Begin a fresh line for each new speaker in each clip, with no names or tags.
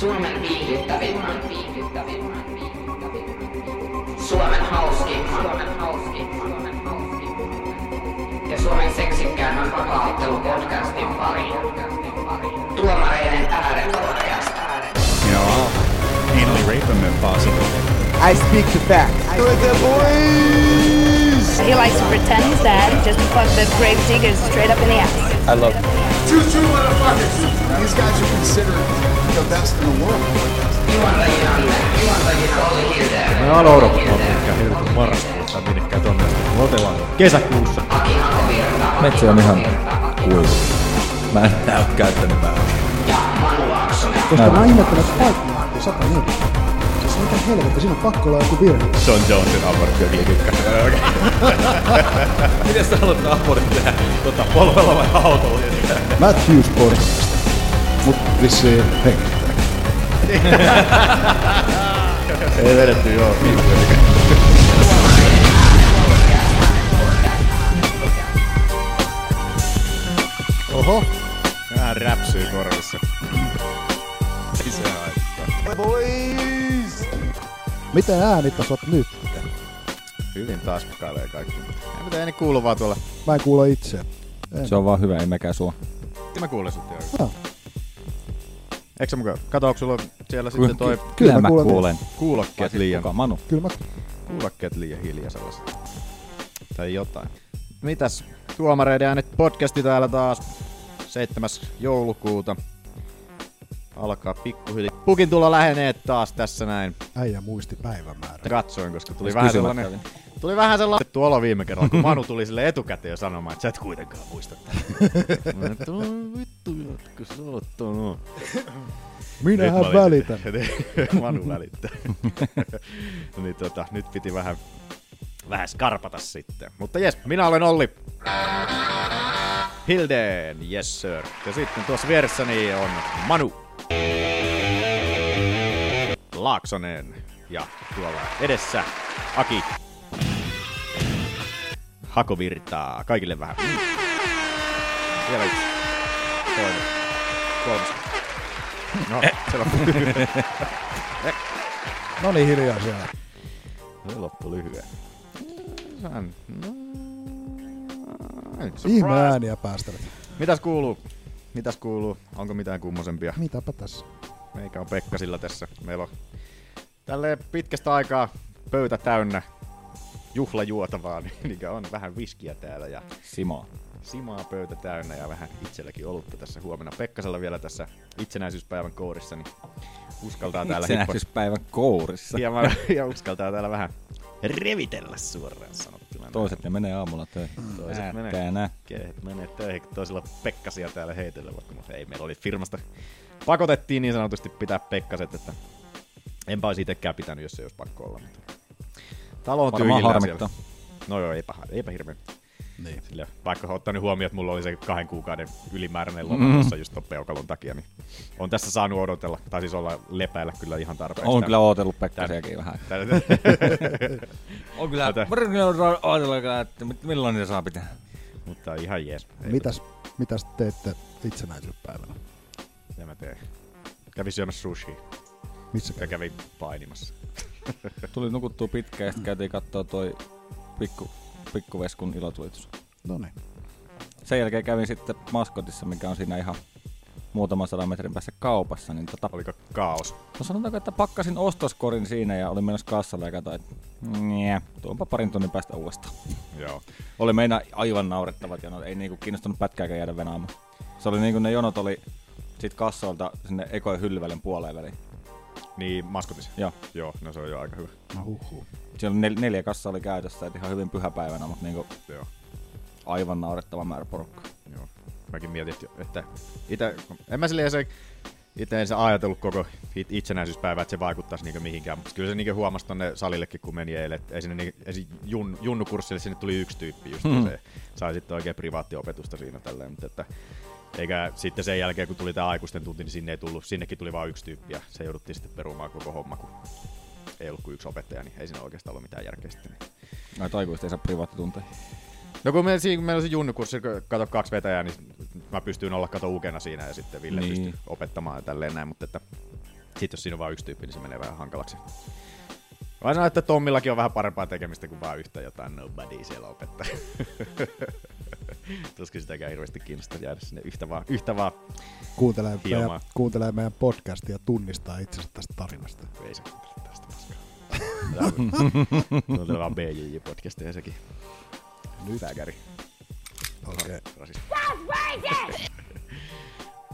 Suomen viihdyttävimmän, viihdyttävimmän, viihdyttävimmän. Suomen hauskimman, Suomen hauskimman, Suomen hauskimman. Ja Suomen seksikkäimmän vapaaottelupodcastin pariin. Tuomareiden ääret podcast.
You know, I'll anally rape him if possible.
I speak the fact. With the boys!
He likes to pretend he's dead just to fuck the grave diggers straight up in the ass.
I love
Choo choo, motherfuckers! These guys are considered the best in the world.
Juontajina Anne, juontajina Olli Hilder,
Mä aloitan minnekään hirveän marraskuussa minnekään tonne. Mä otellaan kesäkuussa.
Aki Hakovirta
Metsä on ihan kuivu. Mä en näy käyttänyt päälle.
ja Manu Laaksonen.
Koska mä ihmettelen, että kaikki lähti 104. Siis mitä helvettiä, siinä on pakko olla joku virhe.
John Jonesin abortti on kyllä tykkää.
Miten sä haluat abortin tehdä? Tota, polvella vai autolla?
Matthews podcast. Mut vissiin hei.
Ei vedetty joo.
Oho.
Vähän räpsyy korvissa. Ei se haittaa.
Boys!
Miten äänitasot nyt?
Hyvin taas mukailee kaikki. Ei mitään ääni kuulu vaan tuolla.
Mä en kuule itse.
Se on vaan hyvä, ei mäkään sua.
Mä kuulen sut jo.
Joo.
Eikö sä mukaan? Kato, onko sulla siellä sitten toi
kyllä
kyllä
mä
mä kuulen.
kuulen.
kuulokkeet
Sitten
liian,
kuka? Manu.
Kyllä mä...
kuulokkeet liian hiljaisella? Tai jotain. Mitäs? Tuomareiden äänet podcasti täällä taas. 7. joulukuuta. Alkaa pikkuhiljaa. Pukin tulla lähenee taas tässä näin.
Äijä muisti päivämäärä.
Katsoin, koska tuli
Edes
vähän
kysymättä
sellainen... Tuli vähän sellainen tuolla viime kerralla, kun Manu tuli sille etukäteen jo sanomaan, että sä et kuitenkaan muista tätä. Mä sanoin, että "Oi vittu, jatko sä oot tuon.
Minähän
Nyt
välitän.
Manu välittää. niin tota, nyt piti vähän, vähän skarpata sitten. Mutta jes, minä olen Olli. Hilden, yes sir. Ja sitten tuossa vieressäni on Manu. Laaksonen. Ja tuolla edessä Aki. Hakovirtaa. Kaikille vähän. Mm. Vielä yksi. Toinen. Kolmas. No, se loppui lyhyen.
No niin hiljaa siellä.
Se loppui lyhyen. Sehän- no, surprise.
Ihme ääniä päästävät.
Mitäs kuuluu? Mitäs kuuluu? Onko mitään kummosempia?
Mitäpä tässä?
Meikä on Pekka sillä tässä. Meillä on tälle pitkästä aikaa pöytä täynnä juhlajuotavaa, niin- mikä on vähän viskiä täällä ja
Simo.
simaa pöytä täynnä ja vähän itselläkin olutta tässä huomenna. Pekkasella vielä tässä itsenäisyyspäivän kourissa, niin uskaltaa täällä hippo-
Itsenäisyyspäivän kourissa.
hieman, ja uskaltaa täällä vähän revitellä suoraan sanottuna.
Toiset ne menee aamulla töihin.
Toiset menee.
Ääkkäänä.
Kehet menee töihin, kun toisilla pekkasia täällä heitellä, vaikka mutta ei meillä oli firmasta. Pakotettiin niin sanotusti pitää pekkaset, että enpä olisi itsekään pitänyt, jos ei olisi pakko olla. Mutta... Talo on
Varmaan
tyhjillään
harmittaa.
siellä. No joo, eipä, har- eipä hirveän.
Niin.
Sillä, vaikka on ottanut huomioon, että mulla oli se kahden kuukauden ylimääräinen loma mm. just ton peukalon takia, niin on tässä saanut odotella, tai siis olla lepäillä kyllä ihan tarpeeksi.
On
Tää-
kyllä ootellut Pekkasiakin vähän.
tää-
On kyllä
Tätä.
ootella kyllä, että milloin ne saa pitää.
Mutta ihan jees. Ei
Mitäs, mitäs teitte itsenäisyyspäivänä?
Mitä mä teen? Kävin syömässä sushi
Missä
ja kävin painimassa.
Tuli nukuttua pitkään ja sitten käytiin kattoo toi pikku, pikkuveskun ilotulitus.
No niin.
Sen jälkeen kävin sitten maskotissa, mikä on siinä ihan muutaman sadan metrin päässä kaupassa, niin tota,
Oliko kaos?
No sanotaanko, että pakkasin ostoskorin siinä ja olin menossa kassalle ja katsoin, että "Nää, tuonpa parin tunnin päästä uudestaan.
Joo.
Oli meina aivan naurettavat jonot, ei niinku kiinnostunut pätkääkään jäädä venaamaan. Se oli niinku ne jonot oli sit kassalta sinne ekojen hyllyvälen puoleen väliin.
Niin, maskotis.
Joo.
Joo, no se on jo aika hyvä.
No huhhuh.
Siellä nel- neljä kassaa oli käytössä, et ihan hyvin pyhäpäivänä, mutta niinku
Joo.
aivan naurettava määrä porukkaa.
Joo. Mäkin mietin, että- että ite, en mä silleen se, itse en se ajatellut koko it- itsenäisyyspäivää, että se vaikuttaisi niinkö mihinkään, mutta kyllä se niinkö huomasi tonne salillekin, kun meni eilen, että ei sinne, niinkö, ei sinne jun, junnukurssille sinne tuli yksi tyyppi just, hmm. se sai sitten oikein privaattiopetusta siinä tälleen, mutta että eikä sitten sen jälkeen, kun tuli tämä aikuisten tunti, niin sinne ei tullut, sinnekin tuli vain yksi tyyppi ja se jouduttiin sitten perumaan koko homma, kun ei ollut kuin yksi opettaja, niin ei siinä oikeastaan ollut mitään järkeä sitten. Niin.
Näitä aikuista ei saa privaattitunteja.
No kun meillä, siinä, kun meillä on se junnukurssi, kun kato kaksi vetäjää, niin mä pystyin olla kato ukena siinä ja sitten Ville
Niin.
niin. pystyy opettamaan ja tälleen näin, mutta että Sitten jos siinä on vain yksi tyyppi, niin se menee vähän hankalaksi. Vaan sanoa, että Tommillakin on vähän parempaa tekemistä kuin vaan yhtä jotain nobody siellä opettaa. Tuskin sitäkään hirveästi kiinnostaa jäädä sinne yhtä vaan, yhtä vaan
Kuuntelee meidän,
Hiomaan.
kuuntelee meidän podcastia ja tunnistaa itsensä tästä tarinasta.
Ei se kuuntele tästä paskaa. Kuuntele vaan BJJ-podcastia sekin. Nyt. Pääkäri.
Okei.
Rasismi.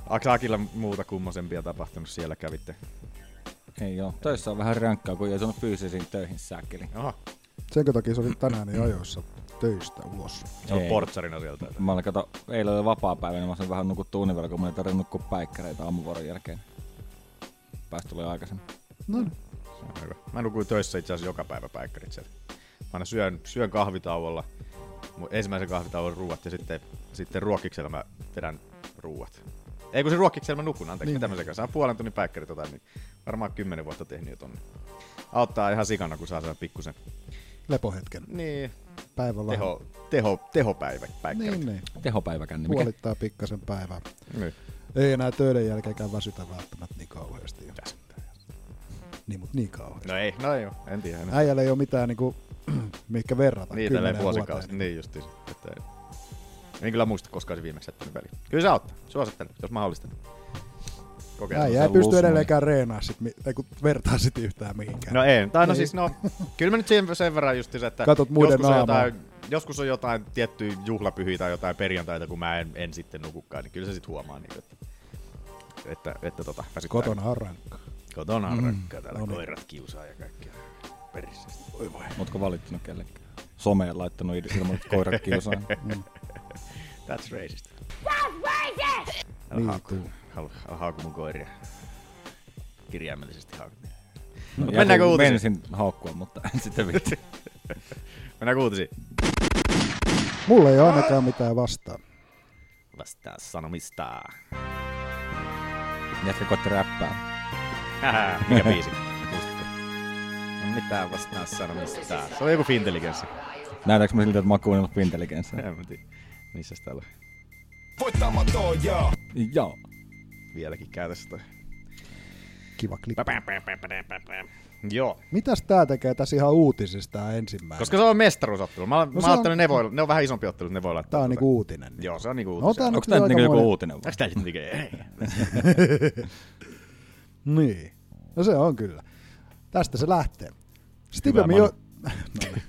Aksaakilla muuta kummosempia tapahtunut siellä kävitte.
Ei oo. Töissä on vähän ränkkää, kun ei saanut fyysisiin töihin säkkeli.
Oho,
Senkö takia se oli tänään niin ajoissa töistä ulos?
se on
Ei.
portsarina sieltä.
Mä olin kato, eilen oli vapaa päivä, niin mä sen vähän nukut tunnin verran, kun mä en tarvinnut nukkua päikkäreitä aamuvuoron jälkeen. Päästä tuli aikaisemmin.
No niin.
Se on hyvä. Mä nukuin töissä itse asiassa joka päivä päikkärit sieltä. Mä aina syön, syön kahvitauolla, mun ensimmäisen kahvitauon ruuat ja sitten, sitten ruokiksella mä vedän ruuat. Ei kun se ruokiksella mä nukun, anteeksi, niin. mitä mä sekaan. Saa puolen tunnin päikkärit otan, niin varmaan kymmenen vuotta tehnyt jo tonne. Auttaa ihan sikana, kun saa sen pikkusen.
Lepohetken.
Niin,
Päivä vähän.
teho, teho, tehopäivä päikkärit.
Niin, niin.
Tehopäiväkänni, mikä?
Puolittaa pikkasen päivää.
Niin.
Ei enää töiden jälkeenkään väsytä välttämättä niin kauheasti. Niin, mutta niin kauheasti.
No ei, no ei oo, en tiedä. enää.
Äijällä ei ole mitään niinku, mihinkä verrata.
Niin,
Kymmeneen
tälleen vuosikausi.
vuoteen.
Niin justiin. Että... En kyllä muista koskaan se viimeksi jättänyt väliin. Kyllä se auttaa. Suosittelen, jos mahdollista. Kokeillaan.
Äijä ei
se
pysty
lusmani.
edelleenkään reenaa sit, mi- ei kun vertaa sit yhtään mihinkään.
No ei, tai no siis no, kyllä mä nyt sen, sen verran just se, että
Katot muiden
joskus, on
naamaa.
jotain, joskus on jotain tiettyjä juhlapyhiä tai jotain perjantaita, kun mä en, en sitten nukukaan, niin kyllä se sitten huomaa, niin, että, että, että tota, väsyttää.
Kotona on rankkaa.
Kotona on mm. rakkaa, täällä
no niin.
koirat kiusaa ja kaikkea. Perissä.
Ootko valittanut kellekään? Someen laittanut id- ilman että koirat kiusaa.
That's racist.
Niin
Älä haaku,
tuu.
hal- älä haaku mun koiria. Kirjaimellisesti haaku.
No,
mennäänkö uutisiin?
Menisin haukkua, mutta en sitten vittu.
Mennään kuutisiin.
Mulla ei ole ainakaan mitään vastaa.
Vastaa sanomista.
Jätkä koitti räppää.
Hähä, Mikä biisi? Muistatko? No mitään vastaa sanomista. Se on joku Fintelligenssi.
Näytäks mä siltä, että mä oon kuunnellut Pintelligenssiä?
En mä tiedä. Missä sitä on?
Joo.
Vieläkin käytössä toi.
Kiva klippi.
Joo.
Mitäs tää tekee tässä ihan uutisista tää ensimmäinen?
Koska se on mestaruusottelu. Mä, no
se
mä
on-
ajattelin, ne, voi, ne on vähän isompi ottelu, ne voi laittaa.
tää on
tota-
niinku uutinen.
Joo, se on niinku
No, tää
uutisia.
on
Onks tää nyt niinku joku
aikamoinen-
uutinen? vai?
Onks tää sitten niinku? Ei.
Niin. No se on kyllä. Tästä se lähtee. Steve
Hyvä,
Mio... No niin.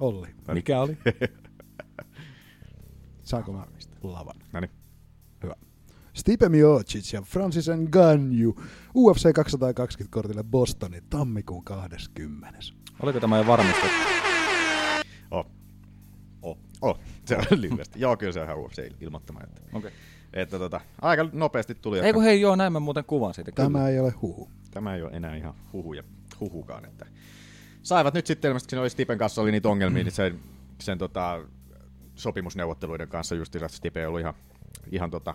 Olli,
Mikä oli?
saanko mä lavan?
Noniin.
Hyvä. Stipe Miocic ja Francis Ngannou UFC 220-kortille Bostonin tammikuun 20.
Oliko tämä jo varmistettu?
Oh. Oh. Oh. Se on lyhyesti. Joo, kyllä se on ihan UFC ilmoittama. Että,
Okei.
että tota, aika nopeasti tuli.
Ei
Että
kun hei joo, näin mä muuten kuvan siitä. kyllä.
Tämä ei ole huhu.
Tämä ei ole enää ihan huhuja, huhukaan. Että saivat nyt sitten ilmeisesti, kun siinä oli Stipen kanssa oli niitä ongelmia, niin sen, sen tota, sopimusneuvotteluiden kanssa just että Stipe oli ihan, ihan tota,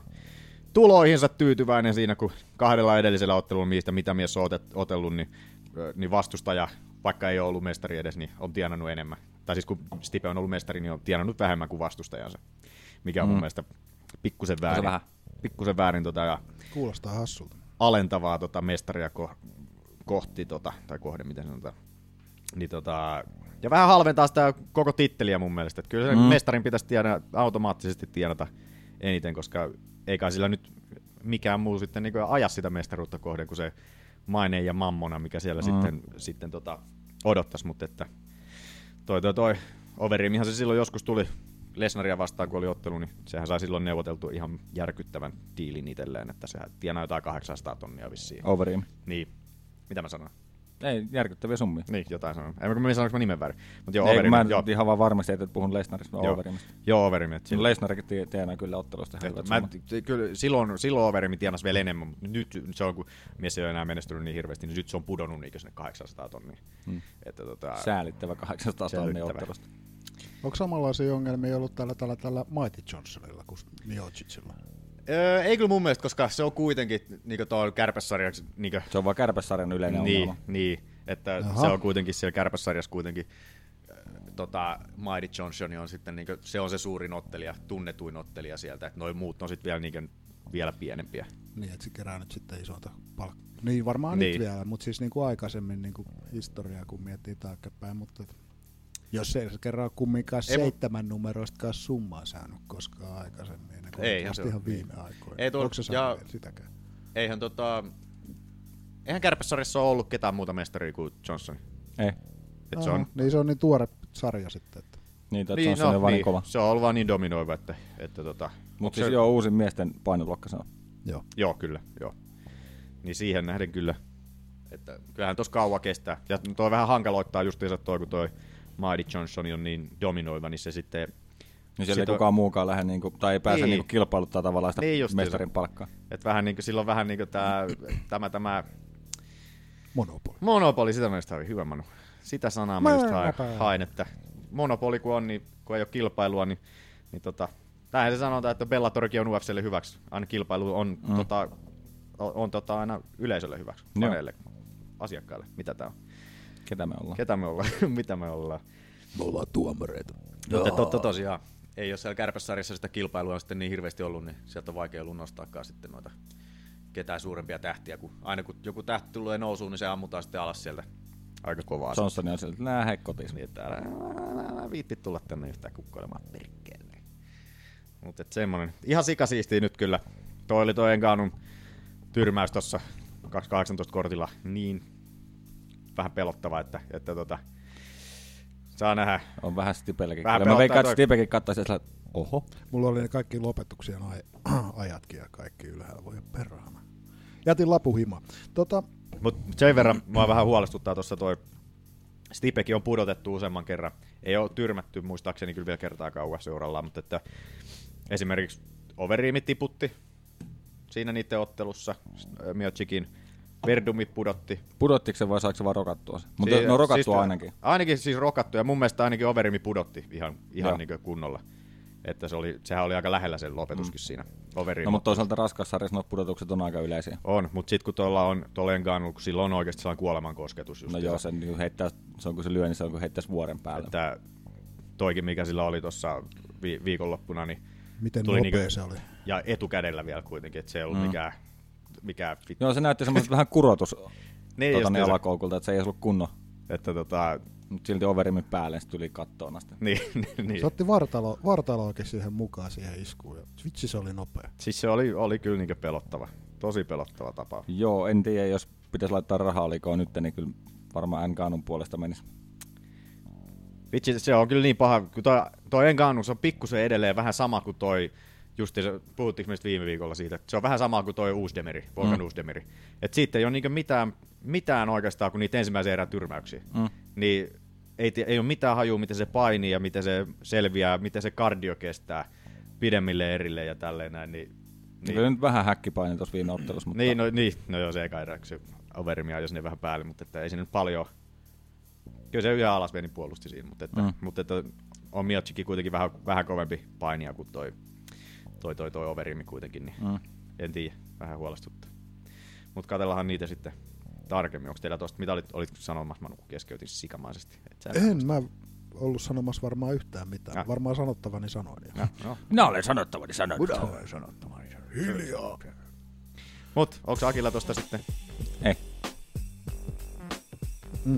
tuloihinsa tyytyväinen siinä, kun kahdella edellisellä ottelulla, mistä mitä mies on otet, otellut, niin, ö, niin vastustaja, vaikka ei ole ollut mestari edes, niin on tienannut enemmän. Tai siis kun Stipe on ollut mestari, niin on tienannut vähemmän kuin vastustajansa, mikä on mm. mun mielestä pikkusen väärin.
vähän.
Pikkusen väärin tota, ja
Kuulostaa hassulta.
alentavaa tota mestaria ko- kohti, tota, tai kohde, miten sanotaan. Niin, tota, ja vähän halventaa sitä koko titteliä mun mielestä. Et kyllä sen mm. mestarin pitäisi tiedä, automaattisesti tienata eniten, koska ei kai sillä nyt mikään muu sitten niin aja sitä mestaruutta kohden kuin se maine ja mammona, mikä siellä mm. sitten, sitten tota, odottaisi. Mutta että toi, toi, toi Overeemihan se silloin joskus tuli Lesnaria vastaan, kun oli ottelu, niin sehän sai silloin neuvoteltu ihan järkyttävän diilin itselleen, että sehän tienaa jotain 800 tonnia vissiin.
Overeem.
Niin, mitä mä sanoin?
Ei, järkyttäviä summia.
Niin, jotain sanoin. En mä, mä sanoinko mä nimen väärin. Mutta joo,
Joo, Ei, kun mä
Overeem.
en
Joo,
nyt ihan vaan varmistin, että puhun Lesnarista vai
joo,
Overeemista.
joo Overeem. et
Siinä
silloin-
Lesnarikin tie- tienaa kyllä ottelusta ihan hyvät
Mä,
summat.
t- kyllä, silloin, silloin Overeem tienasi vielä enemmän, mutta nyt se on, kun mies ei ole enää menestynyt niin hirveästi, niin nyt se on pudonnut niin sinne 800 tonnia. Hmm. Että, tota,
Säälittävä 800 tonnia
Säälittävä.
ottelusta.
Onko samanlaisia ongelmia ollut täällä, täällä, täällä Mighty Johnsonilla kuin Miocicilla?
öö, ei kyllä mun mielestä, koska se on kuitenkin niin tuo kärpässarja, niin
Se on vaan kärpäsarjan yleinen
niin,
ongelma.
niin, että
Aha.
Aha. se on kuitenkin siellä kärpässarjassa kuitenkin äh, Tota, Mighty Johnson on sitten, niinkö, se on se suurin ottelija, tunnetuin ottelija sieltä, että noin muut on sitten vielä, niinkö, vielä pienempiä.
Niin, että se kerää nyt sitten isoita palk- Niin varmaan niin.
Niin.
nyt vielä, mutta siis niin kuin aikaisemmin niin kuin historiaa kun miettii taaksepäin, mutta et jos se kerran ole kumminkaan
Ei mu-
seitsemän numeroistakaan summaa saanut koskaan aikaisemmin, ennen kuin
Ei,
vasta
se on-
ihan viime aikoina.
Ei tuo-
Onko se saanut
ja-
vielä sitäkään?
Eihän tota... Eihän kärpäsarjassa ole ollut ketään muuta mestaria kuin Johnson.
Ei.
Et se on,
Aha, niin se on niin tuore sarja sitten. Että.
Niin, tai niin, se on no, vaan niin kova.
se on ollut vaan niin dominoiva, että, että tota,
Mutta
onko
siis
se-
joo, uusin miesten painoluokka se on.
Joo.
Joo, kyllä, joo. Niin siihen nähden kyllä, että kyllähän tos kauan kestää. Ja toi vähän hankaloittaa justiinsa toi, kun toi Mighty Johnson on niin dominoiva, niin se sitten...
Niin siellä
Sit
ei
on-
kukaan muukaan lähde, niinku, tai ei pääse
Niin.
niin. niinku kilpailuttaa tavallaan sitä
Niin
niin
justiinsa.
mestarin palkkaa.
Että vähän niinku, silloin vähän niinku tää, tämä, tämä
Monopoli.
monopoli, sitä mä just hain, hyvä Manu. Sitä sanaa mä just hain, hain, että monopoli kun on, niin kun ei ole kilpailua, niin, niin tota, tämähän se sanotaan, että Bellatorkin on UFClle hyväksi. Aina kilpailu on, mm. tota, on, on tota, aina yleisölle hyväksi,
Joo.
faneille, asiakkaille, mitä tää on.
Ketä me ollaan?
Ketä me ollaan? Mitä me ollaan?
Me ollaan tuomareita.
Mutta totta tosiaan, ei ole siellä kärpässarjassa sitä kilpailua sitten niin hirveästi ollut, niin sieltä on vaikea ollut nostaakaan sitten noita ketään suurempia tähtiä. Kun aina kun joku tähti tulee nousuun, niin se ammutaan sitten alas sieltä aika kovaa.
Johnson on sieltä, lähde kotiin.
Niin, että älä, älä, älä viitti tulla tänne yhtään kukkoilemaan perkkeelle. Mutta et semmonen. Ihan sikasiistii nyt kyllä. Toi oli toi Engaanun tyrmäys tossa 218 kortilla niin vähän pelottava, että, että tota, saa nähdä.
On vähän stipelläkin.
Vähän
Kyllä mä veikkaan, että
pelottaa
stipekin katsoisi, että oho.
Mulla oli ne kaikki lopetuksien ai- ajatkin ja kaikki ylhäällä voi olla perhana. Jätin lapuhima. Tota,
Mutta sen verran mua vähän huolestuttaa tuossa toi Stipekin on pudotettu useamman kerran. Ei ole tyrmätty muistaakseni kyllä vielä kertaakaan UFC-urallaan, mutta että esimerkiksi Overeemi tiputti siinä niiden ottelussa. Miocikin Verdumi pudotti.
Pudottiko se vai saako se vaan rokattua se? Mutta
Siinä-
no rokattua
siis-
siis ainakin.
Ainakin siis rokattu, ja mun mielestä ainakin Overeemi pudotti ihan, ihan
Joo.
niin kunnolla. Että se oli, sehän oli aika lähellä sen lopetuskin mm. siinä Overeemi.
No mutta toisaalta raskaassa sarjassa nuo pudotukset on aika yleisiä.
On, mutta sitten kun tuolla on Tolengaanul, kun sillä on oikeasti sellainen kuoleman kosketus. Just
No joo, se, niin heittää, se on kun se lyö, niin se on kun heittäisi vuoren päälle.
että toikin mikä sillä oli tuossa vi- viikonloppuna, niin
miten
Tuli
Tuli nopea
niinku-
se oli?
ja etukädellä vielä kuitenkin, että se ei ollut mm. mikään, mikään fit.
Joo, se näytti semmoiset vähän kurotus
Niin,
tota, ne
justiinsa.
alakoukulta, että se ei edes ollut kunnon.
Että tota,
Mutta silti overimin päälle niin se tuli kattoon asti.
niin, niin.
Se otti vartalo, vartaloakin siihen mukaan siihen iskuun. Ja vitsi se oli nopea.
Siis se oli, oli kyllä niinku pelottava, tosi pelottava tapa.
Joo, en tiedä, jos pitäisi laittaa rahaa likoon nyt, niin kyllä varmaan NKANun puolesta menisi.
Vitsi, se on kyllä niin paha, kun toi, toi Enganus on pikkusen edelleen vähän sama kuin toi, justi se, puhuttiinko meistä viime viikolla siitä, että se on vähän sama kuin toi Uusdemeri, Volkan mm. Uusdemeri. Et siitä ei ole niinku mitään, mitään oikeastaan kuin niitä ensimmäisiä erää tyrmäyksiä. Mm. Niin ei, ti- ei ole mitään hajua, miten se painii ja miten se selviää, miten se kardio kestää pidemmille erille ja tälleen näin. Niin,
Niin. Kyllä nyt vähän häkkipaini tuossa viime ottelussa, mutta
niin, no, niin, no joo, se ei kai räksy overmia, jos ne vähän päälle, mutta että ei siinä nyt paljon. Kyllä se yhä alas meni puolusti siinä, mutta että, mm. mutta että on Miocikin kuitenkin vähän, vähän kovempi painia kuin toi, toi, toi, toi overimi kuitenkin, niin mm. en tiedä, vähän huolestuttaa. Mutta katsellaan niitä sitten tarkemmin. Onko teillä tosta, mitä olit, olitko sanomassa, Manu, kun keskeytin sikamaisesti? Et sä
En mä ollut sanomassa varmaan yhtään mitään.
Ah.
Varmaan sanottavani sanoin. jo.
No.
minä olen sanottavani sanoa.
Minä olen sanottavani sanoin. Hiljaa.
Mut, onko Akilla tosta sitten?
Ei.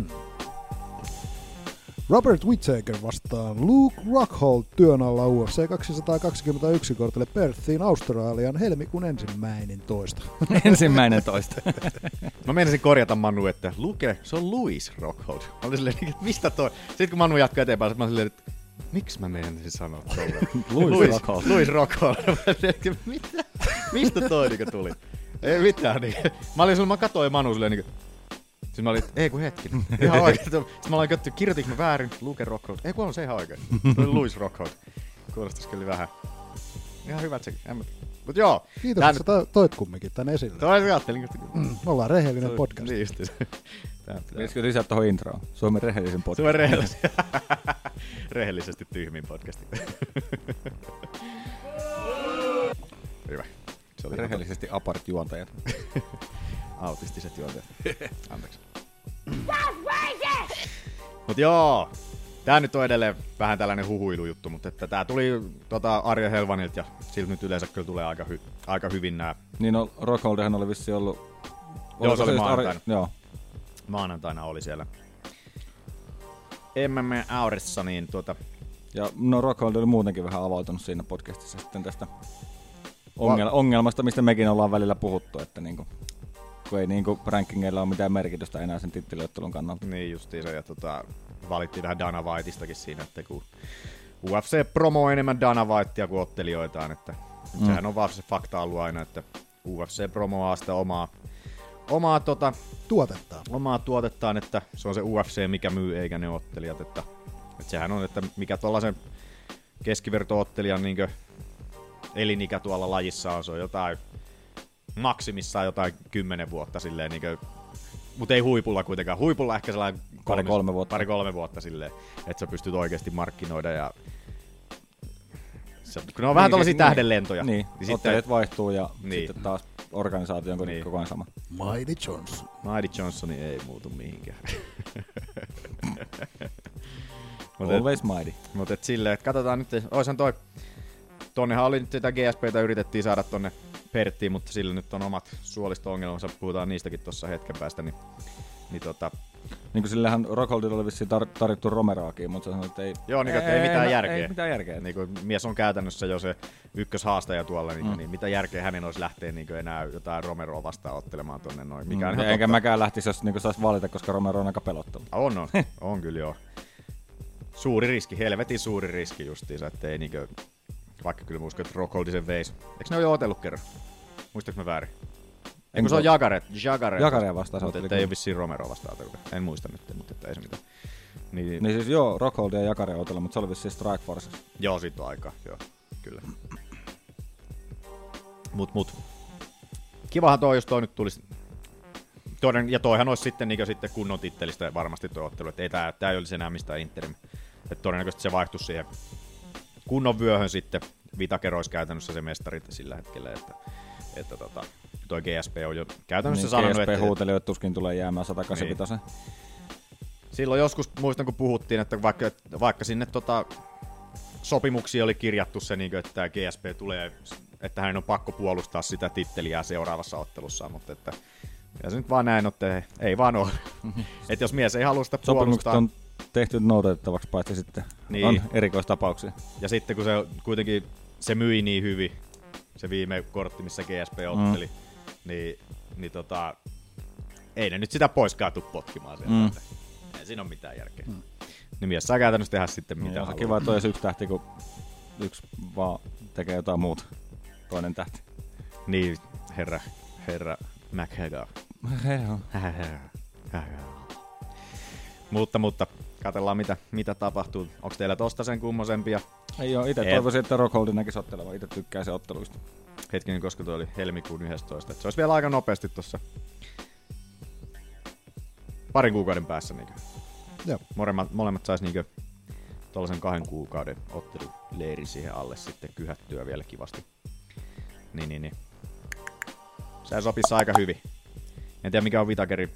Robert Whittaker vastaan Luke Rockhold työn alla UFC 221 kortille Perthiin Australian helmikuun ensimmäinen toista.
Ensimmäinen toista.
Mä menisin korjata Manu, että luke, se on Louis Rockhold. Mä olin silleen, että mistä toi? Sitten kun Manu jatkoi eteenpäin, mä olin silleen, että miksi mä menisin sanoa tolle?
Louis
Louis-
Rockhold.
Louis Rockhold. Mä olin, että mitä? Mistä toi niinku tuli? Ei mitään. Niinku. Mä olin silleen, mä katsoin Manu silleen, niinku, Siis mä olin, että ei kun hetkinen. Ihan oikein. Sitten mä olin katsoin, kirjoitinko mä väärin, Luke Rockhold. Ei kun on se ihan oikein. Se oli Louis Rockhold. Kuulostais kyllä vähän. Ihan hyvät sekin. Mut joo.
Kiitos,
tää
että sä to- toit kumminkin tän esille.
Toi mä ajattelin, että
Me ollaan rehellinen podcast.
Niin just. Tää pitää.
Pitäisikö lisää tuohon introon? Suomen rehellisen podcast.
Suomen rehellisesti, rehellisesti tyhmin podcasti. Hyvä. Se oli ihan
Rehellisesti apart juontajat.
to- autistiset juonteet. Anteeksi. Mut joo, tää nyt on edelleen vähän tällainen huhuilujuttu, mutta että tää tuli tota Arja Helvanilta ja siltä nyt yleensä kyllä tulee aika, hy- aika hyvin nämä
Niin no, Rockholdihan oli vissiin ollut
Joo, se oli
just
maanantaina.
Ari- Joo.
Maanantaina oli siellä MMA Auressa, niin tuota,
Ja no Rockhold oli muutenkin vähän avautunut siinä podcastissa sitten tästä ongel- ongelmasta, mistä mekin ollaan välillä puhuttu, että niinku, kun ei niinku rankingeilla ole mitään merkitystä enää sen tittilyöttelyn kannalta.
Niin justiinsa, ja tota, valittiin vähän Dana Whiteistakin siinä, että kun UFC promoi enemmän Dana Whitea kuin ottelijoitaan, että mm. sehän on vaan se fakta ollut aina, että UFC promoaa sitä omaa, omaa, tota,
Tuotettaan.
omaa tuotettaan, että se on se UFC, mikä myy, eikä ne ottelijat, että, että sehän on, että mikä tuollaisen keskiverto-ottelijan niin elinikä tuolla lajissa on, se on jotain maksimissaan jotain 10 vuotta silleen niin mutta ei huipulla kuitenkaan. Huipulla ehkä sellainen
kolme vuotta.
Pari kolme vuotta silleen, että sä pystyt oikeasti markkinoida ja se, kun ne on vähän tällaisia tähdenlentoja.
Niin, niin ottelijat vaihtuu ja
Niin.
niin. sitten taas organisaatio on niin.
Niin.
koko ajan sama.
Mighty Johnson.
Maidi Johnsoni ei muutu mihinkään. Mut et-
Always mighty.
Mutta et silleen, että katsotaan nyt, oishan toi, tonnehan oli nyt sitä GSPtä yritettiin saada tonne Perttiin, mutta sillä nyt on omat suolisto-ongelmansa, puhutaan niistäkin tuossa hetken päästä, niin, niin tota,
Niin kuin sillähän Rockholdilla oli vissiin tar- tarjottu Romeraakin, mutta se sanoi, että ei,
joo, niin ei, ei, mitään
no,
järkeä.
Ei mitään järkeä.
Niin kuin mies on käytännössä jo se ykköshaastaja tuolla, niin, mm. niin mitä järkeä hänen olisi lähteä niin kuin enää jotain Romeroa vastaan ottelemaan tonne noin, mikä mm. on ihan
Enkä
totta.
mäkään lähtisi, jos niinku saisi valita, koska Romero on aika pelottava.
On, on, on kyllä joo. Suuri riski, helvetin suuri riski justiinsa, että ei niinkö, vaikka kyllä mä uskon, että Rockholdi sen veisi. Eikö ne ole jo otellut kerran? Muistaaks mä väärin? Ei kun se on Jagaret. Jagaret,
Jagarea vastaan se
Mutta
otteli
että ei ole
kyllä.
vissiin Romero vastaan otellut. En muista nyt, mutta että ei se mitään. Niin,
Niin siis joo, Rockhold ja Jakare otella, mutta se oli vissiin Strike Force.
Joo, siitä on aika, joo, kyllä. Mut, mut. Kivahan toi, jos toi nyt tulisi. Toinen, ja toihan olisi sitten, niin sitten kunnon tittelistä varmasti toi ottelu, että ei tää, tää ei olisi enää mistään interim. Että todennäköisesti se vaihtuisi siihen kunnon vyöhön sitten. Vitaker olisi käytännössä se mestari sillä hetkellä, että, että tota, toi GSP on jo käytännössä
Niin
sanonut,
GSP
että,
huuteli, että tuskin tulee jäämään 185. Niin.
Silloin joskus muistan, kun puhuttiin, että vaikka, että vaikka sinne tota, sopimuksiin oli kirjattu se, niin kuin, että tämä GSP tulee, että hän on pakko puolustaa sitä titteliä seuraavassa ottelussa, mutta että ja se nyt vaan näin, on, että ei vaan ole. että jos mies ei halua sitä
Sopimukset
puolustaa,
on tehty noudatettavaksi, paitsi sitten
Niin.
niin. on erikoistapauksia.
ja sitten kun se kuitenkin se myi niin hyvin, se viime kortti, missä GSP otteli, mm. niin, niin tota, ei ne nyt sitä poiskaan tuu potkimaan sieltä. Mm. Ei siinä ole mitään järkeä. Mm. Niin mies saa käytännössä tehdä sitten mitä
Mitä on se
haluaa.
kiva, että on edes yksi tähti, kun yksi vaan tekee jotain muuta. Toinen tähti.
Niin, herra, herra McHagar. mutta, mutta, katsellaan mitä, mitä tapahtuu. Onko teillä tosta sen kummosempia?
Ei ole, itse
Et.
toivoisin, että Rockholdin näkisi ottelevan. Itse tykkää se otteluista.
Hetkinen, koska tuo oli helmikuun 11. Et se olisi vielä aika nopeasti tuossa parin kuukauden päässä. Niinkö?
Joo.
Molemmat, molemmat sais niinkö tuollaisen kahden kuukauden otteluleiri siihen alle sitten kyhättyä vielä kivasti. Niin, niin, niin. Sehän sopisi aika hyvin. En tiedä mikä on Vitakeri.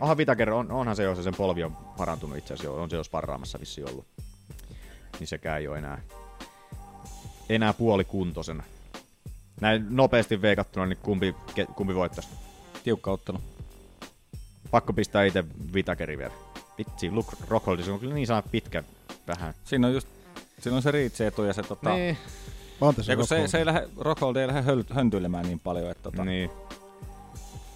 Onhan Vitaker, on, onhan se jo, se sen polvi on parantunut itse asiassa, jo, on se jo sparraamassa vissiin ollut. Niin sekään ei ole enää, enää puolikuntoisena. Näin nopeasti veikattuna, niin kumpi, ke- kumpi voittaisi?
Tiukka ottelu.
Pakko pistää itse Vitakeri vielä. Vitsi, Luke Rockhold, se on kyllä niin sanat pitkä vähän.
Siinä on just Siinä on se riitseetu ja se tota...
Niin.
Anteeksi,
Ja kun se,
Rockhold.
se ei lähde, Rockhold ei lähde höl- höntyilemään niin paljon, että tota,
niin.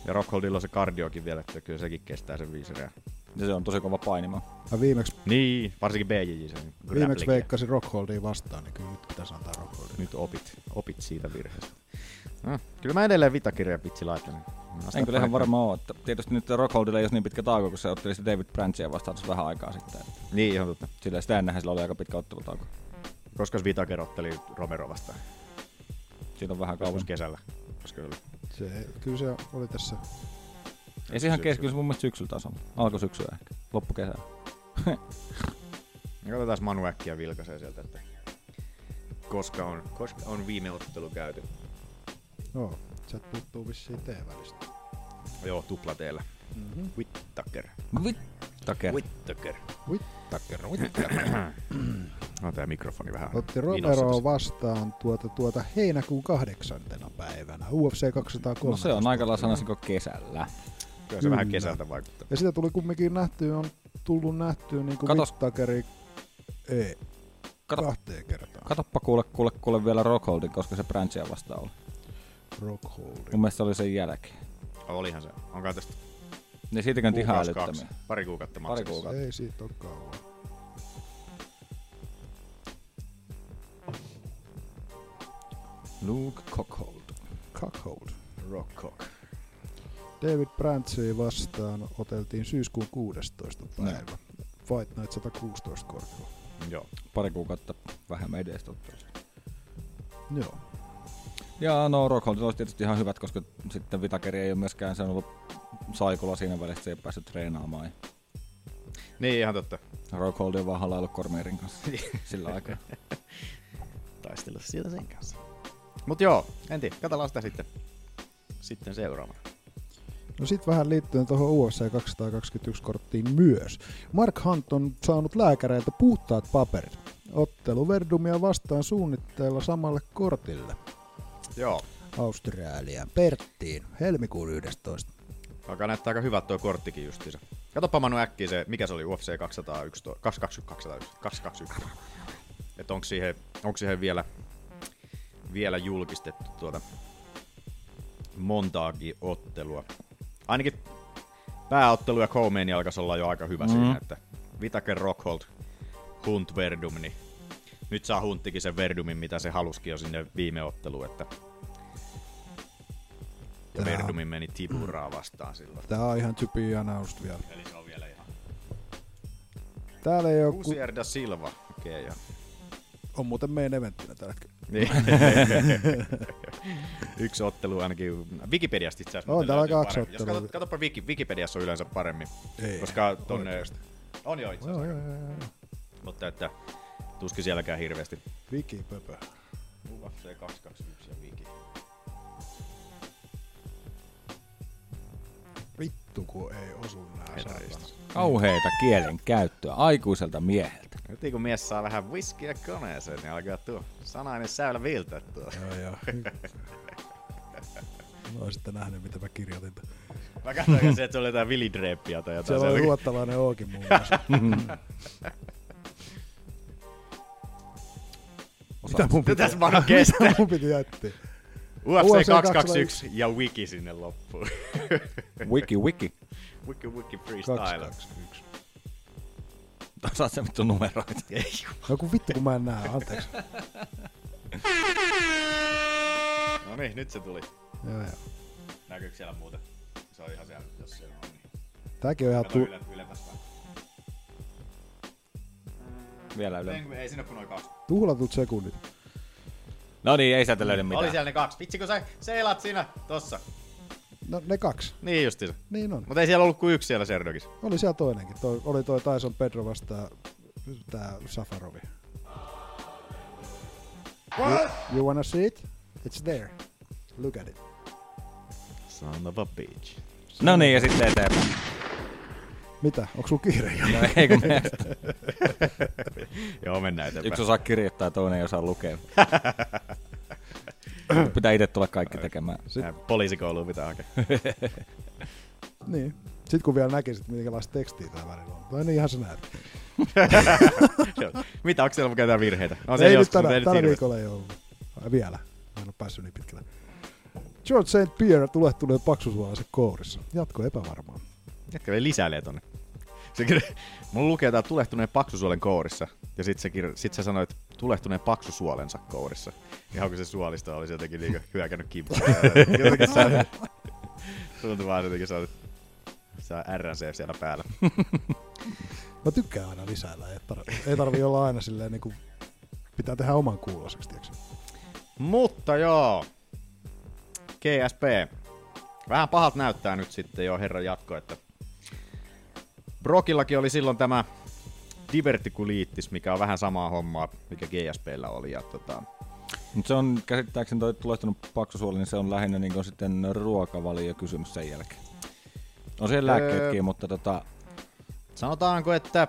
Ja Rockholdilla on se kardiokin vielä, että kyllä sekin kestää sen viisi reä.
ja se on tosi kova painima.
Mä viimeksi,
Niin, varsinkin BJJ sen.
viimeksi
grappling.
veikkasin Rockholdiin vastaan, niin kyllä nyt pitäisi antaa Rockholdiin.
Nyt opit, opit siitä virheestä. No, kyllä mä edelleen Vitakirja pitsi laitan.
En kyllä ihan varma ole, että tietysti nyt Rockholdilla ei olisi niin pitkä tauko, kun se otteli sitä David Branchia vastaan tuossa vähän aikaa sitten. Että
Niin, ihan totta.
sillä sitä ennenhän sillä oli aika pitkä ottelutauko.
Koska Vitaker otteli Romero vastaan.
Siitä on vähän kauan.
Kauas kesällä. Koska se oli
Se, kyllä se oli tässä.
Ei se ihan kesken, se mun mielestä syksyllä taas on. Alku syksyä ehkä, loppukesä.
Ja katsotaan Manu äkkiä vilkaisee sieltä, että koska on, koska on viime ottelu käyty.
Joo, sieltä puuttuu vissiin T-välistä.
Joo, tupla teillä. Mm-hmm. Whittaker.
Vittaker.
Whittaker.
Whittaker,
No tää mikrofoni vähän.
Otti
vinossa
Romero
tässä.
vastaan tuota, tuota heinäkuun kahdeksantena päivänä UFC 203.
No se on aika lailla sanoisinko kesällä.
Kyllä se vähän
Kyllä.
kesältä vaikuttaa.
Ja sitä tuli kumminkin nähtyä, on tullut nähtyä niin kuin
Katos.
mittakeri ei,
Kato.
kahteen kertaan.
Katoppa kuule, kuule, kuule vielä Rockholdin, koska se Branchia vastaan oli.
Rockholding.
Mun mielestä se oli sen jälkeen.
Olihan se. Onkaan tästä
Niin siitäkään ihan
kuukausi kaksi.
älyttömiä.
Pari kuukautta
Pari
maksettu.
kuukautta.
Ei siitä ole kauan.
Luke Cockhold.
Cockhold. Rockcock. David Brantsia vastaan oteltiin syyskuun 16. päivä. Fight Night 116 kortilla.
Joo.
Pari kuukautta vähemmän edes totta.
Joo.
Ja no Rockholdilla olisi tietysti ihan hyvät, koska sitten Vitakeri ei ole myöskään, se on ollut saikulla siinä välissä, se ei ole päässyt treenaamaan. Ja
Niin, ihan totta.
Rockhold on vaan halaillut Kormeerin kanssa sillä aikaa.
Taistella sieltä sen kanssa. Mut joo, en tiedä. Katsellaan sitä sitten. Sitten seuraava.
No sit vähän liittyen tuohon UFC 221 korttiin myös. Mark Hunt on saanut lääkäreiltä puhtaat paperit. Ottelu Verdumia vastaan suunnitteilla samalle kortille.
Joo.
Australiaan, Perttiin, helmikuun 11.
Alkaa näyttää aika hyvältä tuo korttikin justiinsa. Katoppa Manu äkkiä se, mikä se oli UFC 211, 221, 221. Että onko siihen, onko siihen vielä, vielä julkistettu tuota montaakin ottelua. Ainakin pääottelu ja Coleman alkaisi olla jo aika hyvä mm. siinä, että Vitaker Rockhold, Hunt Verdum, niin nyt saa Hunttikin sen Verdumin, mitä se halusikin jo sinne viime otteluun, että ja Verdumin meni Tiburaa vastaan silloin.
Tää on ihan to be announced vielä.
Eli se on vielä ihan...
Täällä ei oo, ku...
Usierda Silva. Okei, okay, joo.
on muuten meidän eventtinä tällä hetkellä.
Niin. Yksi ottelu ainakin. Wikipediasta itse asiassa.
On,
muuten
täällä
löytyy
on kaksi
paremmin.
ottelua.
Jos katsot, katsoppa Wiki, Wikipediassa on yleensä paremmin.
Ei,
koska tonne...
oikeasti.
On jo itse
Joo,
asiassa.
joo, joo, joo.
Mutta että tuskin sielläkään hirveästi.
Viki pöpö.
UFC 221 ja Wiki.
Vittu kun ei osu nää saatana.
Kauheita kielen käyttöä aikuiselta mieheltä.
Nyt kun mies saa vähän whiskiä koneeseen, niin alkaa tuo sanainen säylä viiltää tuo.
Joo, joo. Mä oon sitten nähnyt, mitä mä kirjoitin. tän.
Mä katsoin, että se oli jotain vilidreeppiä tai jotain.
Siellä oli
sellaista.
ruottalainen Ookin muun muassa. Mitä mun piti,
Tässä vaan kestää.
mitä mun piti jättää?
UFC 221
221
ja Wiki sinne loppuun.
Wiki wiki.
Wiki Wiki Freestyle.
221.
Saat sä vittu numeroita.
Ei
No kun vittu kun mä en näe, anteeksi.
No niin, nyt se tuli.
joo, joo.
Näkyykö siellä muuta? Se on ihan siellä, jos siellä on. Niin.
Tääkin on ihan
Kato
tu...
yle, ylemmäs vähän.
Vielä ylemmä.
Ei, ei siinä ole kuin noin kaksi.
tuhlatut sekunnit.
No niin, ei sieltä löydy
Oli
mitään.
siellä ne kaksi. Vitsi, kun sä seilaat siinä tossa.
No ne kaksi.
Niin justiinsa.
Niin on.
Mutta ei siellä ollut kuin yksi siellä Serdogissa.
Oli siellä toinenkin. Toi, oli toi Tyson Pedro vastaan tää Safarovi. You, you wanna see it? It's there. Look at it.
Son of a bitch.
No niin, ja sitten eteenpäin.
Mitä? Onko sulla kiire? jo?
No, ei kun meistä.
Joo, mennään eteenpäin.
Yksi osaa kirjoittaa ja toinen ei osaa lukea. Pitää itse tulla kaikki tekemään.
Nää Poliisikouluun pitää hakea.
niin. Sitten kun vielä näkisit, minkälaista tekstiä tää välillä on. Tai niin ihan sä näet.
Joo. Mitä, onko siellä mukaan jotain virheitä? No,
ei nyt
mutta
tänä, tällä
hirveästi.
viikolla ei ollut. Ai, vielä. Mä en ole päässyt niin pitkälle. George St. Pierre tulehtuneen paksusuolaisen kourissa. Jatko epävarmaa.
Jätkä vielä lisäilee tonne. Se, kir- mulla lukee tää tulehtuneen paksusuolen kourissa. Ja sit, se kir- sit sä sanoit tulehtuneen paksusuolensa kourissa. Ihan kun se suolista olisi jotenkin niinku hyökännyt kimppuun. Jotenkin sä- Tuntuu vaan jotenkin sä olet se on RC siellä päällä.
Mä tykkään aina lisäillä. Ei, tar- ei tarvi olla aina silleen niin kuin pitää tehdä oman kuuloseksi, tiiäks?
Mutta joo, GSP. Vähän pahalta näyttää nyt sitten jo herran jatko, että Brokillakin oli silloin tämä divertikuliittis, mikä on vähän samaa hommaa, mikä GSPllä oli. Ja tota,
Mut se on käsittääkseni toi tulehtunut paksusuoli, niin se on lähinnä niin sitten ruokavaliokysymys sen jälkeen. On siellä
Öö.
lääkkeetkin, mutta tota,
sanotaanko, että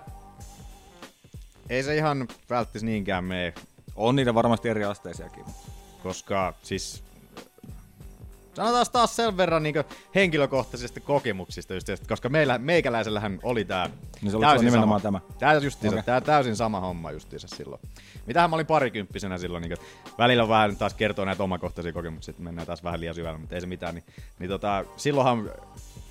ei se ihan välttis niinkään mene,
on niitä varmasti eri asteisiakin. mutta
koska siis Sanotaan taas sen verran niin henkilökohtaisista kokemuksista, just, tästä, koska meillä, meikäläisellähän oli tämä
Niin se oli sulla nimenomaan
sama.
tämä.
Tää, justiinsa,
Okei.
okay. tää täysin sama homma justiinsa silloin. Mitähän mä olin parikymppisenä silloin, niin välillä on vähän taas kertoo näitä omakohtaisia kokemuksia, että mennään taas vähän liian syvälle, mutta ei se mitään. Niin, niin tota, silloinhan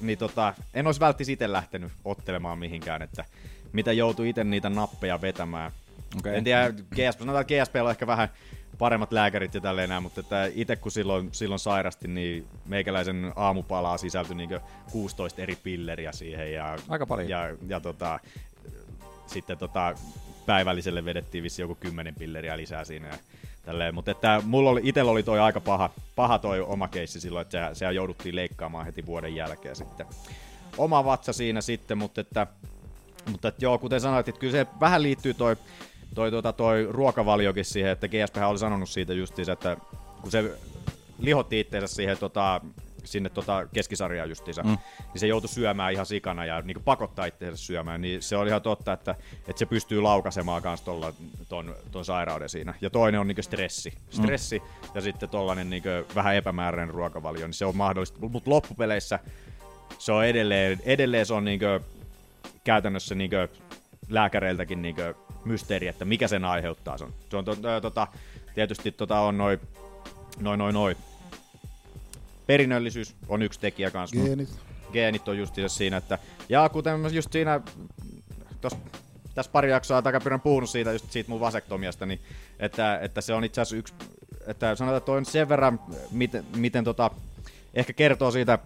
niin tota, en olisi välttis itse lähtenyt ottelemaan mihinkään, että mitä joutui itse niitä nappeja vetämään.
Okei.
Okay. En tiedä, GSP, sanotaan, että GSP on ehkä vähän paremmat lääkärit ja tälleen näin, mutta että itse kun silloin, silloin sairasti, niin meikäläisen aamupalaa sisältyi niin 16 eri pilleriä siihen. Ja,
Aika paljon.
Ja, ja tota, sitten tota, päivälliselle vedettiin vissi joku kymmenen pilleriä lisää siinä. Ja tälleen. Mutta että mulla oli, itellä oli toi aika paha, paha toi oma keissi silloin, että se, se jouduttiin leikkaamaan heti vuoden jälkeen sitten. Oma vatsa siinä sitten, mutta että, mutta että joo, kuten sanoit, että kyllä se vähän liittyy toi, toi, tota, toi ruokavaliokin siihen, että GSP oli sanonut siitä justiinsa, että kun se lihotti itteensä siihen tota, sinne tota keskisarjaan justiinsa, mm. niin se joutui syömään ihan sikana ja niin pakottaa itseensä syömään, niin se oli ihan totta, että, että se pystyy laukasemaan kanssa tolla, ton, ton sairauden siinä. Ja toinen on niin stressi. Stressi mm. ja sitten tollanen niin vähän epämääräinen ruokavalio, niin se on mahdollista. Mutta loppupeleissä se on edelleen, edelleen se on niinkö käytännössä niinkö lääkäreiltäkin niinkö mysteeri, että mikä sen aiheuttaa. Se on, se on to, ö, tota, tietysti tota on noin noi, noi, noi. Perinnöllisyys on yksi tekijä kanssa.
Geenit.
Geenit on just siinä, että ja kuten mä just siinä tos, tässä pari jaksoa takapyrin on puhunut siitä, just siitä mun vasektomiasta, niin että, että se on itse asiassa yksi, että sanotaan, että toi on sen verran, miten, miten tota, ehkä kertoo siitä,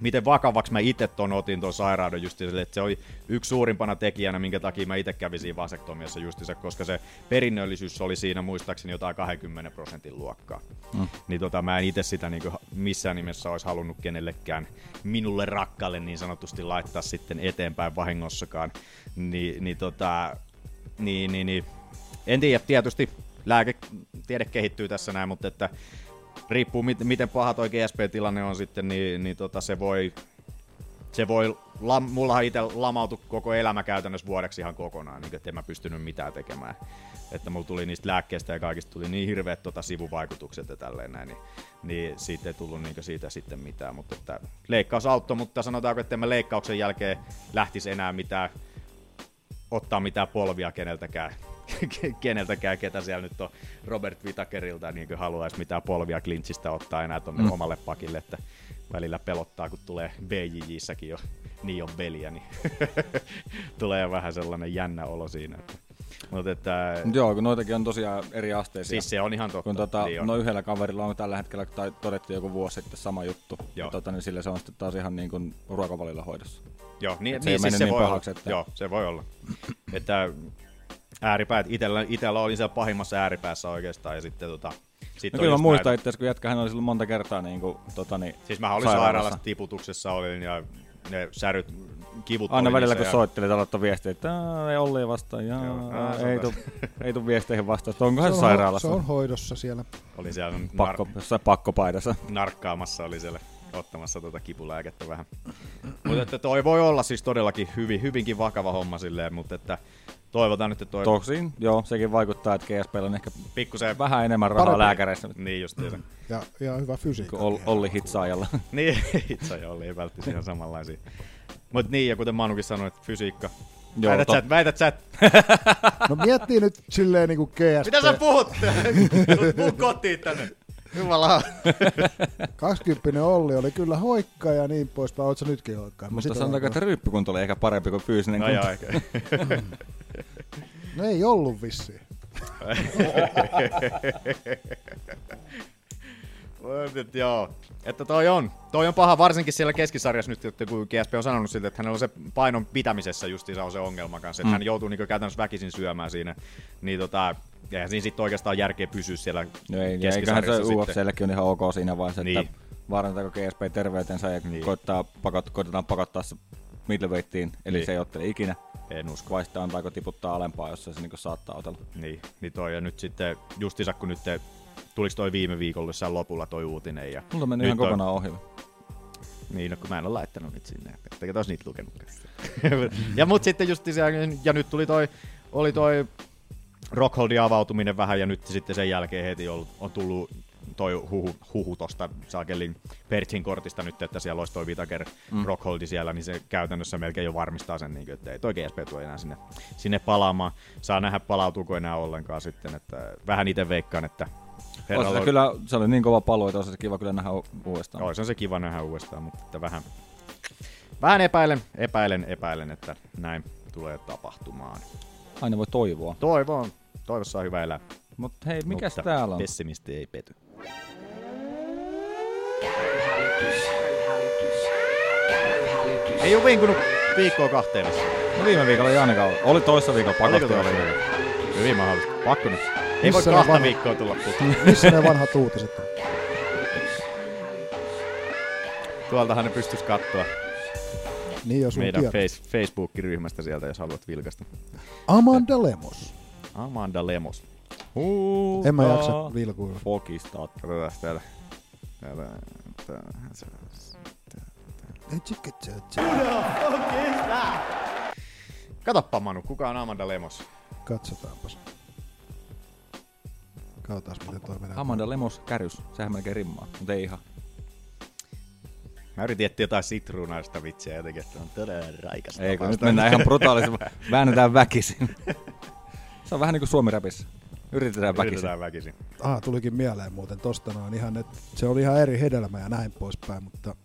miten vakavaksi mä itse ton otin ton sairauden just sille, että se oli yksi suurimpana tekijänä, minkä takia mä itse kävin siinä vasektomiassa justiinsa, koska se perinnöllisyys oli siinä muistaakseni jotain 20 prosentin luokkaa. Mm. Niin tota, mä en itse sitä niin missään nimessä olisi halunnut kenellekään minulle rakkaalle niin sanotusti laittaa sitten eteenpäin vahingossakaan. Ni, niin tota, niin, niin, niin. En tiedä, tietysti lääketiede kehittyy tässä näin, mutta että riippuu mit- miten paha toi GSP-tilanne on sitten, niin, niin tota, se voi, se voi lam, mullahan itse lamautui koko elämä käytännössä vuodeksi ihan kokonaan, niin että en mä pystynyt mitään tekemään. Että mulla tuli niistä lääkkeistä ja kaikista tuli niin hirveät tota, sivuvaikutukset ja tälleen näin, niin, niin siitä ei tullut niin siitä sitten mitään. Mutta että leikkaus auttoi, mutta sanotaanko, että en mä leikkauksen jälkeen lähtisi enää mitään ottaa mitään polvia keneltäkään, keneltäkään ketä siellä nyt on Robert Vitakerilta, niin kuin haluaisi mitään polvia klintsistä ottaa enää tonne mm. omalle pakille, että välillä pelottaa, kun tulee BJJissäkin jo niin on veliä, niin tulee vähän sellainen jännä olo siinä. Että. Mutta että,
Mut Joo, kun noitakin on tosiaan eri asteisia.
siis se on ihan totta.
kun tota,
niin on.
no yhdellä kaverilla on tällä hetkellä tai todettu joku vuosi sitten sama juttu,
Joo.
ja tota, niin sillä se on sitten taas ihan niin kuin ruokavalilla hoidossa.
Joo, niin,
Et se ei
niin, siis
mennyt
se
niin
voi
pahaksi,
olla.
että-
Joo, se voi olla. että ääripäät, itellä, itellä oli siellä pahimmassa ääripäässä oikeastaan ja sitten tota, sit
No
on
kyllä mä
just
muistan
näitä-
itse asiassa, kun jätkähän oli silloin monta kertaa niin kuin, tota, niin,
Siis mä olin
sairaalassa.
sairaalassa tiputuksessa olin ja ne säryt, kivut
Aina
oli
välillä, kun
niissä ja...
soittelit, aloittaa viestiä, että "Aa, ei Olli vastaa, jaa,
Joo, aa, se on
ei, tu, ei tu viesteihin vastaa, että onkohan
Se on ho-
sairaalassa.
Se on hoidossa siellä.
Oli siellä
Pakko,
nar-
jossain pakkopaidassa.
narkkaamassa, oli siellä ottamassa tuota kipulääkettä vähän. mutta että toi voi olla siis todellakin hyvin, hyvinkin vakava homma silleen, mutta että toivotaan nyt, että toi to-
Tosin, joo, sekin vaikuttaa, että GSP on ehkä
pikkusen...
vähän enemmän rahaa
Parempi.
lääkäreissä
Niin just tiedä.
Ja, ja hyvä fysiikka.
kuin Ol- Olli Hitsaajalla.
niin, itse jo oli, ei välttis ihan samanlaisia. Mutta niin, ja kuten Manukin sanoi, että fysiikka...
Joo,
väität,
tot-
sä, et- väität sä, et-
No miettii nyt silleen niin kuin GSP.
mitä sä puhut? Tuut mun kotiin tänne. Jumala.
20 Olli oli kyllä hoikka ja niin poispäin. Oletko nytkin hoikka? Mä
Mutta
sitä
sanotaanko, että
tarkoitan.
ryyppykunto oli ehkä parempi kuin fyysinen
No
kunto.
joo, ehkä.
No ei ollut vissiin.
Voi nyt joo. Että toi on. Toi on paha, varsinkin siellä keskisarjassa nyt, että kun GSP on sanonut siltä, että hänellä on se painon pitämisessä justiinsa on se ongelma kanssa, että mm. hän joutuu niin käytännössä väkisin syömään siinä, niin tota, eihän siinä sitten oikeastaan järkeä pysyä siellä
No ei, ja eiköhän se
keskisarjassa sitten.
UFClläkin on ihan ok siinä vaiheessa, niin. että
Niin.
vaarantaako GSP terveytensä ja
Niin.
niin. koittaa pakot, koitetaan pakottaa se middleweightiin, eli
Niin.
niin. se ei ottele ikinä.
En usko.
Vai sitten antaako tiputtaa alempaa, jos se niin saattaa otella.
Niin, niin toi ja nyt sitten justiinsa kun nyt te, tuliko toi viime viikolla jossain lopulla toi uutinen ja
Mulla meni
nyt
ihan
toi-
kokonaan ohi.
Niin, no, kun mä en ole laittanut nyt sinne. Ettekä taas niitä lukenutkaan. ja mut sitten just se, ja nyt tuli toi, oli toi Rockholdin avautuminen vähän, ja nyt sitten sen jälkeen heti on, on tullut toi huhu, huhu tosta Saakelin Pertsin kortista nyt, että siellä olisi toi Vitaker mm. Rockholdi siellä, niin se käytännössä melkein jo varmistaa sen, niin kuin, että ei toi GSP tule enää sinne, sinne palaamaan. Saa nähdä, palautuuko enää ollenkaan sitten, että vähän itse veikkaan, että
Olisi se
herralla-
kyllä, se oli niin kova palo, että olisi se kiva kyllä nähdä u- uudestaan.
Joo, se on se kiva nähdä uudestaan, mutta että vähän, vähän epäilen, epäilen, epäilen, että näin tulee tapahtumaan.
Aina voi toivoa.
Toivo on, toivossa on hyvä elää.
Mutta hei, mikäs
mutta
täällä on?
Pessimisti ei pety. Ei ole vinkunut viikkoa kahteen. vissiin.
No viime viikolla ei ainakaan ollut. Oli toissa viikolla
Oliko
pakotti.
tuolla viikolla? Hyvin mahdollista. Pakko nyt. Ei voi
Missä ne
kahta
vanhat-
viikkoa tulla putkeen.
Missä ne vanhat uutiset on?
Tuoltahan ne pystyis katsoa
Niin jos sun
meidän
tiedät.
face, Facebook-ryhmästä sieltä, jos haluat vilkaista.
Amanda Lemos.
Amanda Lemos.
Huutaa.
En mä jaksa vilkuilla.
Fokista.
Katsotaan täällä. Täällä. täällä. Katoppa Manu, kuka on Amanda Lemos?
Katsotaanpas. Katsotaan miten toi menee.
Amanda Lemos kärys. Sehän melkein rimmaa, mutta ei ihan.
Mä yritin etsiä jotain sitruunaista vitsiä jotenkin, että on todella raikasta.
Ei, kun nyt
vasta-
mennään ihan brutaalisesti. Väännetään väkisin. Se on vähän niin kuin Suomi-räpissä. Yritetään väkisin.
Yritetään väkisin. Mm,
Ah, tulikin mieleen muuten tosta noin ihan, että se oli ihan eri hedelmä ja näin poispäin, mutta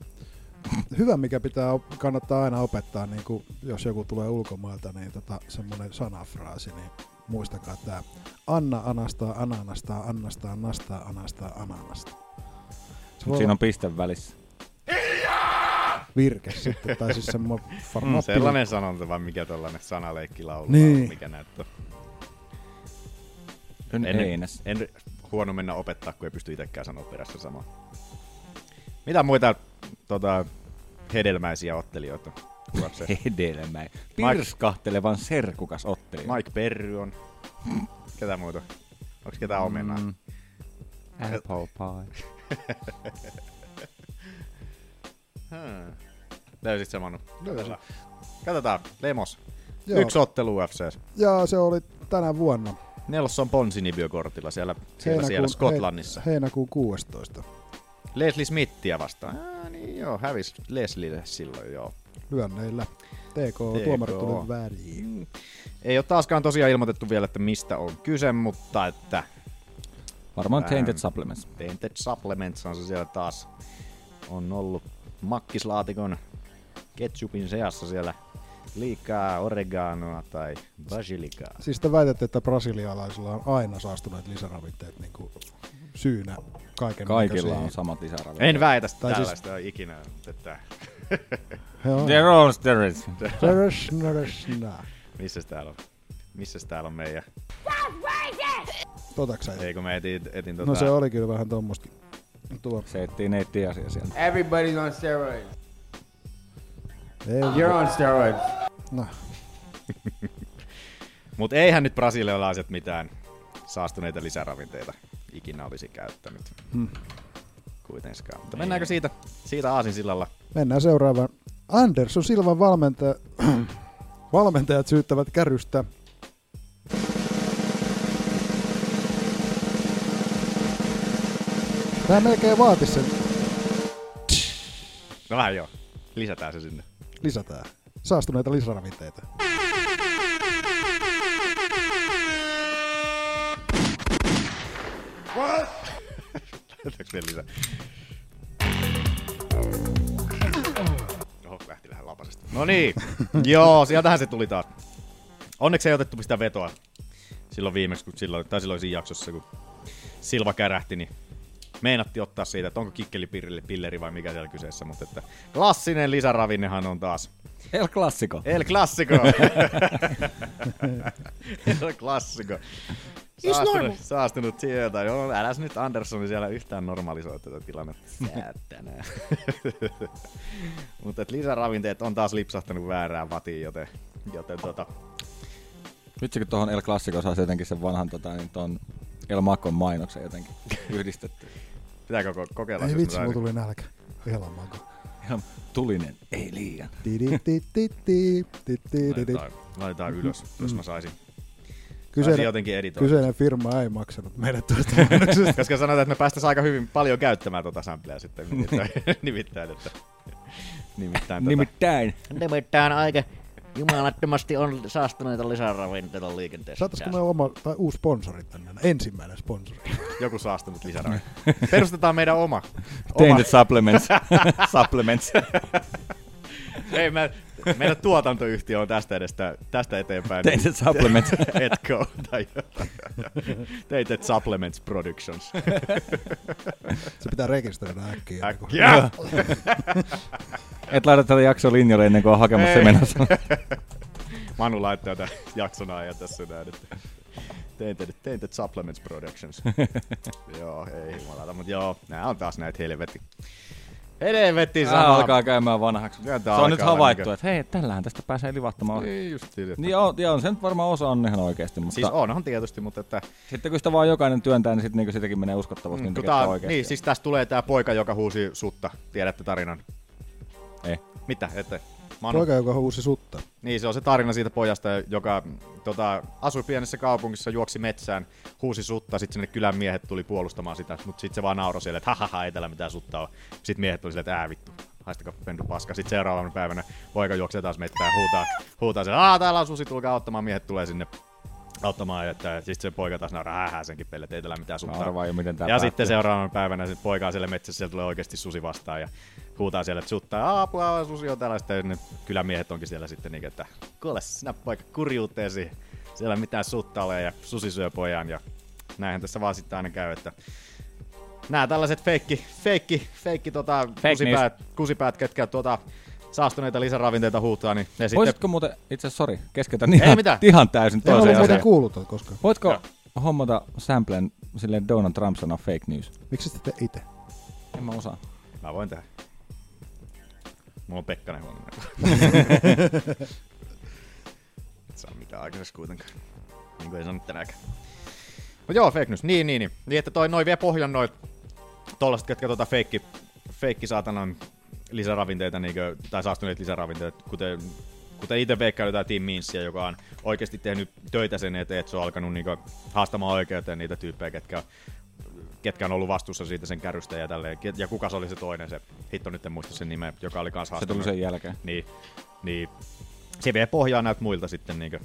hyvä, mikä pitää, op- kannattaa aina opettaa, niin kun, jos joku tulee ulkomailta, niin tota, semmoinen sanafraasi, niin muistakaa tämä. Anna anastaa, ananastaa, annastaa, nastaa, anastaa, ananasta. Se voi
Mut siinä on piste välissä.
olla virke sitten, tai siis semmoinen varmaan
Sellainen sanonta vai mikä tällainen sanaleikkilaulu
Niin.
niin. mikä näyttää.
En,
En,
Eines.
en huono mennä opettaa, kun ei pysty itsekään sanoa perässä samaa. Mitä muita tota, hedelmäisiä ottelijoita? UFC?
Hedelmä. Pirskahtelevan serkukas otteli.
Mike Perry on. Ketä muuta? Onko ketään omenaa? Mm.
Apple pie.
Löysit se Manu. Katsotaan. Katsotaan. Lemos.
Joo.
Joo. Yksi ottelu UFCs.
Ja se oli tänä vuonna.
Nelson Ponsinibio-kortilla siellä, siellä, siellä Skotlannissa.
He, heinäkuun 16.
Leslie Smithia vastaan. Ah, niin joo, hävis Leslille silloin joo.
Lyönneillä. TK, tuomari
TKO.
tuli väliin.
Ei ole taaskaan tosiaan ilmoitettu vielä, että mistä on kyse, mutta että
Varmaan tainted
Ähm.
supplements.
Tainted Supplements on se siellä taas. On ollut makkislaatikon ketchupin seassa siellä liikaa oreganoa tai basilikaa.
Siis te väitätte, että brasilialaisilla on aina saastuneet lisäravinteet niin kuin syynä kaiken
Kaikilla on
näköisiin.
samat lisäravinteet.
En väitä sitä
Tai siis-
tällaista ikinä, mutta että
He on.
They're all steroids.
Nörös, nörös, nää.
missäs täällä on? Missäs täällä on meidän?
Totaks sä?
Ei kun mä etin, etin tota...
No se oli kyllä vähän tommosta. Tuo.
Se etsii netti asia sieltä.
Everybody's on steroids.
Ei,
You're on steroids.
no.
Mut eihän nyt brasilialaiset mitään saastuneita lisäravinteita ikinä olisi käyttänyt. Hmm. Kuitenkaan. Niin. Mutta mennäänkö siitä, siitä aasinsillalla?
Mennään seuraavaan. Anderson Silvan valmentaja, valmentajat syyttävät kärystä. Tää melkein vaati sen.
No vähän joo. Lisätään se sinne.
Lisätään. Saastuneita lisäravinteita.
Otetaanko vielä lisää? Oho, lähti vähän lapasesta. No niin, joo, sieltähän se tuli taas. Onneksi ei otettu sitä vetoa silloin viimeksi, kun silloin, tai silloin siinä jaksossa, kun Silva kärähti, niin meinatti ottaa siitä, että onko kikkelipirille pilleri vai mikä siellä kyseessä, mutta että klassinen lisäravinnehan on taas
El Clasico.
El Clasico. El Clasico. Saastunut, saastunut sieltä. Joo, äläs nyt Andersson siellä yhtään normalisoi tätä tilannetta. Säättänä. Mutta et lisäravinteet on taas lipsahtanut väärään vatiin, joten, joten tota,
Vitsi, kun tuohon El Clasico saisi jotenkin sen vanhan tota, niin ton El Macon mainoksen jotenkin yhdistetty.
pitääkö ko- kokeilla?
Ei
jos
vitsi,
mä
mulla
saisin-
tuli nälkä. Helmanko.
El tulinen, ei liian.
Ti-di-ti-ti-ti, ti-ti-di-di. Mm-hmm.
Laitetaan, laitetaan ylös, jos mä saisin. Kyseinen,
Kyseinen,
jotenkin editoida.
kyseinen firma ei maksanut meille tuota. tuosta.
Koska sanotaan, että me päästäisiin aika hyvin paljon käyttämään tuota sampleä sitten. Nimittäin, nimittäin tota- että... Nimittäin, tota,
Nimittäin.
Nimittäin aika jumalattomasti on saastuneita lisäravinteita liikenteessä.
Saataisiko me oma tai uusi sponsori tänne? Ensimmäinen sponsori.
joku saastunut lisäravinto. Perustetaan meidän oma. oma.
Tainted supplements. supplements.
Ei, me, meidän tuotantoyhtiö on tästä, edestä, tästä eteenpäin.
Tainted supplements.
Etko tai jotain. Tainted Supplements Productions.
Se pitää rekisteröidä äkkiä. niin
Äkkiä!
Et laita tätä jaksoa linjalle ennen kuin on hakemassa
Ei.
se menossa.
Manu laittaa tämän jakson ajan tässä näin, että Tainted, Tainted Supplements Productions. joo, ei jumalata, mutta joo, nämä on taas näitä helvetti. Helvetti
Tää
samaa.
alkaa käymään vanhaksi.
Kyllä tää
Se
alkaa
on nyt
olla
havaittu,
niinkö-
että hei, tällähän tästä pääsee livahtamaan.
Niin just sille, että-
Niin on, ja on se nyt varmaan osa on ihan oikeasti, mutta
Siis onhan tietysti, mutta että...
sitten kun sitä vaan jokainen työntää, niin sitten niinku sitäkin menee uskottavuus, niin
Mm, kun
tekee
tää,
sitä oikeasti.
niin, siis tässä tulee tämä poika, joka huusi sutta. Tiedätte tarinan.
Ei.
Mitä? Ette? Manu.
Poika, joka huusi sutta.
Niin, se on se tarina siitä pojasta, joka mm, tota, asui pienessä kaupungissa, juoksi metsään, huusi sutta, sitten sinne kylän miehet tuli puolustamaan sitä, mutta sitten se vaan nauroi siellä, että hahaha, ei täällä mitään sutta ole. Sitten miehet tuli silleen, että ää vittu, haistakaa pentu paska. Sitten seuraavana päivänä poika juoksee taas mettään, huutaa, huutaa sen, aah täällä on susi, tulkaa auttamaan, miehet tulee sinne auttamaan, että sitten se poika taas nauraa hähää senkin pelle, että ei täällä mitään
Mä
sutta. ole."
arvaan jo, miten
Ja
tää päättyy.
sitten seuraavana päivänä se poika on siellä metsässä, siellä tulee oikeasti susi vastaan ja huutaa siellä, että suttaa, apua, susi on täällä, sitten ne kylämiehet onkin siellä sitten niin, että kuule sinä poika kurjuuteesi, siellä ei mitään sutta ole ja susi syö pojan ja näinhän tässä vaan sitten aina käy, että nämä tällaiset feikki, feikki, feikki tota,
Fake
kusipäät, kusipäät, ketkä tuota, saastuneita lisäravinteita huutaa, niin ne sitten...
Voisitko muuten, itse asiassa sori, keskeytän ihan,
mitään.
ihan täysin
En ollut
toiseen
muuten
asiaan.
kuullut tuota koskaan.
Voitko
Joo.
hommata samplen silleen Donald Trump sanoo fake news?
Miksi sitten itse?
En mä osaa.
Mä voin tehdä. Mulla on Pekkanen huomenna. Et saa mitään aikaisessa kuitenkaan. Niin kuin ei saanut tänäänkään. Mut joo, fake news. Niin, niin, niin. Niin, että toi noi vie pohjan noit tollaset, ketkä tota feikki, feikki saatanan lisäravinteita, niinkö, tai saastuneet lisäravinteet, kuten kuten itse veikkailin jotain Tim Minssiä, joka on oikeasti tehnyt töitä sen eteen, että se on alkanut niinku haastamaan oikeuteen niitä tyyppejä, ketkä on ketkä on ollut vastuussa siitä sen kärystä ja tälleen. Ket- Ja kuka se oli se toinen, se hitto nyt en muista sen nimeä, joka oli kans
Se tuli
haastanut.
sen jälkeen.
Niin, niin. Se vie pohjaa näiltä muilta sitten niinkö,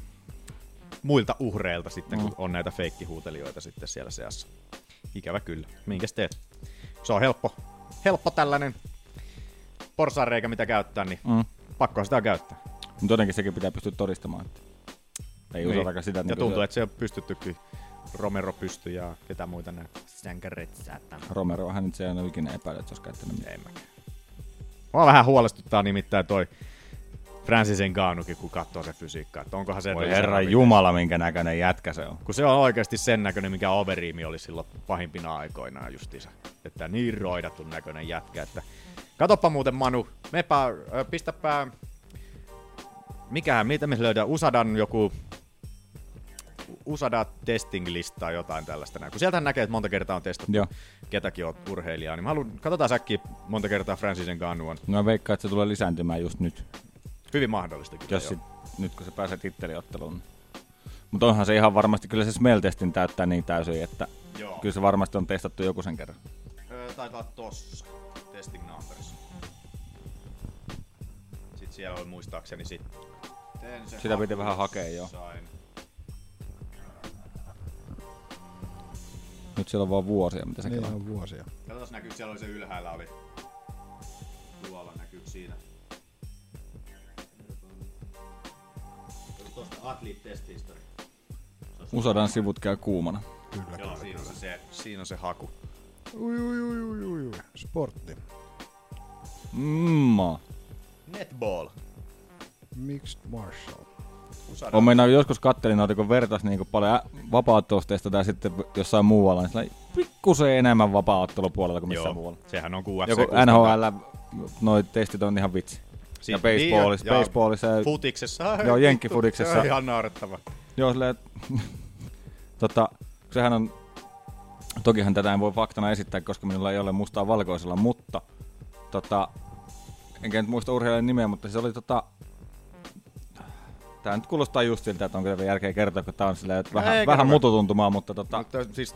muilta uhreilta sitten,
Mm.
kun on näitä feikkihuutelijoita sitten siellä seassa. Ikävä kyllä. Minkäs teet? Se on helppo, helppo tällainen porsareikä, mitä käyttää, niin mm. pakko sitä käyttää.
Mutta jotenkin sekin pitää pystyä todistamaan. Että ei niin. osatakaan sitä.
ja
niinku
tuntuu,
se-
että se on pystyttykin. Romero pystyy ja ketä muita näin. Sänkärit saatana.
Romerohan nyt se ei ole ikinä epäillyt, että se olisi käyttänyt mitään.
En mäkään. Mua vähän huolestuttaa nimittäin toi Francis Ngannoukin, kun katsoo se fysiikkaa. Että onkohan se...
Voi
että se-
herran jumala, minkä näköinen jätkä se on.
Kun se on oikeasti sen näköinen, mikä Overiimi oli silloin pahimpina aikoinaan justiinsa. Että niin roidatun näköinen jätkä, että... Katoppa muuten Manu, mepä, ö, pistäpä... Mikähän, mitä me löydään? Usadan joku... Usada testing listaa jotain tällaista näin. Kun sieltä näkee, että monta kertaa on testattu
Joo.
ketäkin on urheilijaa, niin mä haluan, katsotaan säkkiä monta kertaa Francis Ngannou on
No mä veikkaan, että se tulee lisääntymään just nyt,
Hyvin mahdollista kyllä.
jos
joo.
sit, nyt kun se pääsee titteliotteluun. Mutta onhan se ihan varmasti, kyllä se smeltestin täyttää niin täysin, että
Joo.
kyllä se varmasti on testattu joku sen kerran.
Öö, taitaa olla tossa. Testing numbers. Sitten siellä oli muistaakseni sitten.
Sitä piti vähän hakea, joo. Nyt siellä on vaan vuosia, mitä se
Niin
niin
ihan vuosia.
Katsotaan näkyy, siellä oli se ylhäällä oli. Tuolla näkyy siinä. Tuosta Athlete Test History.
Usadan sivut käy kuumana.
Joo, siinä on se, se, siinä on se haku.
Ui, ui, ui, ui, ui, ui. Sportti.
Mm,
Netball.
Mixed Martial.
Usada.
on meidän joskus kattelin noita, kun vertas niin paljon vapaattelusteista tai sitten jossain muualla, niin sillä pikkusen enemmän vapaaottelupuolella kuin missään muualla.
sehän on QFC.
Joku NHL, noi testit on ihan vitsi.
Siis-
ja baseballissa,
niin, ja- ja
baseballissa ja,
Futiksessa.
Joo, jenkkifudiksessa.
Se on ihan naurettava.
joo, silleen, tota, sehän on, tokihan tätä en voi faktana esittää, koska minulla ei ole mustaa valkoisella, mutta tota, enkä nyt muista urheilijan nimeä, mutta se oli tota, Tämä nyt kuulostaa just siltä, että onko tämä järkeä kertoa, kun tämä on silleen, että vähän,
Ei
vähän
kerro.
mututuntumaa, mutta tota...
Mutta siis,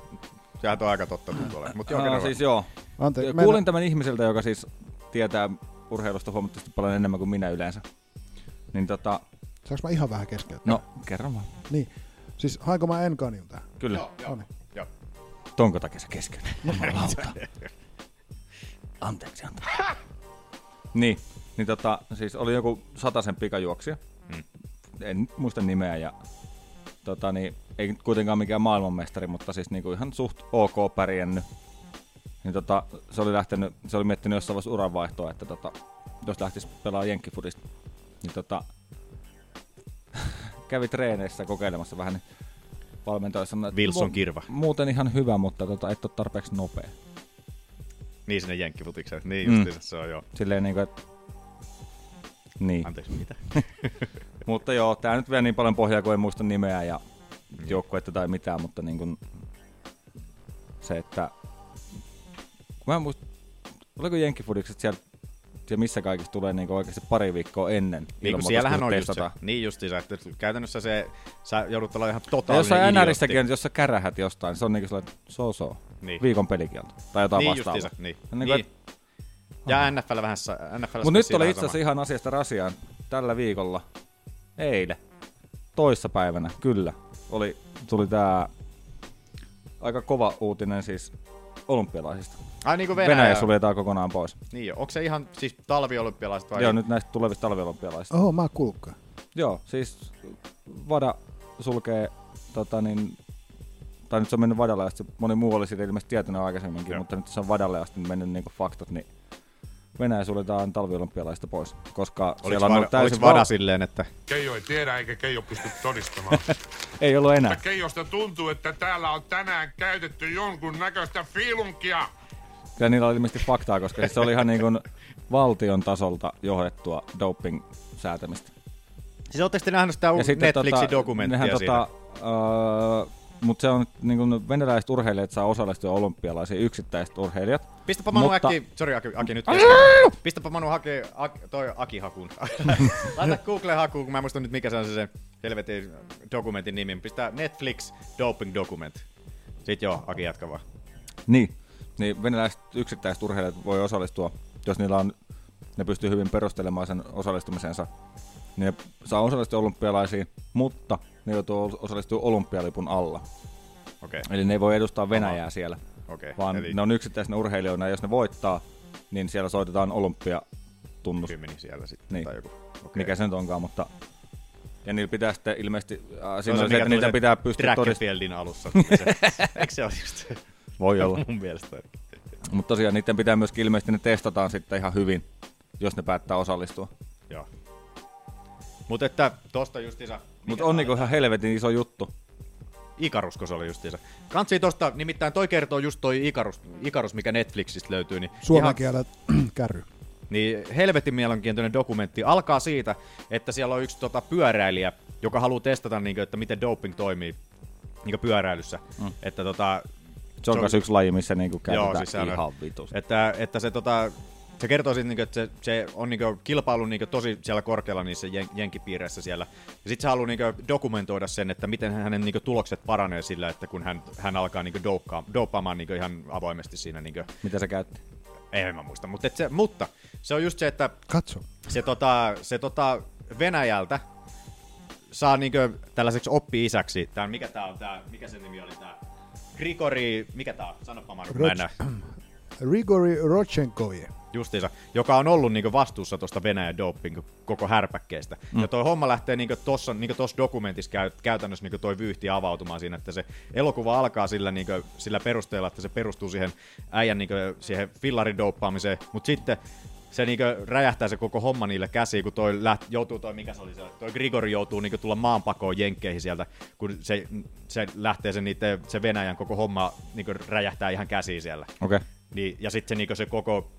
sehän on aika totta tuntuu olevan. Mutta joo,
Aa,
kerro
siis joo.
Anteeksi,
Kuulin tämän ihmiseltä, joka siis tietää urheilusta huomattavasti paljon enemmän kuin minä yleensä. Niin tota,
Saanko mä ihan vähän keskeyttää?
no kerro vaan.
Niin. Siis hainko mä enkanilta?
Kyllä.
vaan. Joo, joo.
Tonko takia se keskeytät?
No,
Jumalauta. Anteeksi, anteeksi. niin, niin tota, siis oli joku sataisen pikajuoksija.
Mm.
En nyt muista nimeä ja tota, niin, ei nyt kuitenkaan mikään maailmanmestari, mutta siis niinku ihan suht ok pärjännyt. Niin tota, se oli lähtenyt, se oli miettinyt jossain vaiheessa uranvaihtoa, että tota, jos lähtisi pelaa jenkkifudista, niin tota, kävi treeneissä kokeilemassa vähän, niin valmentaja sanoi, että
Wilson
mu-
Kirva.
Muuten ihan hyvä, mutta tota, et ole tarpeeksi nopea.
Niin sinne jenkkifutikseen. Niin
Mm.
justiinsa se on joo.
Silleen niin kuin, että... Niin.
Anteeksi, mitä?
Mutta joo, tää nyt vielä niin paljon pohjaa, kun en muista nimeä ja
Mm.
joukkuetta tai mitään, mutta niin kuin se, että... Kun mä en muista, oliko Jenkkifudikset siellä, siellä missä kaikissa tulee niin oikeasti pari viikkoa ennen
Niin kun
ilmoitusta,
siellähän on just se,
testataan.
niin justiinsa, että käytännössä se, sä joudut olla ihan
Ja jossain
totaalinen
NRissäkin, on, jos sä kärähät jostain, se on niin kuin so so,
Niin.
niin. viikon pelikielto tai jotain
Niin
vastaavaa.
justiinsa, niin.
Ja niin kuin,
niin. Ja NFL vähän, sa- NFL
Mutta nyt
siinä
oli
vähän
itse asiassa
sama.
ihan asiasta rasiaan tällä viikolla, eilen, toissapäivänä, kyllä, oli, tuli tämä aika kova uutinen siis olympialaisista.
Ai niin kuin
Venäjä,
Venäjä. Venäjä
suljetaan kokonaan pois.
Niin joo. Onko se ihan siis talviolympialaiset vai? Oh.
Joo, nyt näistä tulevista talviolympialaisista.
Oho, mä kulkkaan.
Joo, siis Vada sulkee, tota niin, tai nyt se on mennyt Vadalle asti, moni muu oli siitä ilmeisesti tietänyt aikaisemminkin,
Joo.
mutta nyt se on Vadalle asti mennyt niin faktat, niin Venäjä suljetaan talviolympialaista pois, koska
Oliko,
siellä on ollut
vada,
täysin
oliko vada
val-
silleen, että
Keijo ei tiedä eikä Keijo pysty todistamaan.
Ei ollut enää.
Keijosta tuntuu, että täällä on tänään käytetty jonkun näköistä filunkia.
Kyllä niillä oli ilmeisesti faktaa, koska siis se oli ihan niin kuin valtion tasolta johdettua doping-säätämistä.
Siis ootteko te nähnyt sitä Netflixin dokumenttia
tota- nehän
siitä?
tota, öö, mutta se on niin kuin venäläiset urheilijat saa osallistua olympialaisiin, yksittäiset urheilijat.
Pistäpä Manu
mutta-
mutta... äkki, sori Aki, Aki nyt kesken. Pistäpä Manu hake, Aki, toi Aki hakuun. Laita Google hakuun, kun mä en muista nyt mikä se on se, se helvetin dokumentin nimi. Pistää Netflix Doping Document. Sitten joo, Aki jatka vaan.
Niin, niin venäläiset yksittäiset urheilijat voi osallistua, jos niillä on, ne pystyy hyvin perustelemaan sen osallistumisensa. Niin ne saa osallistua olympialaisiin, mutta ne joutuu osallistua olympialipun alla.
Okei, okay.
Eli ne ei voi edustaa Venäjää siellä,
Okei,
vaan
eli-
eli... ne on yksittäisenä urheilijoina, ja jos ne voittaa, niin siellä soitetaan olympiatunnus,
kymmeni siellä sitten.
Niin.
Tai joku.
okay. mikä se nyt onkaan, mutta... Ja niillä pitää sitten ilmeisesti, äh,
Se on
siinä
se,
on se,
mikä
että
tuli
niitä
sen
pitää pystyä
Track and
todistamaan.
Fieldin alussa. tuli se. Eikö se ole just?
Voi olla.
Mun mielestä.
Mutta tosiaan niiden pitää myöskin ilmeisesti ne testataan sitten ihan hyvin, jos ne päättää osallistua.
Joo. Mutta että tosta justiinsa...
Mutta on niinku ihan helvetin iso juttu.
Ikarusko se oli justiinsa. Kansi tosta, nimittäin toi kertoo just toi Ikarus, Ikarus mikä Netflixistä löytyy. Niin
Suomen
ihan-
kielellä kärry.
Niin helvetin mielenkiintoinen dokumentti. Alkaa siitä, että siellä on yksi tota, pyöräilijä, joka haluaa testata, niin kuin, että miten doping toimii niin kuin pyöräilyssä. Mm. Että, tota,
Se on myös yksi laji, missä niinku käytetään
Joo, siis sehän on-
ihan vitus.
Että, että se, tota, se kertoo siitä, niinku, että se, se on niinku kilpailu niinku tosi siellä korkealla niissä jen, jenkipiireissä siellä. Ja sitten se haluaa niinku dokumentoida sen, että miten hänen niinku tulokset paranee sillä, että kun hän, hän alkaa niinku doukkaa- douppaamaan niinku ihan avoimesti siinä. Niinku,
Mitä se käytti?
en mä muista, mutta, se, mutta se on just se, että
Katso.
se, tota, se tota Venäjältä saa niinkö tällaiseksi oppi-isäksi. Tää, on- mikä tää on tää, mikä sen nimi oli tää? Grigori, mikä tää on? Sanoppa Maru, kun mä en
Roch-
näe.
Rigori Rodchenkoje.
Justiinsa, joka on ollut niinku vastuussa tuosta Venäjän doping koko härpäkkeestä. Mm. Ja toi homma lähtee niinku tuossa niinku tossa dokumentissa käy, käytännössä niinku toi vyyhti avautumaan siinä, että se elokuva alkaa sillä, niinku, sillä perusteella, että se perustuu siihen äijän niinku, siihen fillarin douppaamiseen, mutta sitten se niinku räjähtää se koko homma niille käsiin, kun toi läht, joutuu toi, mikä se oli se, toi Grigori joutuu niinku tulla maanpakoon jenkkeihin sieltä, kun se, se lähtee se, niiden, se Venäjän koko homma niinku räjähtää ihan käsiin siellä.
Okei. Okay.
Niin, ja sitten se, niinku, se koko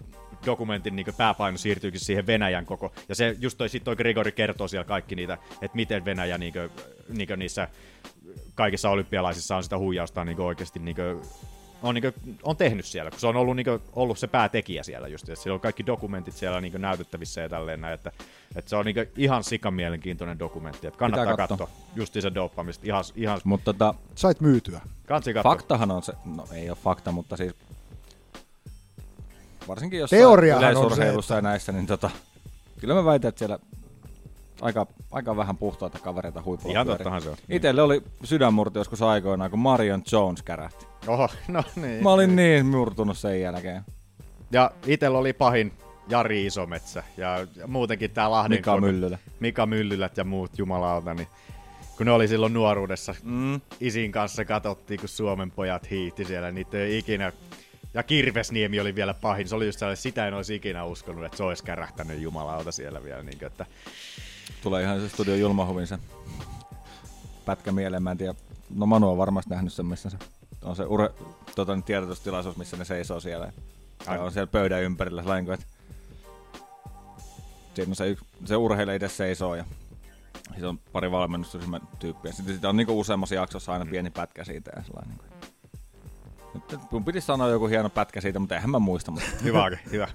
dokumentin niinku, pääpaino siirtyykin siihen Venäjän koko. Ja se, just toi, sit toi Grigori kertoo siellä kaikki niitä, että miten Venäjä niinku, niinku niissä kaikissa olympialaisissa on sitä huijausta niinku, oikeasti niinku, on, niin kuin, on tehnyt siellä, kun se on ollut, niin kuin, ollut se päätekijä siellä just, että siellä on kaikki dokumentit siellä niin kuin, näytettävissä ja tälleen näin, että, että se on niin kuin, ihan sika mielenkiintoinen dokumentti, että kannattaa
Pitää
katsoa,
katsoa.
katsoa. justiin se douppaamista, ihan, ihan
Mutta tota,
Sait myytyä.
kansi katsoa.
faktahan on se, no ei ole fakta, mutta siis varsinkin jos
Teoriahan on se,
yleisurheilussa ja näissä, niin tota, kyllä mä väitän, että siellä aika, aika vähän puhtaita kavereita huipulla
Ihan
pyörii.
tottahan se on. Niin.
Itelle oli sydänmurto joskus aikoinaan, kun Marion Jones kärähti.
Oho, no niin.
Mä olin niin murtunut sen jälkeen.
Ja itellä oli pahin Jari Isometsä ja ja muutenkin tää Lahden
Mika
koko-
Myllylä.
Mika Myllylät ja muut jumalauta, niin kun ne oli silloin nuoruudessa mm. isin kanssa katsottiin, kun Suomen pojat hiihti siellä, niin niitä ei ikinä ja Kirvesniemi oli vielä pahin. Se oli just sellainen, sitä en olisi ikinä uskonut, että se olisi kärähtänyt jumalauta siellä vielä. Niin kuin, että
Tulee ihan se studio julmahuvin se pätkä mieleen. Mä en tiedä. No Manu on varmasti nähnyt sen, missä se on se ure, tota, niin tiedotustilaisuus, missä ne seisoo siellä. Ja
Ai.
on siellä pöydän ympärillä sellainen, kun, että siinä on se, yksi, se urheilija itse seisoo ja sitten on pari valmennusryhmän tyyppiä. Sitten sitä on niinku useammassa jaksossa aina pieni pätkä siitä ja sellainen. Niin kuin. Mun piti sanoa joku hieno pätkä siitä, mutta eihän mä muista, mutta
hyvä, Aki, hyvä.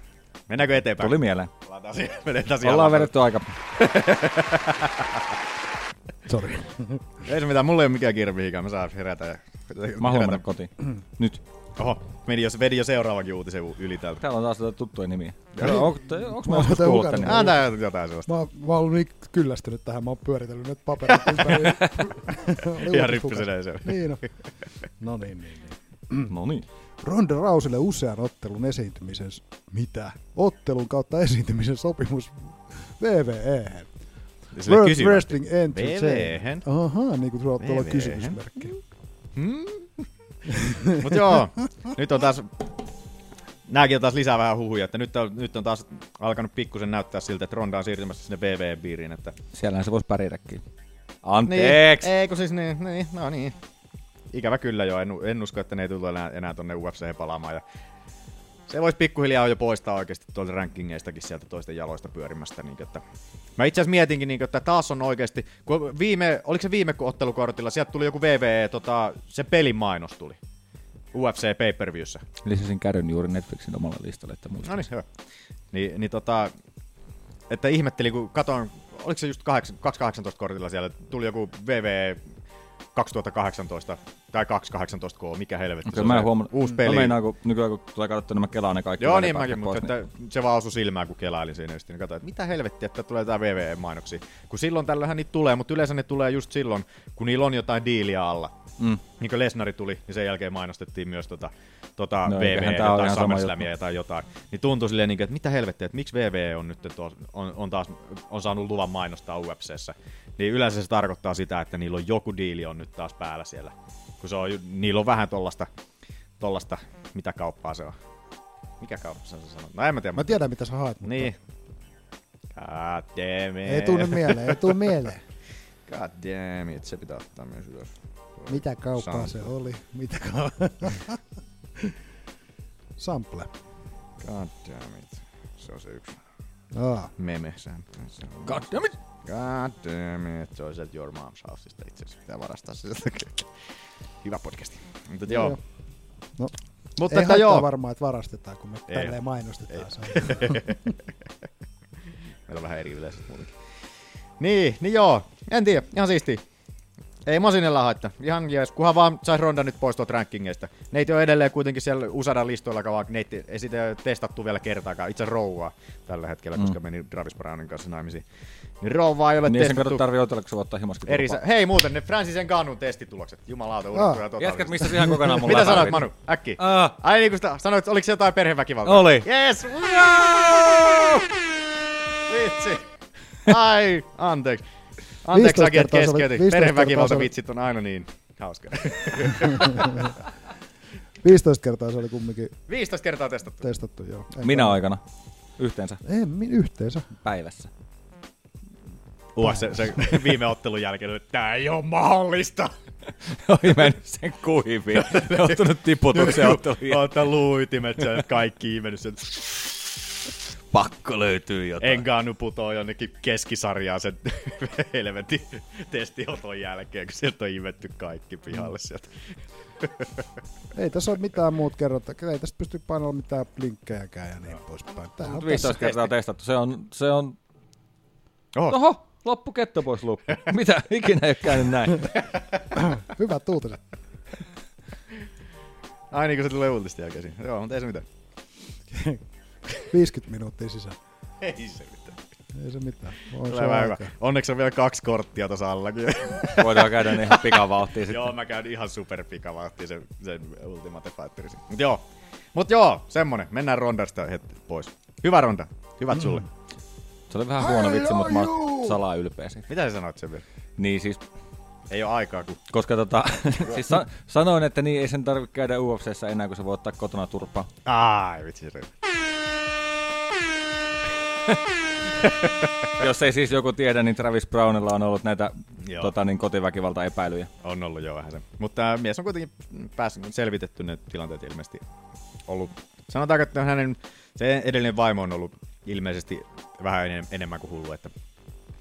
Mennäänkö eteenpäin?
tuli mieleen.
Palataan siihen, mennään siihen
Ollaan
alaspäin.
vedetty aika
Sori.
Ei se mitään, mulla ei ole mikään kirvihikä, mä saan herätä. Ja...
Mä haluan mennä
herätä.
kotiin. Nyt.
Oho, meni jo, vedi jo seuraavankin uutisen u- yli täältä.
Täällä on taas tätä tuttuja nimiä. Onko mä
Mä
joskus
otan
kuullut
hukannut.
tänne?
Ah, tää on jotain sellaista.
Mä, oon- mä oon ollut niin kyllästynyt tähän, mä oon pyöritellyt nyt paperit ympäri. Oli
Ihan
uutishukas.
ryppysenä se on.
Niin no. No niin, niin, niin.
No niin.
Ronda Rouselle usean ottelun esiintymisen, mitä? Ottelun kautta esiintymisen sopimus WWE.
Sille
World
kysyvät.
Wrestling Entertainment.
VV:hen.
Ahaa, niin kuin tuolla tuolla on
VV:hen.
kysymysmerkki.
Mut joo, nyt on taas, nääkin on taas lisää vähän huhuja, että nyt on, nyt on taas alkanut pikkusen näyttää siltä, että Ronda on siirtymässä sinne VV-piiriin, että...
Siellähän se voisi pärjätäkin. Anteeksi.
Niin. Ei, kun siis niin, niin, no niin. Ikävä kyllä jo, en, en usko, että ne ei tule enää, enää tonne UFC palaamaan, ja se voisi pikkuhiljaa jo poistaa oikeasti tuolta rankingeistakin sieltä toisten jaloista pyörimästä. Niin, että. Mä itse asiassa mietinkin, niin, että taas on oikeasti, kun viime, oliko se viime ottelukortilla, sieltä tuli joku VVE, tota, se pelin mainos tuli. UFC pay-per-viewssä.
Lisäsin kädyn juuri Netflixin omalle listalle, että muista.
No niin, hyvä. Ni, niin tota, että ihmettelin, kun katon, oliko se just 8, 2018 kortilla siellä, tuli joku VV 2018 tai 218K, mikä helvetti.
Okei,
on
mä en
Mm. se
huomannut.
Uusi
Mä
peli.
meinaan, kun nykyään kun tulee katsottua, niin mä kelaan ne kaikki.
Joo, niin
välipätkät
mäkin, mutta
pois,
että se vaan osui silmään, kun kelailin siinä just, niin katsoin, että mitä helvettiä, että tulee tää VVE-mainoksia. Kun silloin tällöinhän niitä tulee, mutta yleensä ne tulee just silloin, kun niillä on jotain diiliä alla. Mm. Niin kuin Lesnari tuli, niin sen jälkeen mainostettiin myös tota, tota
No,
no,
eiköhän
VVE
tää ole
tai
ihan sama
SummerSlamia tai jotain. Niin tuntui silleen, niin kuin, että mitä helvettiä, että miksi VVE on nyt tuossa, on, on, taas on saanut luvan mainostaa UFCssä. Niin yleensä se tarkoittaa sitä, että niillä on joku diili on nyt taas päällä siellä. Kun se on, ju- niillä on vähän tollasta, tollasta, mitä kauppaa se on. Mikä kauppa se on sanonut? No en mä tiedä.
Mä tiedän, mitä sä haet, mutta
Niin. God damn it.
ei tuu nyt mieleen, ei tuu mieleen.
God damn it. Se pitää ottaa myös ylös.
Mitä kauppaa
Sample.
se oli? Mitä kauppaa? Sample.
God damn it. Se on se yksi
Aa,
meme. Se on- se on-
God damn it!
God damn it. Se on sieltä Your Mom's Houseista itse asiassa. Pitää varastaa se sieltä. Hyvä podcasti. Mutta joo.
Joo. No,
Mutta
ei
että
haittaa
joo.
varmaan, että varastetaan, kun me
Ei.
tälleen mainostetaan. se.
Meillä on vähän eri yleisöt muutenkin. Niin, niin joo. En tiedä. Ihan siisti. Ei Mosinella haittaa. Ihan jees. Kunhan vaan sais Ronda nyt pois tuolta rankingeista. Neiti on edelleen kuitenkin siellä USADan listoilla, vaan neiti ei sitä ole testattu vielä kertaakaan. Itse asiassa rouvaa tällä hetkellä, koska meni Travis Brownin kanssa naimisiin. Niin rouvaa ei ole
Mm. Niin sen kato
testattu.
tarvii otella, kun se ottaa himaskin
Eri sä... Hei muuten, ne Francis Nganun testitulokset. Jumalauta, unohtuja
Ah, Jätkät,
totaalisesti.
mistä se ihan kokonaan mulla
Mitä sanoit, Manu? Äkki.
Ah.
Ai niin kuin sitä, sanoit, oliko se jotain perheväkivaltaa?
Oli.
Yes! Vitsi. Ai, anteeksi. Anteeksi,
15
Aki, että
kertaa se oli-
keskeytin.
15 kertaa
Perheväkivalta
se oli-
vitsit on aina niin hauska.
15 kertaa se oli kumminkin
15 kertaa testattu.
testattu, joo. En
Minä aikana. Yhteensä.
Ei, mi- yhteensä.
Päivässä.
Uah, se, se viime ottelun jälkeen, että tää ei oo mahdollista.
Oli mennyt sen kuiviin. Ne on ottanut tiputuksen ottelun jälkeen.
Oota luitimet, se kaikki imennyt sen.
pakko löytyy jotain.
Enganu putoo jonnekin keskisarjaa sen helvetin testioton jälkeen, kun sieltä on ivetty kaikki pihalle sieltä.
Ei tässä ole mitään muut kerrottavaa. Ei tässä pysty painamaan mitään linkkejäkään ja niin poispäin. Tämähän on
Mut 15
tässä.
kertaa testattu. Se on, se on...
Oho.
Oho, loppu ketto pois luppu. Mitä? Ikinä ei ole käynyt näin.
Hyvä tuutinen.
Ai niin, kun se tulee uutisten jälkeen. siinä. Joo, mutta ei se mitään.
50 minuuttia sisään.
Ei se mitään.
Ei se mitään. Voi se
Tulee vähän hyvä.
aika.
Onneksi on vielä kaksi korttia tuossa allakin.
Voidaan käydä ne ihan pikavauhtiin sitten.
joo, mä käyn ihan super pikavahtiin sen, sen Ultimate Fighterin. Mut joo. Mut joo, semmonen. Mennään rondasta heti pois. Hyvä ronda. Hyvät sulle.
Se oli vähän huono vitsi, mutta mä oon salaa ylpeä siitä.
Mitä sä sanoit sen vielä?
Niin siis,
Ei oo aikaa, kun
koska tota, siis sa- sanoin, että niin ei sen tarvitse käydä UFCssä enää, kun se voi ottaa kotona turpaa.
Ai vitsi se.
Jos ei siis joku tiedä, niin Travis Brownilla on ollut näitä
Joo.
tota, niin kotiväkivalta epäilyjä.
On ollut jo vähän se. Mutta mies on kuitenkin päässyt selvitetty ne tilanteet ilmeisesti ollut. Sanotaanko, että hänen se edellinen vaimo on ollut ilmeisesti vähän enem- enemmän kuin hullu, että,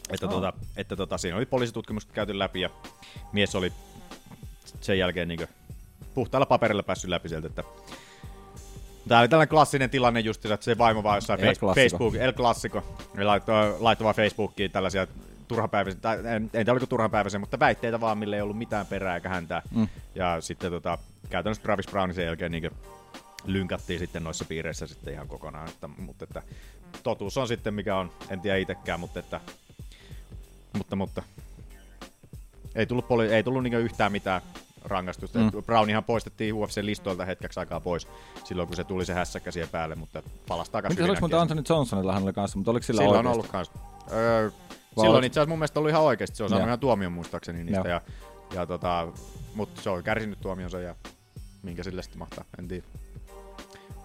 että, tuota, että tuota, siinä oli poliisitutkimus käyty läpi ja mies oli sen jälkeen niin puhtaalla paperilla päässyt läpi sieltä, että Tämä oli tällainen klassinen tilanne just, että se vaimo vaan jossain
El
face-
Clasico.
Facebook, El Clasico, Ne laittoi, laittoi vaan Facebookiin tällaisia turhapäiväisiä, tai en, en tiedä oliko turhapäiväisiä, mutta väitteitä vaan, millä ei ollut mitään perää eikä häntää. Mm. Ja sitten tota, käytännössä Travis Brownin sen jälkeen niin lynkattiin sitten noissa piireissä sitten ihan kokonaan. Että, mutta että, totuus on sitten, mikä on, en tiedä itsekään, mutta että, mutta, mutta ei tullut, poli- ei tullut niinku yhtään mitään rangaistusta. Mm. Brownihan poistettiin UFC-listoilta hetkeksi aikaa pois silloin, kun se tuli se hässäkkä siihen päälle, mutta palas takaisin.
Mitä se oliko muuten Anthony Johnsonillahan oli kanssa, mutta oliko sillä,
Sillä on
oikeasti?
ollut kans. Öö,
Vai
silloin
oliko-
itse asiassa mun mielestä ollut ihan oikeasti. Se on saanut
Joo.
ihan tuomion muistaakseni niistä.
Joo.
Ja, ja tota, mutta se on kärsinyt tuomionsa ja minkä sille sitten mahtaa, en tiedä.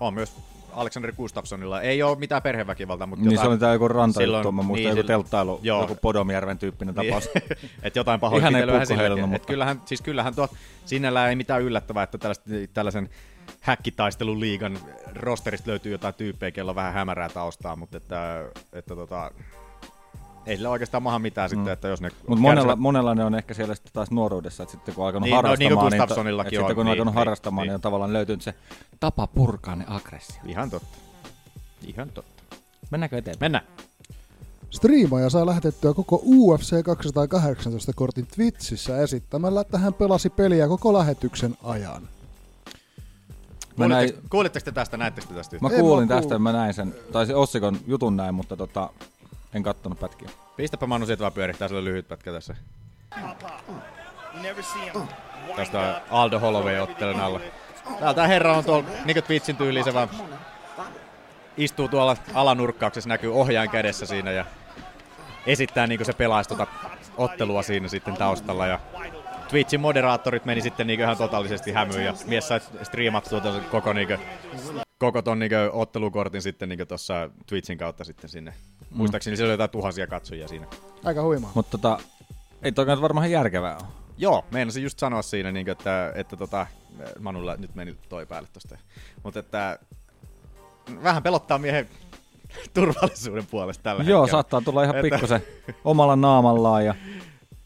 On myös Alexander Gustafssonilla. Ei ole mitään perheväkivaltaa, mutta
Niin
jotain,
se oli tää joku rantajuttu,
silloin-
mä muistan
niin,
joku
sillä-
telttailu,
Joo.
joku Podomjärven tyyppinen tapaus.
Niin. Et jotain
Ihan
pahoinpitelyä
ei
silläkin.
puukko heilunut,
Et
mutta-
Kyllähän, siis kyllähän tuo, sinällään ei mitään yllättävää, että tällaist, tällaisen häkkitaistelun liigan rosterista löytyy jotain tyyppejä, kello on vähän hämärää taustaa, mutta että, että tota, ei sillä oikeastaan maha mitään sitten, että jos ne
Mutta Mm. monella, monella ne on ehkä siellä sitten taas nuoruudessa, että sitten kun on alkanut
Niin, no, niin kuin
harrastamaan, niin,
Gustafssonillakin
että sitten kun
on,
on
niin,
alkanut
niin,
harrastamaan,
niin.
niin on tavallaan löytynyt se tapa purkaa ne aggressio.
Ihan totta. Ihan totta.
Mennäänkö eteenpäin?
Mennään.
Striimaaja saa lähetettyä koko UFC 218 kortin Twitchissä esittämällä, että hän pelasi peliä koko lähetyksen ajan.
Mä, näin,
Kuulitteko, kuulitteko te tästä, näittekö te tästä?
mä
En mä
kuulin
kuullut.
tästä, mä näin sen, tai se Ossikon jutun näin, mutta tota, en kattonut pätkiä.
Pistäpä Manu sieltä vaan pyörittää, sillä on lyhyt pätkä tässä. Tästä Aldo Holloway ottelun alla. Täällä tää herra on tuolla, niin kuin Twitchin tyyliin se vaan istuu tuolla alanurkkauksessa, näkyy ohjaajan kädessä siinä ja esittää niin kuin se pelaisi tota ottelua siinä sitten taustalla. Ja Twitchin moderaattorit meni sitten niin ihan totaalisesti hämyyn ja mies sai striimattua tuota koko, niin kuin, koko ton niin ottelukortin sitten niin tuossa Twitchin kautta sitten sinne. Muistaakseni siellä oli jotain tuhansia katsojia siinä.
Aika huimaa.
Mutta tota, ei toki nyt varmaan ihan järkevää ole.
Joo, meinasin just sanoa siinä, niin kuin, että, että tota, Manulla nyt meni toi päälle tosta. Mutta että vähän pelottaa miehen turvallisuuden puolesta tällä
Joo,
hetkellä.
saattaa tulla ihan
Että-
pikkusen omalla naamallaan ja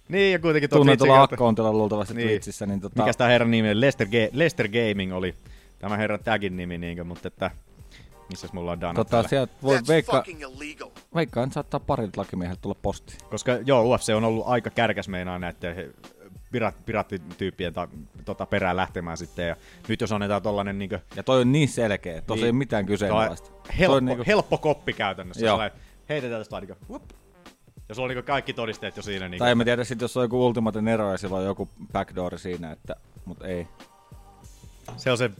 Niin, ja kuitenkin tuo
tunne tulla
Twitchin kautta-
akkoontilla luultavasti niin. Twitchissä, niin tota,
Mikäs tää herran nimi oli? Lester, Ga- Lester Gaming oli tämä herran tagin nimi, niinkö, mutta että... Missäs mulla on Dana
tota
täällä?
sieltä voi veikkaa, veikkaan, että saattaa parit lakimiehet tulla postiin.
Koska joo, UFC on ollut aika kärkäs meinaa näiden he- pirat, piraattityyppien ta, tota perään lähtemään sitten. Ja nyt jos annetaan tollanen niinkö...
Ja toi on niin selkeä, tuossa
Niin.
ei ole mitään kyseenalaista.
Tuo-
Toi
Helppo,
on niinku-
helppo koppi käytännössä.
Joo.
Joo. Heitetään tästä vaan niinku, whoop. Ja sulla on niinku kaikki todisteet jo siinä. Niinku.
Tai en mä tiedä, sit jos on joku ultimaten ero ja sillä on joku backdoor siinä, että, mut ei.
Se on se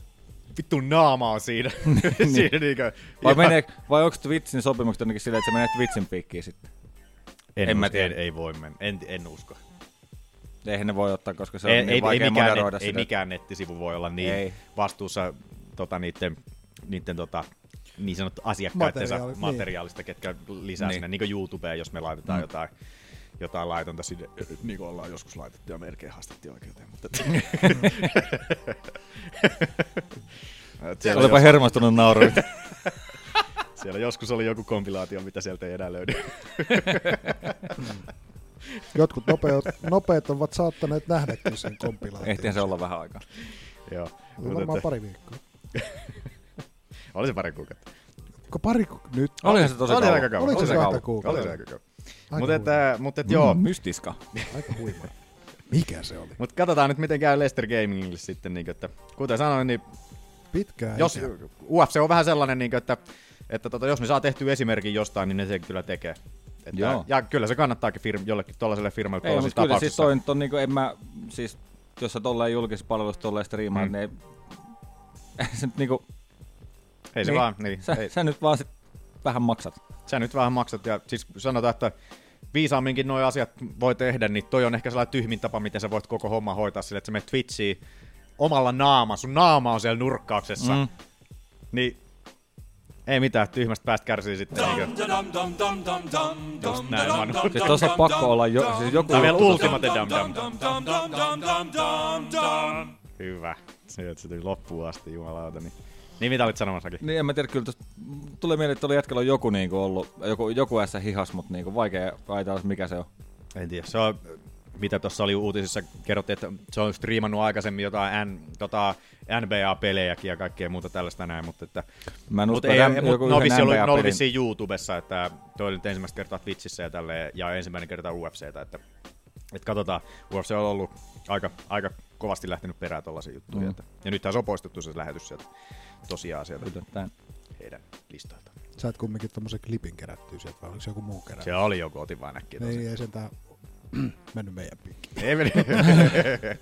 vittu naama on siinä. siinä niinku,
Vai,
ihan-
menee, vai onko Twitchin sopimukset jotenkin silleen, että se menee Twitchin piikkiin sitten?
En,
en mä
mä tiedä.
tiedä.
Ei, ei voi mennä. En, en usko.
Eihän ne voi ottaa, koska se on
ei,
niin
ei, ei,
vaikea
mikään,
moderoida
net, ei
sitä.
mikään nettisivu voi olla niin ei.
Ei.
vastuussa tota, niiden, niiden tota, niin sanottu asiakkaittensa
Materiaali- niin.
materiaalista, ketkä lisää niin.
Niin.
sinne, niin kuin YouTubeen, jos me laitetaan mm. jotain, jotain laitonta sinne, niin kuin ollaan joskus laitettu ja melkein haastettiin oikeuteen. Mutta... Et siellä
Olipa
jos-
hermostunut nauru.
Siellä joskus oli joku kompilaatio, mitä sieltä ei enää löydy.
Jotkut nopeut, nopeat ovat saattaneet nähdäkin sen kompilaation.
Ehtihän se olla vähän aikaa.
Joo.
Oli
Mutta
varmaan
että-
pari viikkoa.
Oli se pari kuukautta.
Onko pari ku... nyt?
Olihan se tosi
Se oli
kauan. Mm.
aika kauan.
Oliko
Oli
se
se
kahta
kauan.
kuukautta?
Oli se aika kauan.
Aika
Mutta että, mut et
Joo.
joo,
Mystiska.
Aika huima. Mikä se oli?
mutta katsotaan nyt miten käy Lester Gamingille sitten. Niin, että, kuten sanoin, niin
Pitkään.
jos,
ikää.
UFC on vähän sellainen, niin, että, että tota, jos ne saa tehtyä esimerkin jostain, niin ne sen kyllä tekee. Että,
Joo.
ja kyllä se kannattaakin firm, jollekin tuollaiselle firmalle
Ei,
tuollaisissa
mutta kyllä siis
tapauksissa.
toi nyt on niinku, en mä, siis jos sä tolleen julkisessa palvelussa tolleen striimaat,
Mm.
mm. niin ei, ei se nyt niinku,
ei se
niin,
vaan, niin,
sä,
ei,
sä nyt vaan sit vähän maksat. Siis
sä nyt vähän maksat ja siis sanotaan, että viisaamminkin nuo asiat voi tehdä, niin toi on ehkä sellainen tyhmin tapa, miten sä voit koko homma hoitaa sille, että sä menet Twitchiin omalla naama, sun naama on siellä nurkkauksessa, mm.
Mm.
niin ei mitään, tyhmästä päästä kärsii sitten. Niin Just näin, Manu.
Siis tossa on pakko olla jo, siis joku
Tää on vielä
juttu
ultimate dam dam dam. Hyvä. Se, että se tuli loppuun asti, jumalauta. Niin, niin mitä olit sanomassakin?
Niin en mä tiedä, kyllä tosta, tulee mieleen, että oli jätkällä on joku niinku ollut, joku, joku ässä hihas, mutta niinku vaikea aitaa, mikä se on.
En tiedä. Se on, mitä tuossa oli uutisissa, kerrottiin, että se on striimannut aikaisemmin jotain N, tota, NBA-pelejäkin ja kaikkea muuta tällaista näin, mutta että...
Mä en
Mutta
usko,
ei,
että
mut
joku
ne on
yhden
vissiin ollut- ne oli
NBA-pelin-
vissiin YouTubessa, että toi oli nyt ensimmäistä kertaa Twitchissä ja, tälleen, ja ensimmäinen kerta UFCtä, että, että katsotaan, UFC on ollut aika, aika kovasti lähtenyt perään tuollaisia juttuja. Mm. Että, ja nythän se on poistettu se lähetys sieltä tosiaan sieltä
Yllättäen.
heidän listoiltaan.
Sä et kumminkin tommosen klipin kerättyä sieltä, vai oliko se joku muu kerätty?
Se oli joku, otin vaan äkkiä
Ei,
Niin.
tosi.
ei sentään mennyt meidän piikkiin.
Ei meni.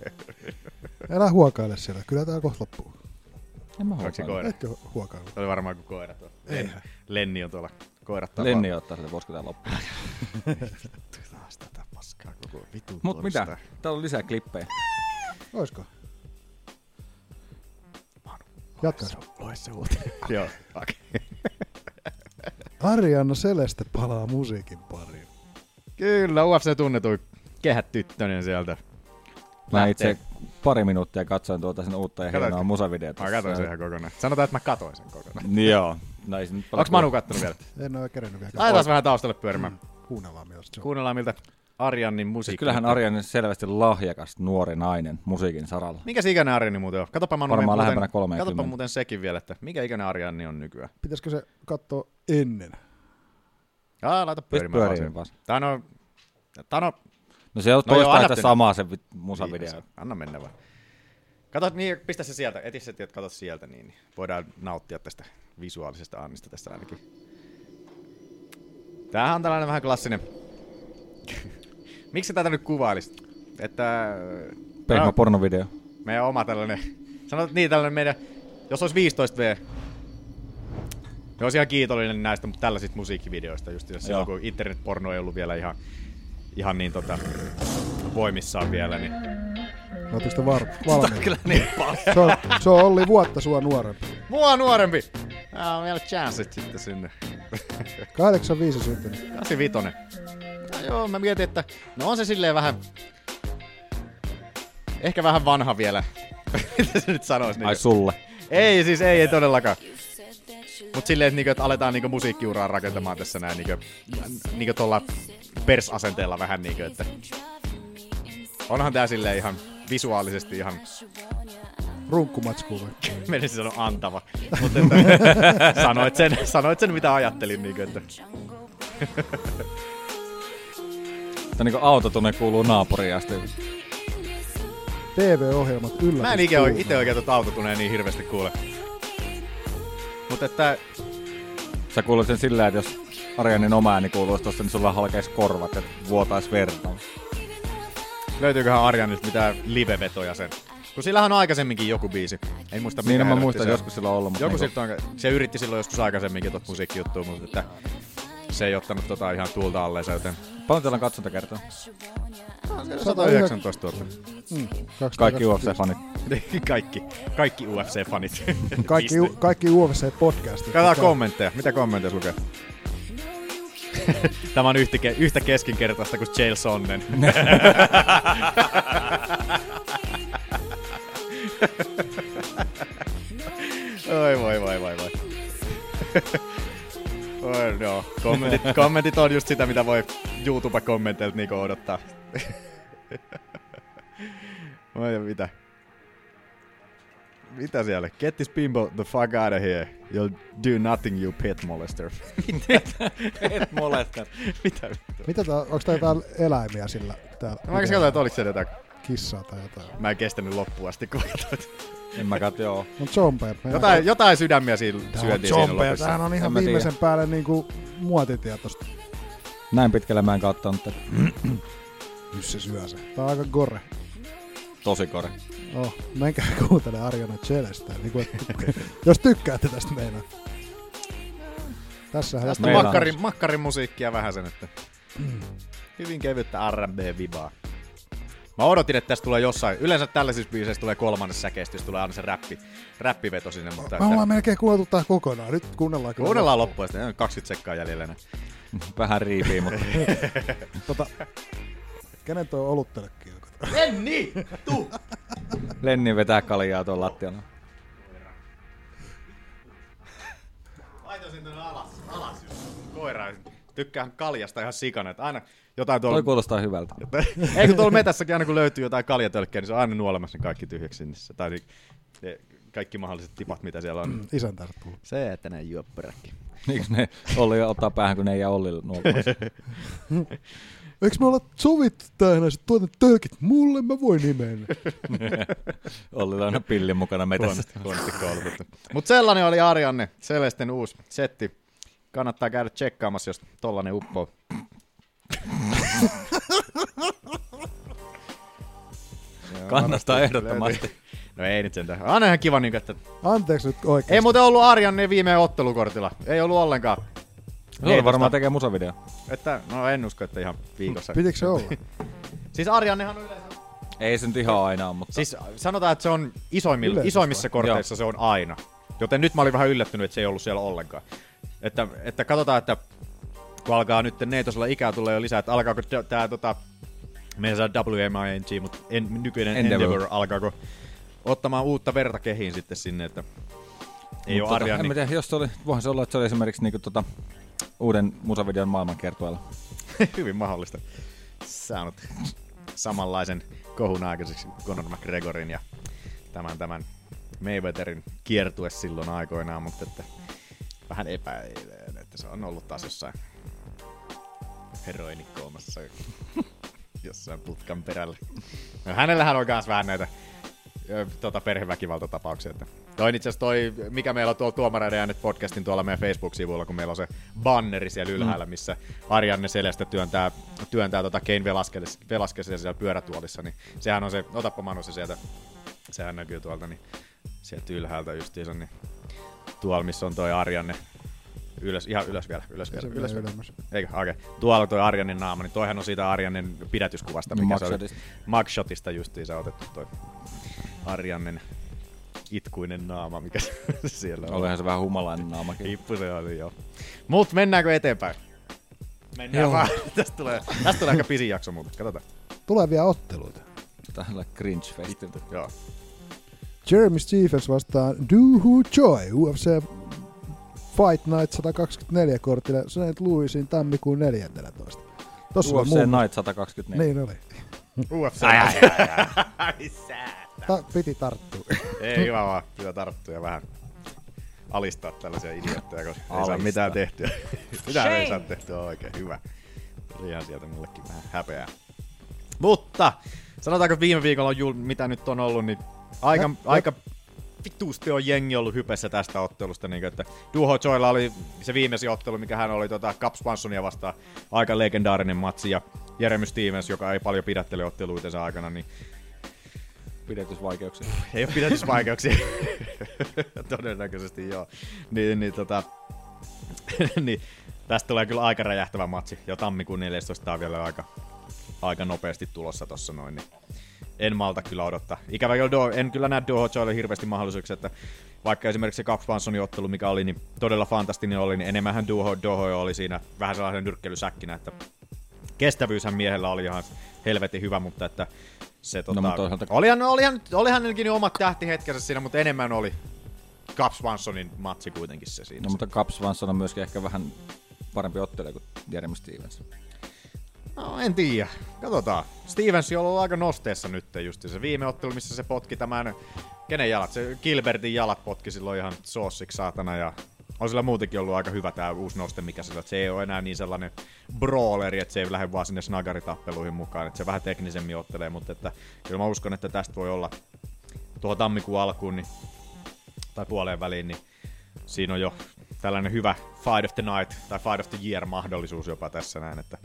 Älä huokaile siellä, kyllä tää kohta loppuu.
En mä
Onko se
huokaa.
koira?
Etkö hu- huokaile?
Se oli varmaan kuin koira tuolla. Len- Lenni on tuolla koirat tapaa.
Lenni ottaa sitä, voisiko tää loppua.
Taas tätä paskaa koko vitu
Mut
torstai.
mitä? Täällä on lisää klippejä.
Oisko? Jatka.
Lue se uutinen. Joo, okei.
Ariana Celeste palaa musiikin pariin.
Kyllä, UFC tunnetui kehät tyttönen sieltä.
Mä
Lähtee.
itse pari minuuttia katsoin tuota sen uutta ja
Katsoitko?
hienoa musavideota.
Mä katsoin sen ihan kokonaan. Sanotaan, että mä katoin sen kokonaan.
Joo. No ei se nyt
Onks Manu kattonut vielä?
En ole kerennyt vielä.
Laitetaan vähän taustalle pyörimään.
Kuunnellaan myös. Se on
Kuunnellaan miltä Arjannin musiikki.
Mm. Siis kyllähän Arjan on selvästi lahjakas nuori nainen musiikin saralla.
Mikä se ikäinen Arjanni muuten on? Katsopa, Manu,
Varmaan
muuten,
lähempänä 30.
katsopa muuten sekin vielä, että mikä ikäinen Arjanni on nykyään.
Pitäisikö se katsoa ennen?
Aa, laita pyörimään vaan
pyörimään
se.
vaan se.
Tää on... Tää on...
No se on
No joo,
toista
anna
sitä
sen.
samaa se vit- musavideo.
Niin, Anna mennä vaan. Kato, niin, pistä se sieltä, eti se, kato sieltä, niin niin voidaan nauttia tästä visuaalisesta annista tässä ainakin. Tämähän on tällainen vähän klassinen. Miksi sä tätä nyt kuvailisi? Että...
Pehmä
No,
pornovideo.
meidän oma tällainen, sanotaan niin tällainen meidän, jos olisi 15 V, niin olisi ihan kiitollinen näistä mutta tällaisista musiikkivideoista just silloin,
Joo.
kun internetporno ei ollut vielä ihan, ihan niin tota, voimissaan vielä, niin
Mä ootteko te var- valmiita? kyllä niin paljon. Se on, se on Olli vuotta sua nuorempi.
mua nuorempi! Tää on vielä chanssit sitten sinne.
85 syntynyt.
85. Ja joo, mä mietin, että no on se silleen vähän... Ehkä vähän vanha vielä. Mitä se nyt sanois?
Ai
Niin
sulle.
Ei siis, ei, ei todellakaan. Mut silleen, että, niinku, että aletaan niinku musiikkiuraa rakentamaan tässä näin niinku, niinku tuolla persasenteella vähän niinku, että onhan tää silleen ihan visuaalisesti ihan,
Runkkumatskuun vai?
menisin sanoa antava, mutta että, sanoit, sen, sanoit sen mitä ajattelin niinku, että
Tämä niinku autotunne kuuluu naapuriin asti.
TV-ohjelmat yllätys.
mä en ikä,
siis
itse oikein tuota autotuneen niin hirveästi kuule. Mutta että
Sä kuulet sen sillä, että jos Arjanin oma ääni kuuluisi tosta, niin sulla halkeis korvat ja vuotais verta.
löytyyköhän Arjan nyt mitään livevetoja sen? Kun sillähän on aikaisemminkin joku biisi. En muista mikä
Niin mä
helvetti se
muistan, että
on.
joskus sillä on ollut. mutta
Joku
niinku,
siltä on, se yritti silloin joskus aikaisemminkin tuota musiikkijuttua, mutta että se ei ottanut tota ihan tuulta alleensa, joten
Paljon teillä on katsontakertaa?
119 000.
Kaikki UFC-fanit.
kaikki, kaikki UFC-fanit.
Kaikki, u- kaikki UFC-podcastit.
Katsotaan kommentteja. Mitä kommentteja lukee? Tämä on yhtä, ke- yhtä keskinkertaista kuin Jail Sonnen. Oi voi voi voi voi. Oi, Joo, kommentit, kommentit on just sitä, mitä voi YouTube-kommenteilta niinku odottaa. Oi, ja mitä? Mitä siellä? Get this bimbo the fuck out of here. You'll do nothing, you pet molester.
Et molesta.
mitä vittua?
Mitä tää, onko tää jotain eläimiä sillä täällä?
No Mä katsoin, että oliko se jotain.
Kissaa tai jotain.
Mä en kestänyt loppuun asti, kun
En mä kat, joo.
No zombeja.
jotain, jotain sydämiä siinä syötiin siinä
zombeja.
lopussa.
Tämähän on
En
ihan
mä tiedä.
viimeisen päälle niinku muotitietosta.
Näin pitkälle mä en kattonut. tätä.
Nyt se syö se. Tää on aika gore.
Tosi kore.
Oh, menkää kuuntele Arjona Celestä, niin kuin, jos tykkäätte tästä meinaa. Tässähän
Tästä
Meillä
No
on-
makkarin, makkarin musiikkia vähän sen, että hyvin kevyttä R&B-vibaa. Mä odotin, että tästä tulee jossain. Yleensä tällaisissa biiseissä tulee kolmannes säkeistö, jos tulee aina se räppi, räppiveto sinne, mutta
Me ollaan
että,
melkein kuultu tää kokonaan. Nyt kuunnellaan kyllä.
kuunnellaan loppuun, sitten on 20 sekkaa jäljellä. enää.
Vähän riipii, mutta
Tota, kenen toi oluttelekki on?
Lenni vetää kaljaa tuon lattialla.
Laitoisin tänne alas, alas just koira. Tykkään kaljasta ihan sikana, että aina jotain
Toi
tuolla...
kuulostaa hyvältä.
Ei kun tuolla metässäkin aina kun löytyy jotain kaljatölkkejä, niin se on aina nuolemassa ne kaikki tyhjäksi sinne. Tai ni- ne kaikki mahdolliset tipat, mitä siellä on.
Isäntänsä tullut.
Se, että näin juopperäkki.
Eikö ne Olli jo ottaa päähän, kun ne ei jää Ollille nuolta?
Eikö me olla sovittu tähän, että tuotat tölkit mulle, mä voin nimeen.
Ollilla on aina pillin mukana metässä.
Mutta sellainen oli Arianne, Celesten uusi setti. Kannattaa käydä tsekkaamassa, jos tollanen uppoo.
Kannattaa ehdottomasti.
No ei nyt sentään. Aina ihan kiva, niin, että
Anteeksi nyt oikein.
ei muuten ollut Arianne viime ottelukortilla. Ei ollut ollenkaan.
Olli varmaan tekee musavideo.
Että, no en usko, että ihan viikossa.
Pitikö se olla?
Siis Ariannehan on yleensä...
Ei se nyt ihan aina ole, mutta...
Siis sanotaan, että se on isoimmilla,
Yleensä
isoimmissa
vai?
korteissa se on aina. Joten nyt mä olin vähän yllättynyt, että se ei ollut siellä ollenkaan. Että, että katsotaan, että kun alkaa nyt neitosella ikää tulee jo lisää, että alkaako tämä tota, meidän saa WMING, mutta en, nykyinen Endeavor.
Endeavor.
alkaako ottamaan uutta verta kehiin sitten sinne, että ei ole
Mutta
Arja,
tota, En mä
niin
tiedä, jos se oli, voihan se olla, että se oli esimerkiksi niinku tota, uuden musavideon maailmankiertueella.
hyvin mahdollista saanut samanlaisen kohun aikaiseksi Conor McGregorin ja tämän, tämän Mayweatherin kiertue silloin aikoinaan, mutta että vähän epäilen, että se on ollut taas jossain heroinikkoomassa jossain putkan perällä. No, hänellähän on myös vähän näitä ö, tota, perheväkivaltatapauksia. Että. Toi on itse asiassa toi, mikä meillä on tuolla Tuomareiden äänet podcastin tuolla meidän Facebook-sivuilla, kun meillä on se banneri siellä ylhäällä,
Mm.
missä Arianne Selestä työntää, työntää tota Kane Velasquez, Velasquezia siellä pyörätuolissa, niin sehän on se, otappa Manu se sieltä, sehän näkyy tuolta, niin sieltä ylhäältä justiinsa, niin tuolla missä on toi Arianne, ylös, ihan ylös vielä, ylös vielä,
Se
ylös
menee
vielä.
ylemmäs.
Eikö? Okei. Okay. Tuolla toi Arjanen naama, niin toihan on siitä Arjanen pidätyskuvasta, mikä se oli.
Mugshotista.
Mugshotista justiinsa otettu toi Arjanen itkuinen naama, mikä se siellä on.
Olihan se vähän humalainen naamakin.
Hippu se oli, joo. Mut mennäänkö eteenpäin? Mennään joo. vaan. Tästä tulee, tästä tulee aika pisin jakso muuten. Katsotaan.
Tulee vielä otteluita.
Tällä cringe festiltä.
Joo.
Jeremy Stephens vastaan Doohoo Joy UFC Fight Night 124 kortilla St. Louisin tammikuun 14. Tossa on
UFC
muun.
Night 124.
Niin oli.
UFC.
Ta- piti tarttua.
Ei hyvä vaan. Pitää tarttua ja vähän alistaa tällaisia idiootteja, koska ei saa
Alistaa.
mitään tehtyä. mitään ei saa tehtyä oikein. Hyvä. Tuli ihan sieltä mullekin vähän häpeää. Mutta sanotaanko, että viime viikolla on jul, mitä nyt on ollut, niin aika,
Jep, jep.
aika vituusti on jengi ollut hypessä tästä ottelusta. Niin kuin, että Duho Joilla oli se viimeisin ottelu, mikä hän oli tota, Caps Swansonia vastaan. Aika legendaarinen matsi ja Jeremy Stevens, joka ei paljon pidättele otteluitensa aikana, niin
Pidetysvaikeuksia.
ei ole pidätysvaikeuksia. Todennäköisesti joo. Niin, niin, tota, niin, tästä tulee kyllä aika räjähtävä matsi. Ja tammikuun 14 tää on vielä aika, aika nopeasti tulossa tossa noin. Niin en malta kyllä odottaa. Ikävä kyllä, Do- en kyllä näe Dohojoille hirveästi mahdollisuuksia, että vaikka esimerkiksi se Cup Swansonin ottelu, mikä oli, niin todella fantastinen oli, niin enemmänhän Doho, Doho oli siinä vähän sellaisen nyrkkeilysäkkinä, että kestävyyshän miehellä oli ihan helvetin hyvä, mutta että se tota,
No, mutta toisaalta-
olihan, olihan, olihan, olihan niilläkin ne omat tähtihetkensä siinä, mutta enemmän oli Cap Swansonin matsi kuitenkin se siinä.
No, mutta Cap Swanson on myöskin ehkä vähän parempi ottelija kuin Jeremy Stevens.
No, en tiedä. Katsotaan. Stevens on ollut aika nosteessa nyt just. Se viime ottelu, missä se potki tämän... Kenen jalat? Se Gilbertin jalat potki silloin ihan soossiksi saatana ja on sillä muutenkin ollut aika hyvä tämä uusi noste, mikä sillä, että se ei ole enää niin sellainen brawleri, että se ei lähde vaan sinne snagaritappeluihin mukaan, että se vähän teknisemmin ottelee, mutta että, kyllä mä uskon, että tästä voi olla tuohon tammikuun alkuun niin, tai puoleen väliin, niin siinä on jo tällainen hyvä Fight of the Night tai Fight of the Year mahdollisuus jopa tässä näin, että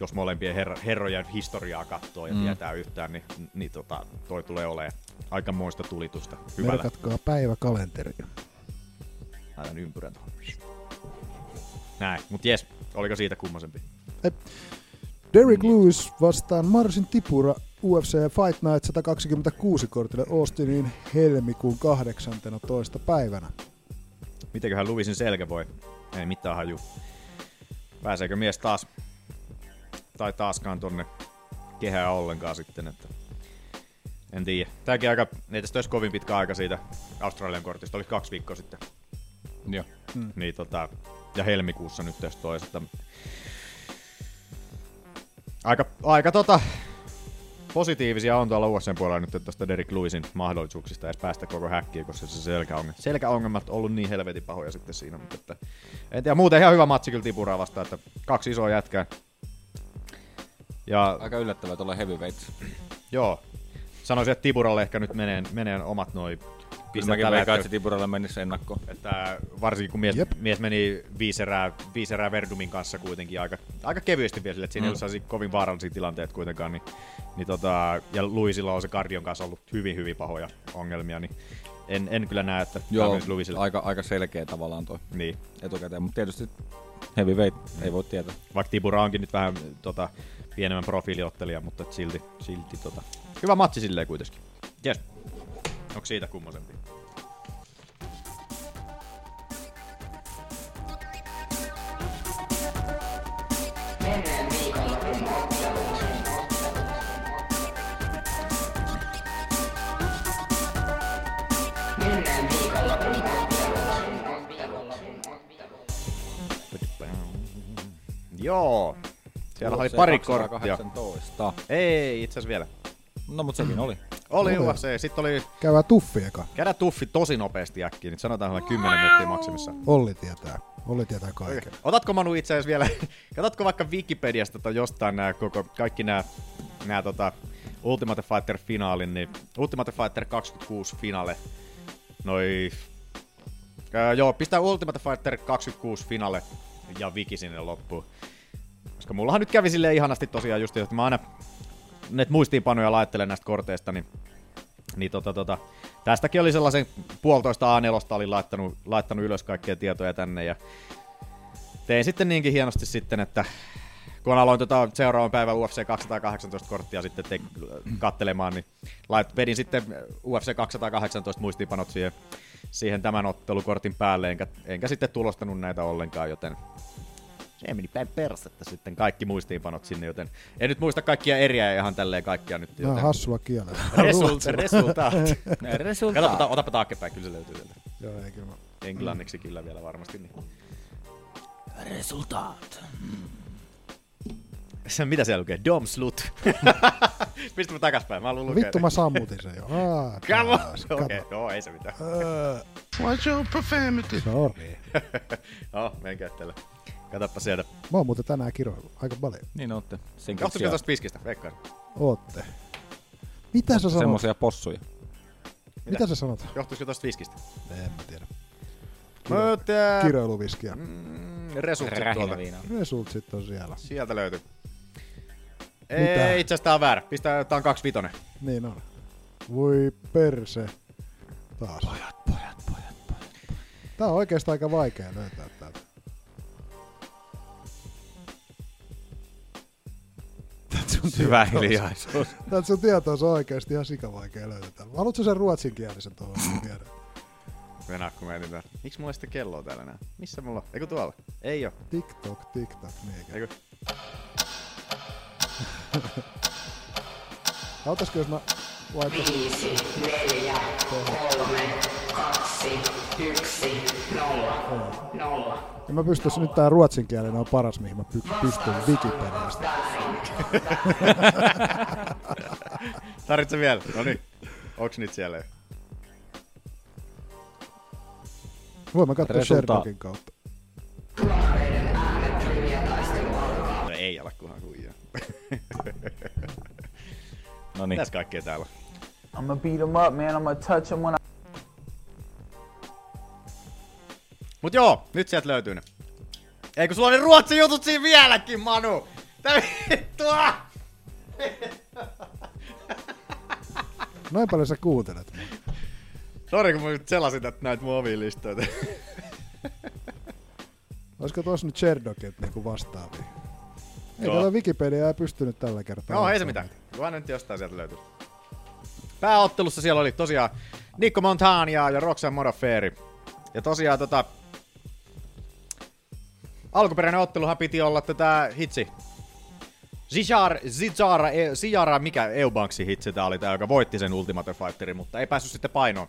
jos molempien herra, herrojen historiaa katsoo ja mm. tietää yhtään, niin, niin tota, toi tulee olemaan aikamoista tulitusta. Hyvällä.
Merkatkaa päiväkalenteria.
Laitan ympyrän tuohon. Näin, mutta jes, oliko siitä kummasempi?
Derrick Lewis vastaan Marsin Tipura UFC Fight Night 126 kortille Austinin helmikuun 18. päivänä.
Mitenköhän Luisin selkä voi? Ei mitään haju. Pääseekö mies taas tai taaskaan tonne kehää ollenkaan sitten, että en tiedä. Tääkin aika, ei tästä olisi kovin pitkä aika siitä Australian kortista, oli kaksi viikkoa sitten.
Joo.
Mm. Niin tota, ja helmikuussa nyt jos toisi, että aika, aika tota, positiivisia on tuolla USA:n puolella nyt tästä Derek Luisin mahdollisuuksista edes päästä koko häkkiin, koska se selkäongelma, selkäongelmat on ollut niin helvetin pahoja sitten siinä. Mutta että, en tiedä, muuten ihan hyvä matsi kyllä Tipuraa vastaan, että kaksi isoa jätkää. Ja
Aika yllättävää tuolla heavyweight.
joo, sanoisin, että Tipuralle ehkä nyt menee, menee omat noin
Kyllä mäkin veikkaan, että Tiburalla menisi ennakkoon.
että varsinkin kun mies,
Jep.
mies meni viiserää, viiserää Verdumin kanssa kuitenkin aika, aika kevyesti vielä sille, että siinä mm. ei ollut sellaisia kovin vaarallisia tilanteita kuitenkaan, niin, niin tota, ja Luisilla on se kardion kanssa ollut hyvin, hyvin pahoja ongelmia, niin en, en kyllä näe, että tämä
Joo,
menisi Luisille.
aika, aika selkeä tavallaan toi
Niin.
etukäteen, mutta tietysti heavyweight ei voi tietää.
Vaikka Tibura onkin nyt vähän tota, pienemmän profiiliottelija, mutta et silti, silti tota, hyvä matsi silleen kuitenkin. Jes. Onko siitä kummosempi? Joo. Siellä oli
UFC
pari korttia.
218.
Ei, itse asiassa vielä.
No mutta sekin oli.
Oli UFC. Sitten oli
Käydään tuffi eka.
käydä tuffi tosi nopeasti äkkiä. Nyt sanotaan että 10 minuuttia maksimissa.
Olli tietää. Olli tietää kaiken.
Otatko Manu itse asiassa vielä, katsotko vaikka Wikipediasta tai jostain nämä koko, kaikki nämä, nämä tota, Ultimate Fighter finaalin, niin Ultimate Fighter 26 finale, noi, öö, joo, pistää Ultimate Fighter 26 finale ja Viki sinne loppuun. Koska mullahan nyt kävi silleen ihanasti tosiaan just, että mä aina näitä muistiinpanoja laittelen näistä korteista, niin niin tota, tota, tästäkin oli sellaisen puolitoista A4 olin laittanut, laittanut ylös kaikkia tietoja tänne ja tein sitten niinkin hienosti sitten, että kun aloin tota seuraavan päivän UFC 218 korttia sitten te- kattelemaan, niin lait, vedin sitten UFC 218 muistiinpanot siihen, siihen tämän ottelukortin päälle, enkä, enkä sitten tulostanut näitä ollenkaan, joten se meni päin persettä sitten kaikki muistiinpanot sinne, joten en nyt muista kaikkia eriä ihan tälleen kaikkia nyt.
Mä
Joten
hassua kielellä.
result, resultaat.
Resulta.
Kato, ota, otapa taakkepäin, kyllä se löytyy sieltä.
Joo, ei kyllä. mä-
Englanniksi kyllä vielä varmasti. Niin.
Resultaat.
Se, mitä siellä lukee? Dom slut. Pistäpä takaspäin, mä haluan lukea.
Vittu mä sammutin sen jo. Aa,
Come on!
taas.
Okei, okay, joo, ei se mitään.
Watch your profanity.
Sorry.
No, menkää tällä. Katoppa sieltä.
Mä oon muuten tänään kiroillut aika paljon.
Niin ootte. Sen
Johtui
keksiä
tuosta piskistä, veikkaan.
Ootte. Mitä sä sanot?
semmosia possuja.
Mitä sä sanot?
Johtuisiko tuosta viskistä?
En mä tiedä.
Mutta
Kiroiluviskiä.
resurssit mm,
tuota.
tuolta.
Resultsit on siellä.
Sieltä löytyy.
Mitä?
Ei, itse asiassa tää on väärä. Pistää, tää on 25.
Niin on. Voi perse. Taas. Pojat, pojat, pojat, pojat. Tää on oikeastaan aika vaikea löytää täältä. Tätä sun,
Hyvä hiljaisuus.
tätä sun tietoa se on oikeasti ihan sikavaikea löytää. Haluatko sen ruotsinkielisen tuohon? Tiedä.
Venä, kun mä etin tää. Miksi mulla ei sitä kelloa täällä enää? Missä mulla on? Eiku tuolla? Ei oo.
TikTok, TikTok, niinkö?
Eiku.
Auttaisiko jos mä laittaisin...
kaksi, yksi, nolla, nolla.
Ja mä pystyn nyt tää ruotsin kielen on paras, mihin mä py- pystyn Wikipediasta.
Tarvitse vielä? No niin. Onks nyt siellä jo?
Voin mä katsoa
Resulta-
Sherlockin kautta.
No ei ala kunhan huijaa.
Niin. No niin.
Mitäs kaikkea täällä? on?
I'm gonna beat him up, man. I'm gonna touch him when I.
Mut joo, nyt sieltä löytyy ne. Ei kun sulla on ne ruotsin jutut siinä vieläkin, Manu! Tää vittua!
Noin paljon sä kuuntelet.
Sori kun mä nyt selasin tätä näitä mun omia listoita.
Olisiko tuossa nyt Sherdogit niinku vastaavia? Ei
Joo.
tätä Wikipediaa ei pystynyt tällä kertaa.
No ei se mitään. Vaan nyt jostain sieltä löytyy. Pääottelussa siellä oli tosiaan Nico Montania ja Roxanne Modafferi. Ja tosiaan tota... Alkuperäinen otteluhan piti olla tätä hitsi. Zijar, Zijara, e, Sijara, mikä Eubanksi hitsi tää oli tää, joka voitti sen Ultimate Fighterin, mutta ei päässyt sitten painoon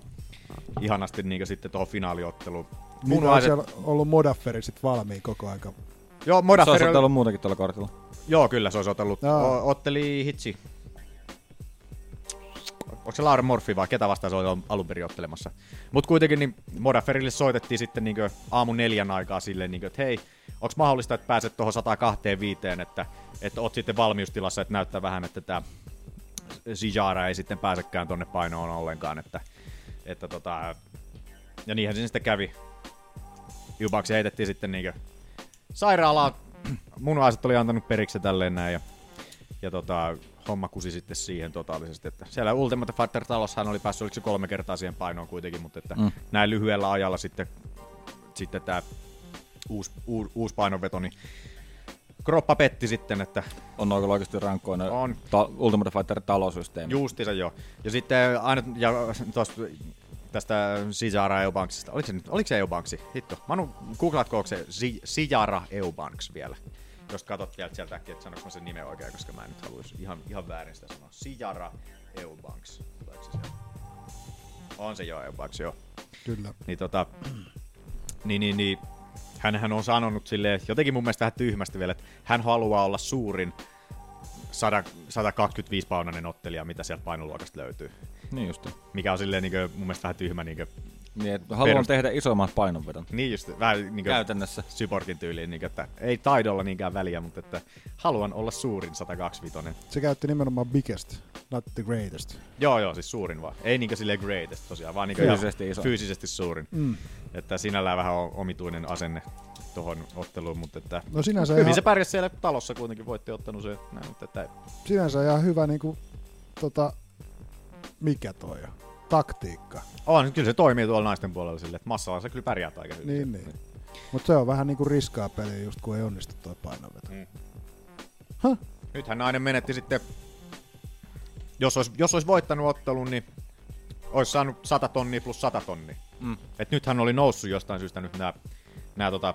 ihanasti niinkö sitten tuohon finaaliotteluun.
Mun on
Munuaiset,
siellä ollut modafferi sit valmiin koko aika.
joo,
Se olisi
Modafferi, oli-
ollut muutakin tuolla kortilla.
joo kyllä se olisi otellut,
Joo.
o, otteli hitsi onko se Lauren Morphy vai ketä vastaan se oli alun perin ottelemassa. Mutta kuitenkin niin Modaferille soitettiin sitten niinkö aamu neljän aikaa silleen, niinkö, että hei, onko mahdollista, että pääset tuohon 125, että, että oot sitten valmiustilassa, että näyttää vähän, että tämä Sijara ei sitten pääsekään tonne painoon ollenkaan. Että, että tota, ja niinhän se sitten kävi. Jubaksi heitettiin sitten niinkö sairaalaa. Munaiset oli antanut periksi ja tälleen näin. Ja ja tota, homma kusi sitten siihen totaalisesti. Että siellä Ultimate Fighter talossahan oli päässyt, oliko se kolme kertaa siihen painoon kuitenkin, mutta että mm. näin lyhyellä ajalla sitten, sitten tämä uusi, uusi, uusi painonveto, niin kroppa petti sitten, että
On noin kyllä oikeasti rankkoa ne
On.
ta- Ultimate Fighter talosysteemi.
justiinsa joo. Ja sitten äh, aina, ja tuosta tästä Sijara Eubanksista. Oliko se, nyt, oliko se Eubanksi? Hitto. Manu, googlatko onko se Si- Sijara Eubanks vielä? Jos katsot vielä sieltä äkkiä, että sanoinko mä sen nimen oikein, koska mä en nyt haluaisi ihan, ihan väärin sitä sanoa. Sijara Eubanks. Tuleeko se sieltä? On se joo, Eubanks, joo
Kyllä.
niin tota, niin, niin, niin hänhän on sanonut silleen, jotenkin mun mielestä vähän tyhmästi vielä, että hän haluaa olla suurin 100, 125 paunainen ottelija, mitä sieltä painoluokasta löytyy.
Niin just.
Mikä on silleen niin kuin, mun mielestä vähän tyhmä, niin, kuin,
Niin, et haluan
Perus-
tehdä isomman painonvedon.
niin just vähän niin kuin,
Käytännössä.
Syportin tyyliin, niin kuin, että ei taidolla niinkään väliä, mutta että haluan olla suurin 125.
Se käytti nimenomaan biggest, not the greatest.
Joo, joo, siis suurin vaan. Ei niinkö silleen greatest tosiaan, vaan niinkö ihan
Fyysisesti iso.
fyysisesti suurin. Mm. Että sinällään vähän on omituinen asenne tuohon otteluun, mutta että
No sinänsä
Hyvin
ihan,
Niin se pärjäsi siellä talossa kuitenkin, voitti ottanut se. Näin, mutta että,
sinänsä ihan hyvä niinku, tota, mikä toi on? Taktiikka.
on, kyllä se toimii tuolla naisten puolella sille, että massalla se kyllä pärjää aika hyvin.
Niin, niin. Mutta se on vähän niinku riskaa peliä just kun ei onnistu toi painonveto.
Mm. Nythän nainen menetti sitten, jos olisi, jos olisi voittanut ottelun, niin olisi saanut 100 tonnia plus 100 tonnia. Mm. Et nythän oli noussut jostain syystä nyt nämä, nämä tota,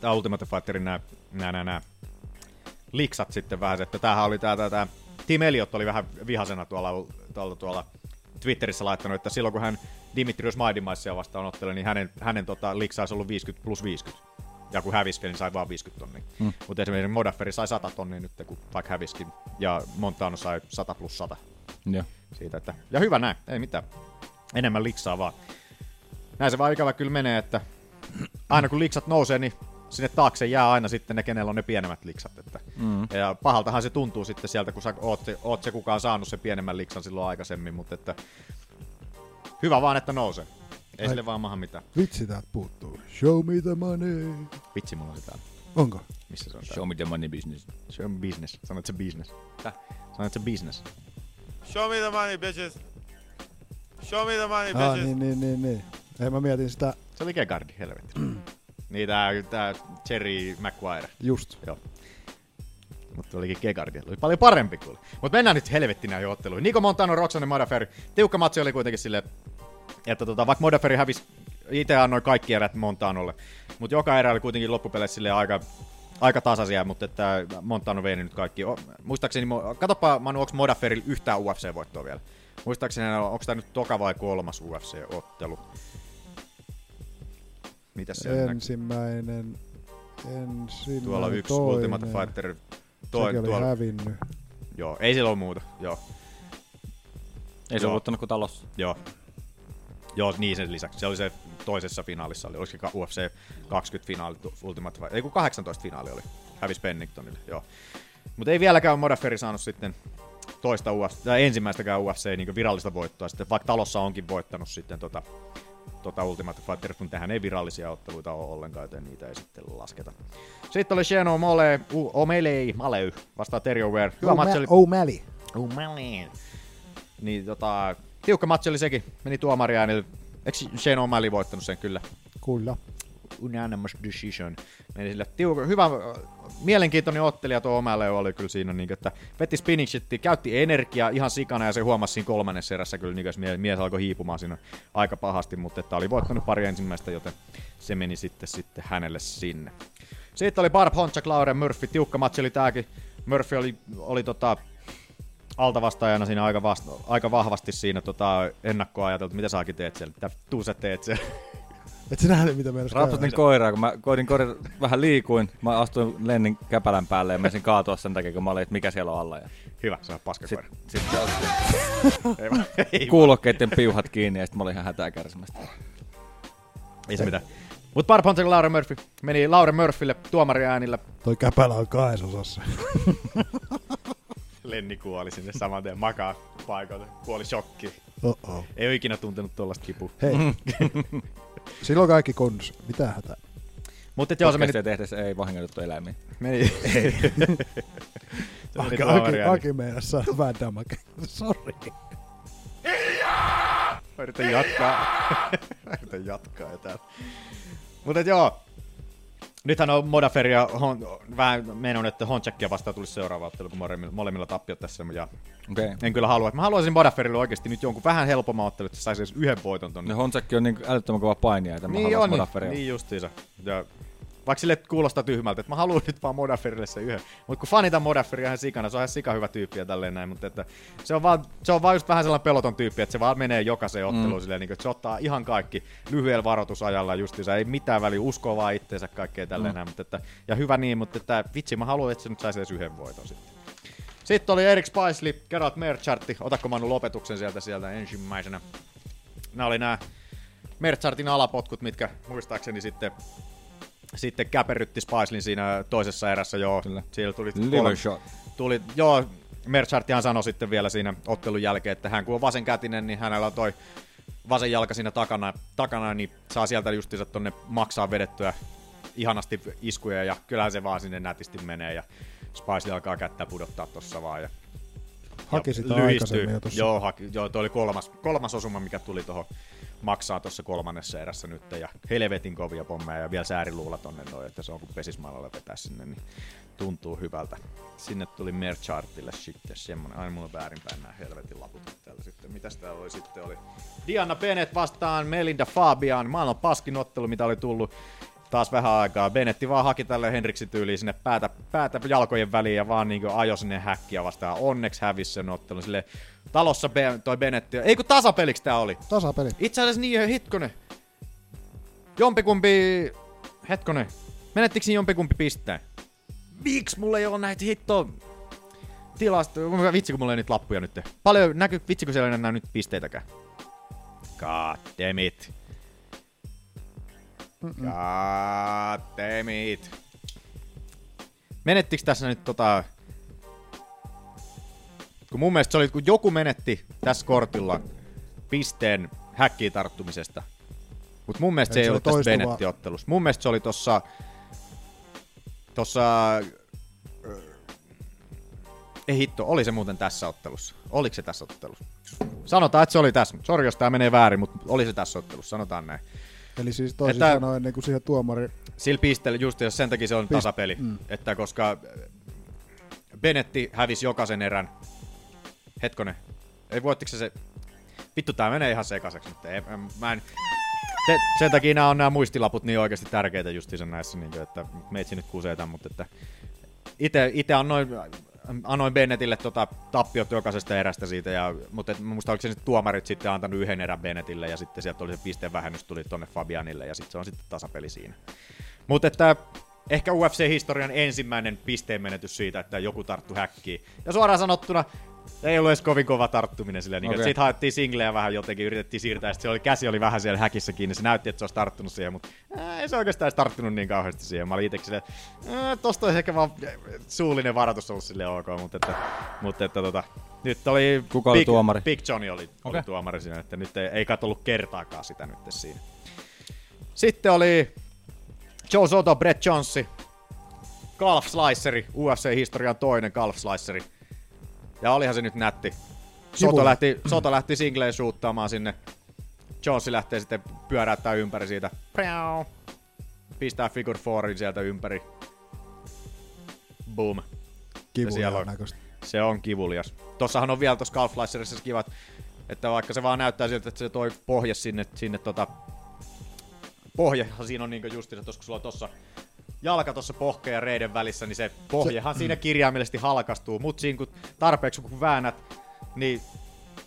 tää Ultimate Fighterin nämä, nämä, nämä, nämä liksat sitten vähän, se, että tämähän oli tää, tää, tää Tim Elliot oli vähän vihasena tuolla, tuolla, tuolla Twitterissä laittanut, että silloin kun hän Dimitrios Maidimaisia vastaan otteli, niin hänen, hänen tota, liksa olisi ollut 50 plus 50. Ja kun hävisi vielä, niin sai vaan 50 tonnia. Mm. Mutta esimerkiksi Modafferi sai 100 tonnia nyt, kun vaikka häviskin. Ja Montano sai 100 plus 100
Joo.
siitä, että... Ja hyvä näin, ei mitään. Enemmän liksaa vaan. Näin se vaan ikävä kyllä menee, että aina kun liksat nousee, niin sinne taakse jää aina sitten ne, kenellä on ne pienemmät liksat. Että. Mm. Ja pahaltahan se tuntuu sitten sieltä, kun sä oot, se- oot se kukaan saanut sen pienemmän liksan silloin aikaisemmin, mutta että hyvä vaan, että nousee. Ei sille vaan maha mitään.
Vitsi täältä puuttuu. Show me the money.
Vitsi, mulla on se täällä.
Onko?
Missä se on täällä?
Show me the money business.
Se on business. Sanoit se business. Täh? Sanoit se business.
Show me the money, bitches. Show me the money,
Ah, niin, niin, niin, niin. Ei mä mietin sitä
Se oli Kegardi, helvetti. niin tää, tää Jerry Maguire.
just.
Joo. Mutta olikin Kegardia. Oli paljon parempi kuin. Mutta mennään nyt helvettiin näihin otteluihin. Niko Montano, Roxanne Modafferi. Tiukka matsi oli kuitenkin sille, että tota, vaikka Modafferi hävisi, itse annoin kaikki erät Montanolle. Mutta joka erä oli kuitenkin loppupeleissä sille aika, aika tasaisia, mutta että Montano vei ne nyt kaikki. O, muistaakseni, mo- katsopa Manu, onko Modafferilla yhtään UFC-voittoa vielä? Muistaakseni, onko tämä nyt toka vai kolmas UFC-ottelu? Mitä siellä näkyy?
Ensimmäinen, ensimmäinen,
Tuolla yksi
toinen.
Ultimate Fighter.
Sekin
Toinen
oli
tuolla.
hävinnyt.
Joo, ei sillä ole muuta. Joo.
Ei se
Joo.
ole voittanut kuin talossa.
Joo. Joo, niin sen lisäksi. Se oli se toisessa finaalissa. Oli. Olisiko ka- UFC 20 finaali, tu- Ultimate vai? Ei kun 18 finaali oli. Hävisi Penningtonille, joo. Mutta ei vieläkään ole Modaferi saanut sitten toista UFC, tai ensimmäistäkään UFC niin virallista voittoa. Sitten, vaikka talossa onkin voittanut sitten tota, tota Ultimate Fighter, kun tähän ei virallisia otteluita ole ollenkaan, joten niitä ei sitten lasketa. Sitten oli Sheno Mole, U- Omelei, Maleu, vastaa Terjo Ware. Hyvä matsi oli.
O'Malley.
O'Malley. Niin tota, tiukka matsi oli sekin. Meni tuomari äänillä. Eikö Shane O'Malley voittanut sen kyllä?
Kyllä.
Unanimous decision. Meni sillä tiukka, hyvä, äh, mielenkiintoinen ottelija tuo O'Malley oli kyllä siinä, niin, että veti spinning shitti, käytti energiaa ihan sikana ja se huomasi siinä kolmannessa erässä kyllä, niin, jos mie- mies alkoi hiipumaan siinä aika pahasti, mutta että oli voittanut pari ensimmäistä, joten se meni sitten, sitten hänelle sinne. Sitten oli Barb Honchak, Laura Murphy, tiukka matsi oli tääkin. Murphy oli, oli tota, altavastaajana siinä aika, vasta, aika vahvasti siinä tota, ennakkoa ajateltu, mitä saakin teet siellä, mitä tuu sä teet siellä.
Et sinä nähnyt, mitä meidän
Rapsutin koiraa, kun mä koitin koirin vähän liikuin, mä astuin lennin käpälän päälle ja menin kaatua sen takia, kun mä olin, että mikä siellä on alla. Ja
Hyvä, se on paskakoira.
sitten se otti
Ei vaan- ei vaan.
kuulokkeiden piuhat kiinni ja sitten mä olin ihan hätää kärsimästä.
Ei se mitään. Mut Barb Hunter ja Laura Murphy meni Laura Murphylle tuomari äänillä.
Toi käpälä on kahdesosassa.
Lenni kuoli sinne saman tien makaa paikoille. Kuoli shokki.
Oh-oh.
Ei ole ikinä tuntenut tuollaista kipua.
Hei. Silloin kaikki kondus. Mitä hätää?
Mutta joo,
Joo,
se
se
meni...
tehdessä ei vahingoitettu eläimiä.
meni. Ei. se meni
Aki,
tuomari
Aki,
äänillä.
Aki meidän saa vähän damage. Sorry.
Mä yritän jatkaa. Mä yritän jatkaa ja täällä. Mutta joo, nythän on Modafer ja Hon, vähän meinon, että Honchakkia vastaan tulisi seuraava ottelu, kun molemmilla, molemmilla tappiot tässä. Ja
Okei. Okay.
en kyllä halua. Mä haluaisin Modaferille oikeasti nyt jonkun vähän helpomman ottelun, että se saisi edes yhden voiton tonne.
No Honsakki on niin älyttömän kova painija, että mä haluaisin Modaferia.
niin, niin justiinsa. Ja vaikka sille kuulostaa tyhmältä, että mä haluan nyt vaan Modaferille se yhden. Mutta kun fanitan Modaferia ihan sikana, se on ihan sika hyvä tyyppi ja tälleen näin, mutta että se on, vaan, se on vaan just vähän sellainen peloton tyyppi, että se vaan menee jokaiseen otteluun silleen, niin kuin, että se ottaa ihan kaikki lyhyellä varoitusajalla justiinsa, ei mitään väliä, uskoo vaan itteensä kaikkea tälleen näin, mutta että, ja hyvä niin, mutta että vitsi, mä haluan, että se nyt saisi edes yhden voiton sitten. Sitten oli Erik Spicely, Geralt Merchartti. Otatko Manu lopetuksen sieltä sieltä ensimmäisenä? Nämä oli nämä Merchartin alapotkut, mitkä muistaakseni sitten sitten käperrytti Spicelin siinä toisessa erässä, joo.
Kyllä.
Siellä tuli
Liver shot.
tuli, joo, Mercharttihan sanoi sitten vielä siinä ottelun jälkeen, että hän kun on vasenkätinen, niin hänellä on toi vasen jalka siinä takana, takana niin saa sieltä justiinsa tonne maksaa vedettyä ihanasti iskuja, ja kyllähän se vaan sinne nätisti menee, ja Spice alkaa kättä pudottaa tossa vaan, ja
Haki
ja
sitä
lyhistyy.
aikaisemmin jo tossa.
Joo, haki, joo, toi oli kolmas, kolmas osuma, mikä tuli tuohon maksaa tuossa kolmannessa erässä nyt, ja helvetin kovia pommeja, ja vielä sääriluulla tonne noin, että se on kun pesismallalla vetää sinne, niin tuntuu hyvältä. Sinne tuli Merchartille sitten semmonen, aina mulla on väärinpäin nämä helvetin laput nyt täällä sitten. Mitäs täällä oli sitten? Oli Diana Bennett vastaan Melinda Fabian, maailman paskin ottelu, mitä oli tullut taas vähän aikaa. Benetti vaan haki tälle Henriksin tyyliin sinne päätä, päätä jalkojen väliin ja vaan niin ajoi sinne häkkiä vastaan. Onneksi hävisi sen ottelun. Sille talossa Ben- toi Benetti, ei kun tasapeliksi tää oli.
Tasapeli.
Itse asiassa niin, hitkonen. Jompikumpi... Hetkonen. Menettikö siinä jompikumpi pisteen? Miksi mulla ei ole näitä hittoa tilastoja? Vitsi, kun mulla ei nyt lappuja nyt. Paljon näkyy, vitsi, kun siellä ei enää nyt pisteitäkään. God damn it. God damn it. Menettikö tässä nyt tota... Kun mun mielestä se oli, kun joku menetti tässä kortilla pisteen häkkiin tarttumisesta. Mutta mun mielestä se
Eikö
ei
se
ollut
ole
tässä
toistuva?
Benetti-ottelussa. Mun mielestä se oli tossa... Tossa... Ei hitto, oli se muuten tässä ottelussa. Oliko se tässä ottelussa? Sanotaan, että se oli tässä. Sori, jos tämä menee väärin, mutta oli se tässä ottelussa. Sanotaan näin.
Eli siis toisin
Että-
sanoen niin kuin siihen tuomari
Sillä pisteellä just, jos sen takia se on tasapeli. Mm. Että koska äh, Benetti hävisi jokaisen erän. Hetkonen. Ei voittiko se se... Vittu, tää menee ihan sekaiseksi nyt. Ei, mä en... Te, sen takia nämä on nämä muistilaput niin oikeasti tärkeitä justiinsa näissä, niin kuin, että meitsi nyt kusee tämän, mutta että ite, ite annoin annoin Bennettille tota, tappiot jokaisesta erästä siitä, ja, mutta et, musta oliko se nyt tuomarit sitten antanut yhden erän Bennettille, ja sitten sieltä oli se pistevähennys tuli tonne Fabianille, ja sitten se on sitten tasapeli siinä. Mutta että ehkä UFC-historian ensimmäinen pisteenmenetys siitä, että joku tarttu häkkiin. Ja suoraan sanottuna, ei ollut edes kovin kova tarttuminen sillä. Niin okay. Siitä haettiin singleä vähän jotenkin, yritettiin siirtää, sitten se oli, käsi oli vähän siellä häkissä kiinni, se näytti, että se olisi tarttunut siihen, mutta ää, ei se oikeastaan edes tarttunut niin kauheasti siihen. Mä olin itse silleen, ää, tosta olisi ehkä vaan suullinen varoitus ollut sille ok, mutta, että, mutta että, tota, nyt oli...
Kuka oli
Big,
tuomari?
Big Johnny oli, okay. oli tuomari siinä, että nyt ei, ei katollut kertaakaan sitä nyt siinä. Sitten oli Joe Soto, Brett Johnsi, Golf Sliceri, UFC-historian toinen Golf Sliceri. Ja olihan se nyt nätti. Soto
Kivulla.
lähti, Soto lähti singleen suuttaamaan sinne. Jones lähtee sitten pyöräyttää ympäri siitä. Prjau. Pistää figure fourin sieltä ympäri. Boom. Ja siellä
Kivuliaan
on-
näköistä.
Se on kivulias. Tossahan on vielä tuossa Calflicerissa kivat, että vaikka se vaan näyttää siltä, että se toi pohje sinne, sinne tota, pohjehan siinä on niinku justiinsa, tuossa kun sulla on tossa jalka tuossa pohkeen ja reiden välissä, niin se pohjehan siinä kirjaimellisesti halkastuu, mutta siinä kun tarpeeksi kun väännät, niin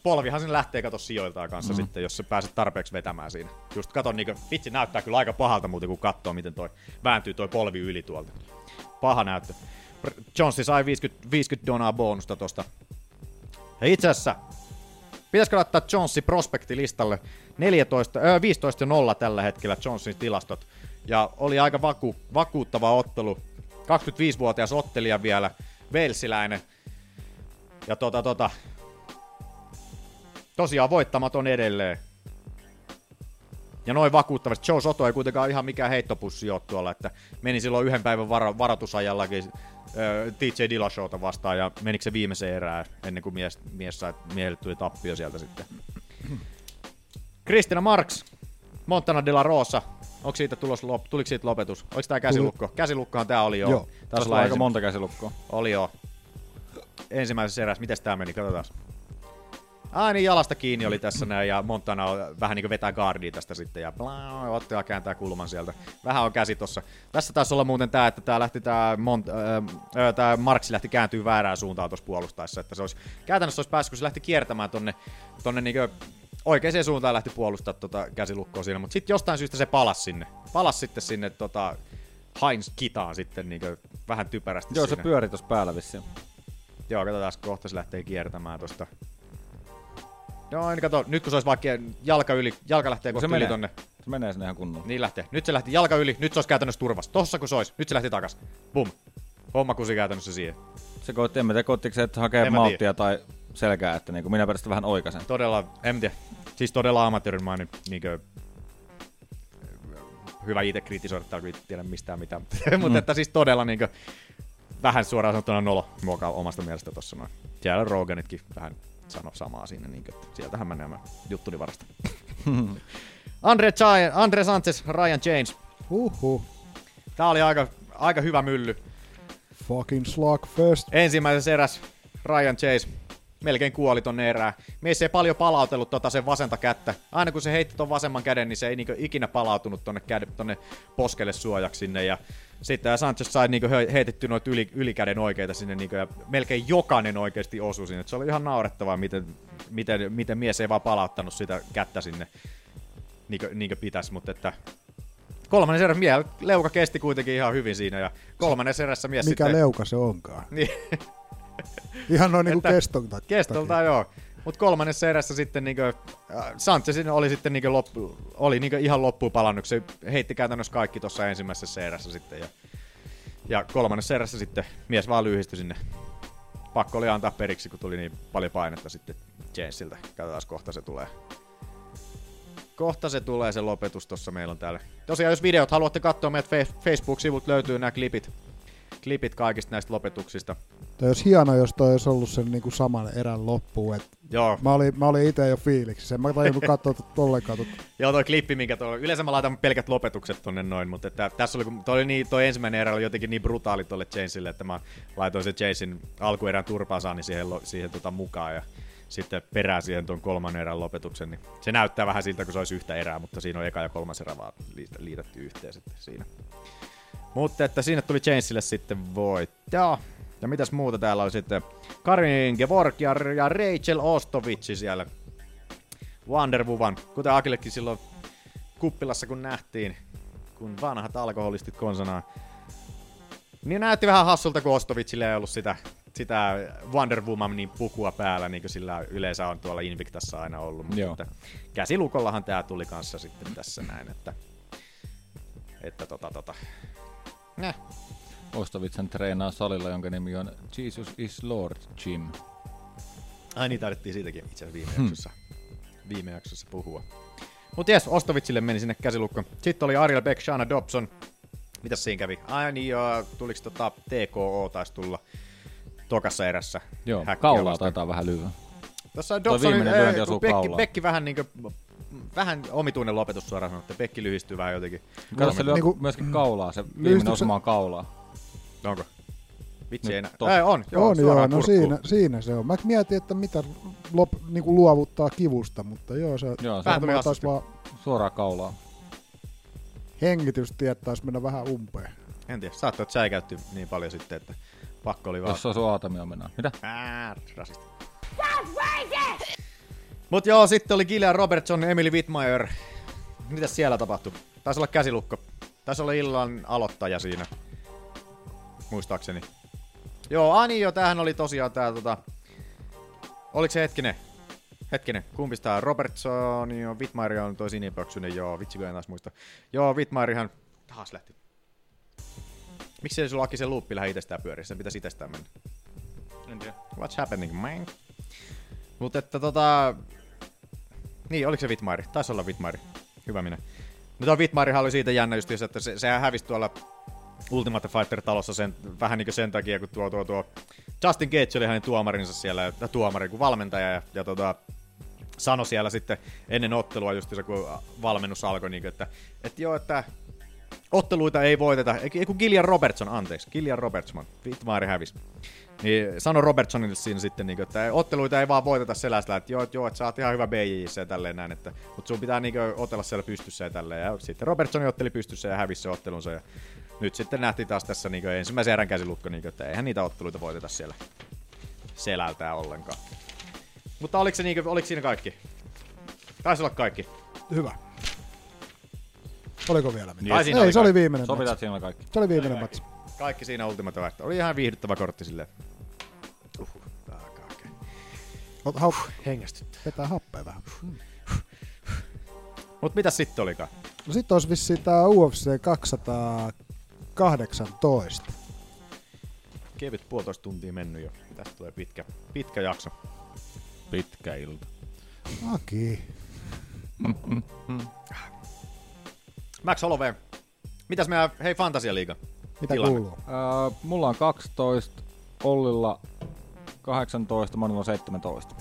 polvihan sen lähtee kato sijoiltaan kanssa mm. sitten, jos sä pääset tarpeeksi vetämään siinä. Just katon, niin vitsi näyttää kyllä aika pahalta muuten, kun katsoo, miten toi vääntyy toi polvi yli tuolta. Paha näyttö. Pr- Johnsi sai 50, 50 donaa bonusta tosta. Ja itse asiassa, pitäisikö laittaa Johnsi prospektilistalle 14, ö, 15-0 tällä hetkellä Johnsin tilastot. Ja oli aika vaku, vakuuttava ottelu. 25-vuotias ottelija vielä, velsiläinen. Ja tota tota, tosiaan voittamaton edelleen. Ja noin vakuuttavasti. Joe Soto ei kuitenkaan ihan mikään heittopussi ole tuolla, että meni silloin yhden päivän varo- varoitusajallakin ö, TJ Dillashawta vastaan ja menikö se viimeiseen erään ennen kuin mies, mies sai, miehelle tuli tappio sieltä sitten. Kristina Marks, Montana de la Rosa. Onko siitä tulos, lop- tuliko siitä lopetus? Oliko tämä käsilukko? Käsilukkohan tämä oli jo.
Joo,
Taisi
tässä
olla
on aika
ensi-
monta käsilukkoa.
oli joo. Ensimmäisessä erässä, miten tämä meni, katsotaan. Ai niin, jalasta kiinni oli tässä näin, ja Montana on- vähän niin kuin vetää guardia tästä sitten, ja plaa, ottaa kääntää kulman sieltä. Vähän on käsi tossa. Tässä taisi olla muuten tämä, että tämä lähti tää Mont- äh, äh, tää Marksi lähti kääntyy väärään suuntaan tuossa puolustaessa, että se olisi, käytännössä olisi päässyt, kun se lähti kiertämään tonne, tonne niin oikeaan suuntaan lähti puolustaa tota käsilukkoa siinä, mutta sitten jostain syystä se palasi sinne. Palasi sitten sinne tota Heinz kitaan sitten niin vähän typerästi
Joo, se
siinä.
pyöri tuossa päällä vissiin.
Joo, katsotaan kohta se lähtee kiertämään tosta. Noin, kato, nyt kun se olisi vaikka jalka yli, jalka lähtee
Se
kohta yli
menee,
tonne.
se menee sinne ihan kunnolla.
Niin lähtee. Nyt se lähti jalka yli, nyt se olisi käytännössä turvas. Tossa kun se olisi, nyt se lähti takas. Bum. Homma kusi käytännössä siihen.
Se koitti, en mä tiedä, koittiko se, että hakee
Niin. En mä
mauttia tai selkää, että niin kuin minä päästä vähän oikaisen.
Todella, en tiedä, siis todella amatöörimainen niinkö hyvä itse kritisoida, täällä kun ei tiedä mistään mitään, mutta, mutta että siis todella niinkö vähän suoraan sanottuna nolo muokaa omasta mielestä tossa noin. Siellä Roganitkin vähän sano samaa siinä, niinkö, että sieltähän mä nämä juttuni varasta. Andre, Chai, Andre Sanchez, Ryan James.
Huhhuh.
Tää oli aika, aika hyvä mylly.
Fucking slugfest.
Ensimmäisessä eräs Ryan Chase melkein kuoli tonne erään. Mies ei paljon palautellut tota sen vasenta kättä. Aina kun se heitti ton vasemman käden, niin se ei niinku ikinä palautunut tonne, käde, tonne poskelle suojaksi sinne. Ja sitten tää Sanchez sai niinku hö- heitetty noita yli, ylikäden oikeita sinne niinku, ja melkein jokainen oikeasti osui sinne. Et Se oli ihan naurettavaa, miten, miten, miten mies ei vaan palauttanut sitä kättä sinne niinkö, niinkö pitäisi, mutta että kolmannen eräs miehellä leuka kesti kuitenkin ihan hyvin siinä ja kolmannessa erässä mies
Mikä
sitten...
leuka se onkaan?
Niin.
Ihan noin niinku
Että-
keston tak-
Kestolta joo. Mutta kolmannessa erässä sitten niinku, äh, Sanchezin oli sitten niinku loppu, oli niinku ihan loppuun palannut. Se heitti käytännössä kaikki tuossa ensimmäisessä erässä sitten. Ja, ja kolmannessa erässä sitten mies vaan lyhistyi sinne. Pakko oli antaa periksi, kun tuli niin paljon painetta sitten Jamesilta. Katsotaan kohta se tulee. Kohta se tulee se lopetus tuossa meillä on täällä. Tosiaan jos videot haluatte katsoa, meidät fe- Facebook-sivut löytyy nämä klipit. Klipit kaikista näistä lopetuksista.
Toi olisi hienoa, jos toi olisi ollut sen niinku saman erän loppuun. Et
Joo.
mä, olin, mä olin itse jo fiiliksissä. En Mä tajunnut katsoa tuota ollenkaan. Tuota.
Joo, toi klippi, minkä tuolla... Yleensä mä laitan pelkät lopetukset tonne noin, mutta että tässä oli, kun toi, oli niin, toi ensimmäinen erä oli jotenkin niin brutaali tolle Jamesille, että mä laitoin se Jason alkuerän turpaasaani siihen, lo- siihen tota mukaan ja sitten perään siihen tuon kolmannen erän lopetuksen, niin se näyttää vähän siltä, kun se olisi yhtä erää, mutta siinä on eka ja kolmas erä vaan li- liitetty yhteen sitten siinä. Mutta että siinä tuli Jamesille sitten voitto. Ja mitäs muuta täällä on sitten? Karin Gevorg ja, ja Rachel Ostovitsi siellä. Wonder Woman. Kuten Akillekin silloin kuppilassa kun nähtiin, kun vanhat alkoholistit konsanaan. Niin näytti vähän hassulta, kun Ostovitsille ei ollut sitä, sitä Wonder Womanin pukua päällä, niin kuin sillä yleensä on tuolla Invictassa aina ollut. Mutta
Joo.
että käsilukollahan tämä tuli kanssa sitten tässä näin, että, että tota, tota. Näh.
Ostovitsan treenaa salilla, jonka nimi on Jesus is Lord Jim.
Ai niin, tarvittiin siitäkin itse asiassa
Hmm.
viime jaksossa, viime jaksossa puhua. Mutta jes, Ostovitsille meni sinne käsilukko. Sitten oli Ariel Beck, Shana Dobson. Mitäs siinä kävi? Ai niin joo, tuliko tota TKO taisi tulla tokassa erässä?
Joo,
häkkiä
kaulaa
vastaan.
taitaa vähän lyhyä.
Tuossa
Toi
Dobsonin,
viimeinen lyönti
ei, kun
osuu
Bekki,
kaulaan.
Bekki vähän niinkö, vähän omituinen lopetus suoraan sanottuna. Bekki lyhistyy vähän jotenkin.
Kato, se lyö
Niinku-
myöskin kaulaa, se viimeinen
lyhystyksen-
osuma on kaulaa.
Onko? Vitsi,
Nyt
ei enää.
tossa.
Ei, on, joo,
on joo,
suoraan
no
kurkkuun.
siinä, siinä se on. Mä mietin, että mitä lop, niin kuin luovuttaa kivusta, mutta joo, se,
Joo, se
Vähän tuli
varmaan taas
hassusti.
vaan
Suoraan kaulaa.
hengitystiet taisi mennä vähän umpeen.
En tiedä, saattoi säikäytty niin paljon sitten, että pakko oli vaan
Jos se on sun aatamia mennään. Mitä?
Ää, rasisti. Mut joo, sitten oli Gillian Robertson, Emily Whitmire. Mitäs siellä tapahtui? Taisi olla käsilukko. Taisi olla illan aloittaja siinä. Muistaakseni. Joo, Ani niin joo, tämähän oli tosiaan tää tota... Oliko se hetkinen? Hetkinen, kumpi tää on? Robertson, joo, Whitmire on toi sinipöksynen, joo, vitsi kun en taas muista. Joo, Whitmirehan taas lähti. Miksi ei sulla Aki se luuppi lähde itsestään pyöriä? Sen pitäisi itsestään mennä.
En tiedä.
What's happening, man? Mutta että tota... Niin, oliko se Vitmairi? Taisi olla Vitmairi. Hyvä minä. No tuo Vitmairihan oli siitä jännä just, että se, sehän hävisi tuolla Ultimate Fighter-talossa sen, vähän niin kuin sen takia, kun tuo, tuo, tuo Justin Gates oli hänen tuomarinsa siellä, ja tuomari kuin valmentaja, ja, ja tota, sanoi siellä sitten ennen ottelua just se, kun valmennus alkoi, niin kuin, että, että joo, että otteluita ei voiteta. Ei ei kun Gillian Robertson, anteeksi. Gillian Robertson, Vitmaari hävisi. Niin sano Robertsonille siinä sitten, niin, että ei- otteluita ei vaan voiteta selästä, että joo, että joo, että sä oot ihan hyvä BJJissä ja tälleen näin, että, mutta sun pitää niin, otella siellä pystyssä ja tälleen. Ja sitten Robertson otteli pystyssä ja hävisi se ottelunsa. Ja nyt sitten nähtiin taas tässä niin, ensimmäisen erän käsilukko, niin, että eihän niitä otteluita voiteta siellä selältään ollenkaan. Mutta oliko, se, niin, oliko siinä kaikki? Taisi olla kaikki.
Hyvä. Oliko vielä mitään?
Ai,
Ei,
siinä
se
oli
oli
kaikki.
viimeinen
Sovitaan,
matsi.
että siinä on kaikki.
Se oli viimeinen matsi.
Kaikki siinä Ultimate Fighter. Oli ihan viihdyttävä kortti silleen. Uhuh, tää alkaa oikein.
Ota hauk,
Hengästyttää.
vetää happea vähän.
Mut mitä sitten olikaan?
No sit olisi vissiin tää UFC 218.
Kevyt puolitoista tuntia mennyt jo. Tästä tulee pitkä, pitkä jakso.
Pitkä ilta.
Aki.
Max Holloway. Mitäs meidän, hei Fantasialiiga?
Mitä
Tilanne.
kuuluu?
Öö, mulla on 12, Ollilla 18, Manulla on 17.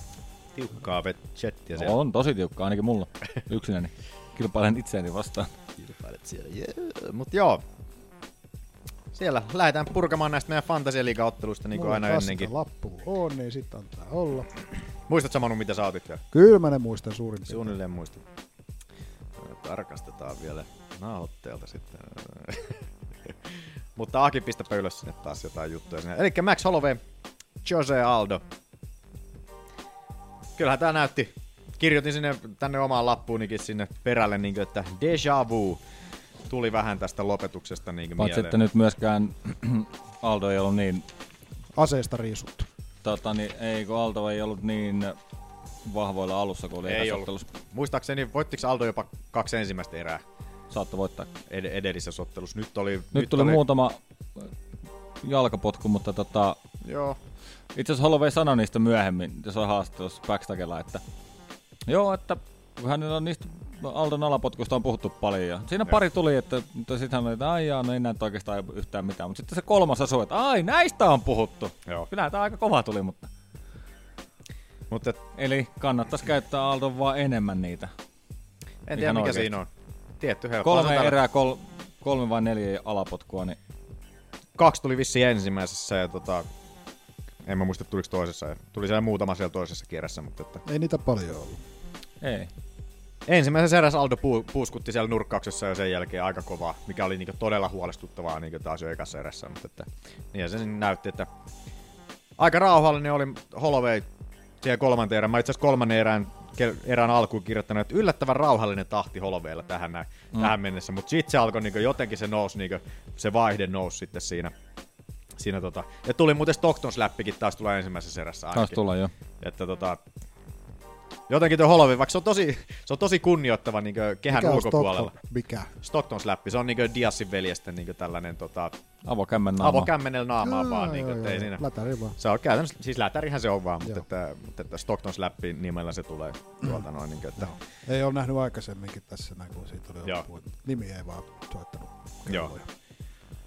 Tiukkaa vet- chattiä siellä.
On tosi tiukka, ainakin mulla. Yksinäni. Kilpailen itseäni vastaan.
Niin Kilpailet siellä, jee. Mut joo. Siellä lähdetään purkamaan näistä meidän Fantasialiiga-otteluista niin kuin
Mulla
aina
tässä
ennenkin.
Lappu on, niin sit antaa olla.
Muistatko Manu, mitä sä otit vielä?
Kyllä mä ne muistan suurin piirtein.
Suunnilleen muista. Tarkastetaan vielä nauhoitteelta sitten. Mutta Aki, pistäpä ylös sinne taas jotain juttuja sinne. Eli Max Holloway, Jose Aldo. Kyllähän tää näytti. Kirjoitin sinne tänne omaan lappuunikin sinne perälle, niin kuin, että deja vu tuli vähän tästä lopetuksesta niin
Paitsi,
mieleen.
että nyt myöskään Aldo ei ollut niin
Aseesta riisuttu.
Tota, niin, ei, kun Alto ei ollut niin vahvoilla alussa, kun oli
ei
ekas
ollut.
ottelussa.
Muistaakseni voittiko Aldo jopa kaksi ensimmäistä erää
Saattoi voittaa. Nyt,
ed- edellisessä ottelussa? Nyt oli... Nyt,
tuli muutama jalkapotku, mutta tota,
Joo,
itse asiassa Holloway sanoi niistä myöhemmin, jos on haastattelussa Backstagella, että joo, että kun hänellä on niistä Aldon alapotkusta on puhuttu paljon. Ja siinä pari tuli, että, mutta sitten hän oli, että ai jaa, no ei näytä oikeastaan yhtään mitään. Mutta sitten se kolmas asui, että ai näistä on puhuttu.
Joo.
Kyllä tämä aika kova tuli, mutta.
mutta
Eli kannattaisi käyttää Aldon vaan enemmän niitä.
En tiedä
Ihan
mikä
oikeesti.
siinä on. Tietty helppo.
kolme
Sanotaan,
erää, kol, kolme vai neljä alapotkua, niin
Kaksi tuli vissiin ensimmäisessä ja tota, en mä muista tuliko toisessa. Tuli siellä muutama siellä toisessa kierrässä, mutta että
Ei niitä paljon ollut.
ei.
Ensimmäisessä eräs Aldo puu, puuskutti siellä nurkkauksessa ja sen jälkeen aika kovaa, mikä oli niinku todella huolestuttavaa niinku taas jo ekassa erässä. Mutta että, niin se siinä näytti, että aika rauhallinen oli Holloway siihen kolmanteen erään. Mä itse asiassa kolmannen erään, ke- erään alkuun kirjoittanut, että yllättävän rauhallinen tahti Hollowaylla tähän, näin, mm. tähän mennessä. Mutta sitten se alkoi niinku, jotenkin se nousi, niinku, se vaihde nousi sitten siinä. siinä tota. Ja tuli muuten Stockton Slappikin taas tulee ensimmäisessä erässä ainakin.
Taas tulla jo.
Että tota, jotenkin tuo Holloway, vaikka se on tosi, se on tosi kunnioittava niin kehän
Mikä on
ulkopuolella.
Stockton? Mikä?
Stockton Slappi, se on niin Diasin veljesten niin tällainen tota,
Avokämmän naama.
avokämmenellä naamaa vaan. Niin kuin, ei siinä.
Lätäri vaan.
Se on käytännössä, siis lätärihän se on vaan, mutta,
Joo.
että, mutta että Stockton Slappi nimellä se tulee tuolta noin. Niin kuin, että,
Ei ole nähnyt aikaisemminkin tässä näin, kun siitä oli
Joo.
ollut puhuttu. Nimi ei vaan soittanut.
joo.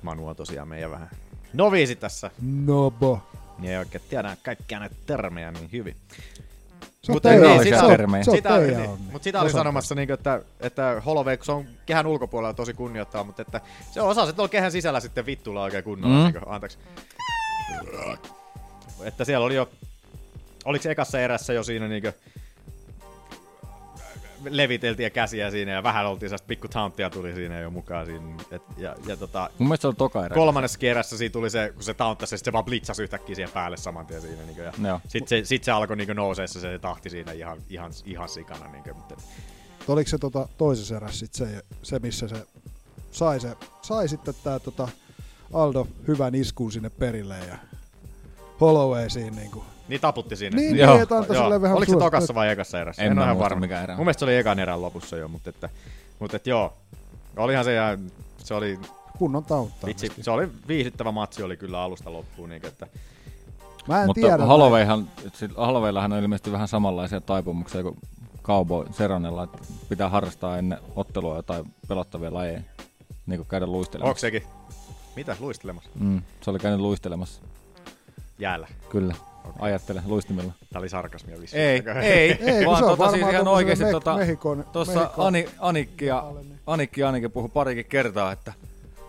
Manu on tosiaan meidän vähän noviisi tässä.
Nobo.
Niin ei oikein tiedä kaikkia näitä termejä niin hyvin.
Se on
Mutta
teidän
niin,
onni.
sitä-
Se on-
termejä.
Se on
sitä,
teidän
niin,
onni.
mutta sitä oli
Osa-
sanomassa, niin, että, että Holloway, kun se on kehän ulkopuolella tosi kunnioittava, mutta että se osaa se tuolla kehän sisällä sitten vittulla oikein kunnolla. Mm.
Mm.
Niin, anteeksi. Että siellä oli jo, oliko se ekassa erässä jo siinä niin, leviteltiin käsiä siinä ja vähän oltiin sellaista pikku tauntia tuli siinä jo mukaan siinä. Et, ja, ja tota,
Mun mielestä se oli toka erä.
kolmannessa kierrässä siinä tuli se, kun se taunttasi, sit se vaan blitzasi yhtäkkiä siihen päälle saman tien siinä. Niin kuin, ja
Joo.
sitten se, sit se alkoi niin nousee se, se tahti siinä ihan, ihan, ihan sikana. Niin kuin, mutta,
Mutta Oliko se tota, toisessa erässä sit se, se, missä se sai, se, sai sitten tää tota, Aldo hyvän iskun sinne perille ja Holloway siinä niinku.
niin taputti siinä.
Niin,
Joo.
niin että antoi silleen vähän
Oliko se
suosta-
tokassa vai ekassa erässä?
En
En,
mä
ole ihan
muista,
varma.
mikä erä.
Mun mielestä se oli ekan erän lopussa jo, mutta, että, mutta että, joo. Olihan se ja se oli,
Kunnon tautta.
vitsi, se oli viihdyttävä matsi oli kyllä alusta loppuun. Niin, kuin, että,
Mä en
Mutta
tiedä.
Hollowayhan, sillä Hollowayllahan on ilmeisesti vähän samanlaisia taipumuksia kuin Cowboy Seronella, että pitää harrastaa ennen ottelua jotain pelottavia lajeja, niin kuin käydä luistelemassa.
onko sekin? Mitä? Luistelemassa?
Mm, se oli käynyt luistelemassa,
Jäällä.
kyllä. Okay. Ajattele, luistimilla.
Tää oli sarkasmia vissi.
Ei, ei,
Ei, kun
vaan
se on
tota siis
varmaan
ihan
tommosen
oikeesti
Mek-
tota,
Mehikon-
tuossa
Mehikon-
Ani, Anikki ja Anikki ainakin puhui parikin kertaa, että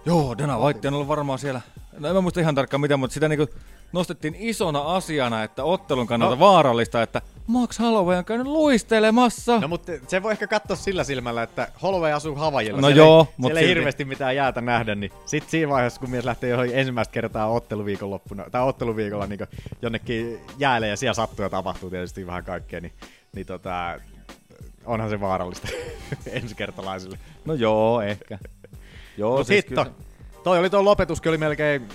joo, Dana White on ollut varmaan siellä, no en mä muista ihan tarkkaan mitä, mutta sitä niinku nostettiin isona asiana, että ottelun kannalta no. vaarallista, että Max Holloway on käynyt luistelemassa.
No mutta se voi ehkä katsoa sillä silmällä, että Holloway asuu Havajilla.
No
siellä
joo,
ei,
mut
siellä ei
silti.
hirveästi mitään jäätä nähdä, niin sitten siinä vaiheessa, kun mies lähtee johonkin ensimmäistä kertaa otteluviikonloppuna, tai otteluviikolla niin jonnekin jäälle ja siellä sattuu ja tapahtuu tietysti vähän kaikkea, niin, niin tota, onhan se vaarallista ensikertalaisille.
No joo, ehkä. Joo, siis
Mut No hitto, toi oli tuo lopetuskin oli melkein...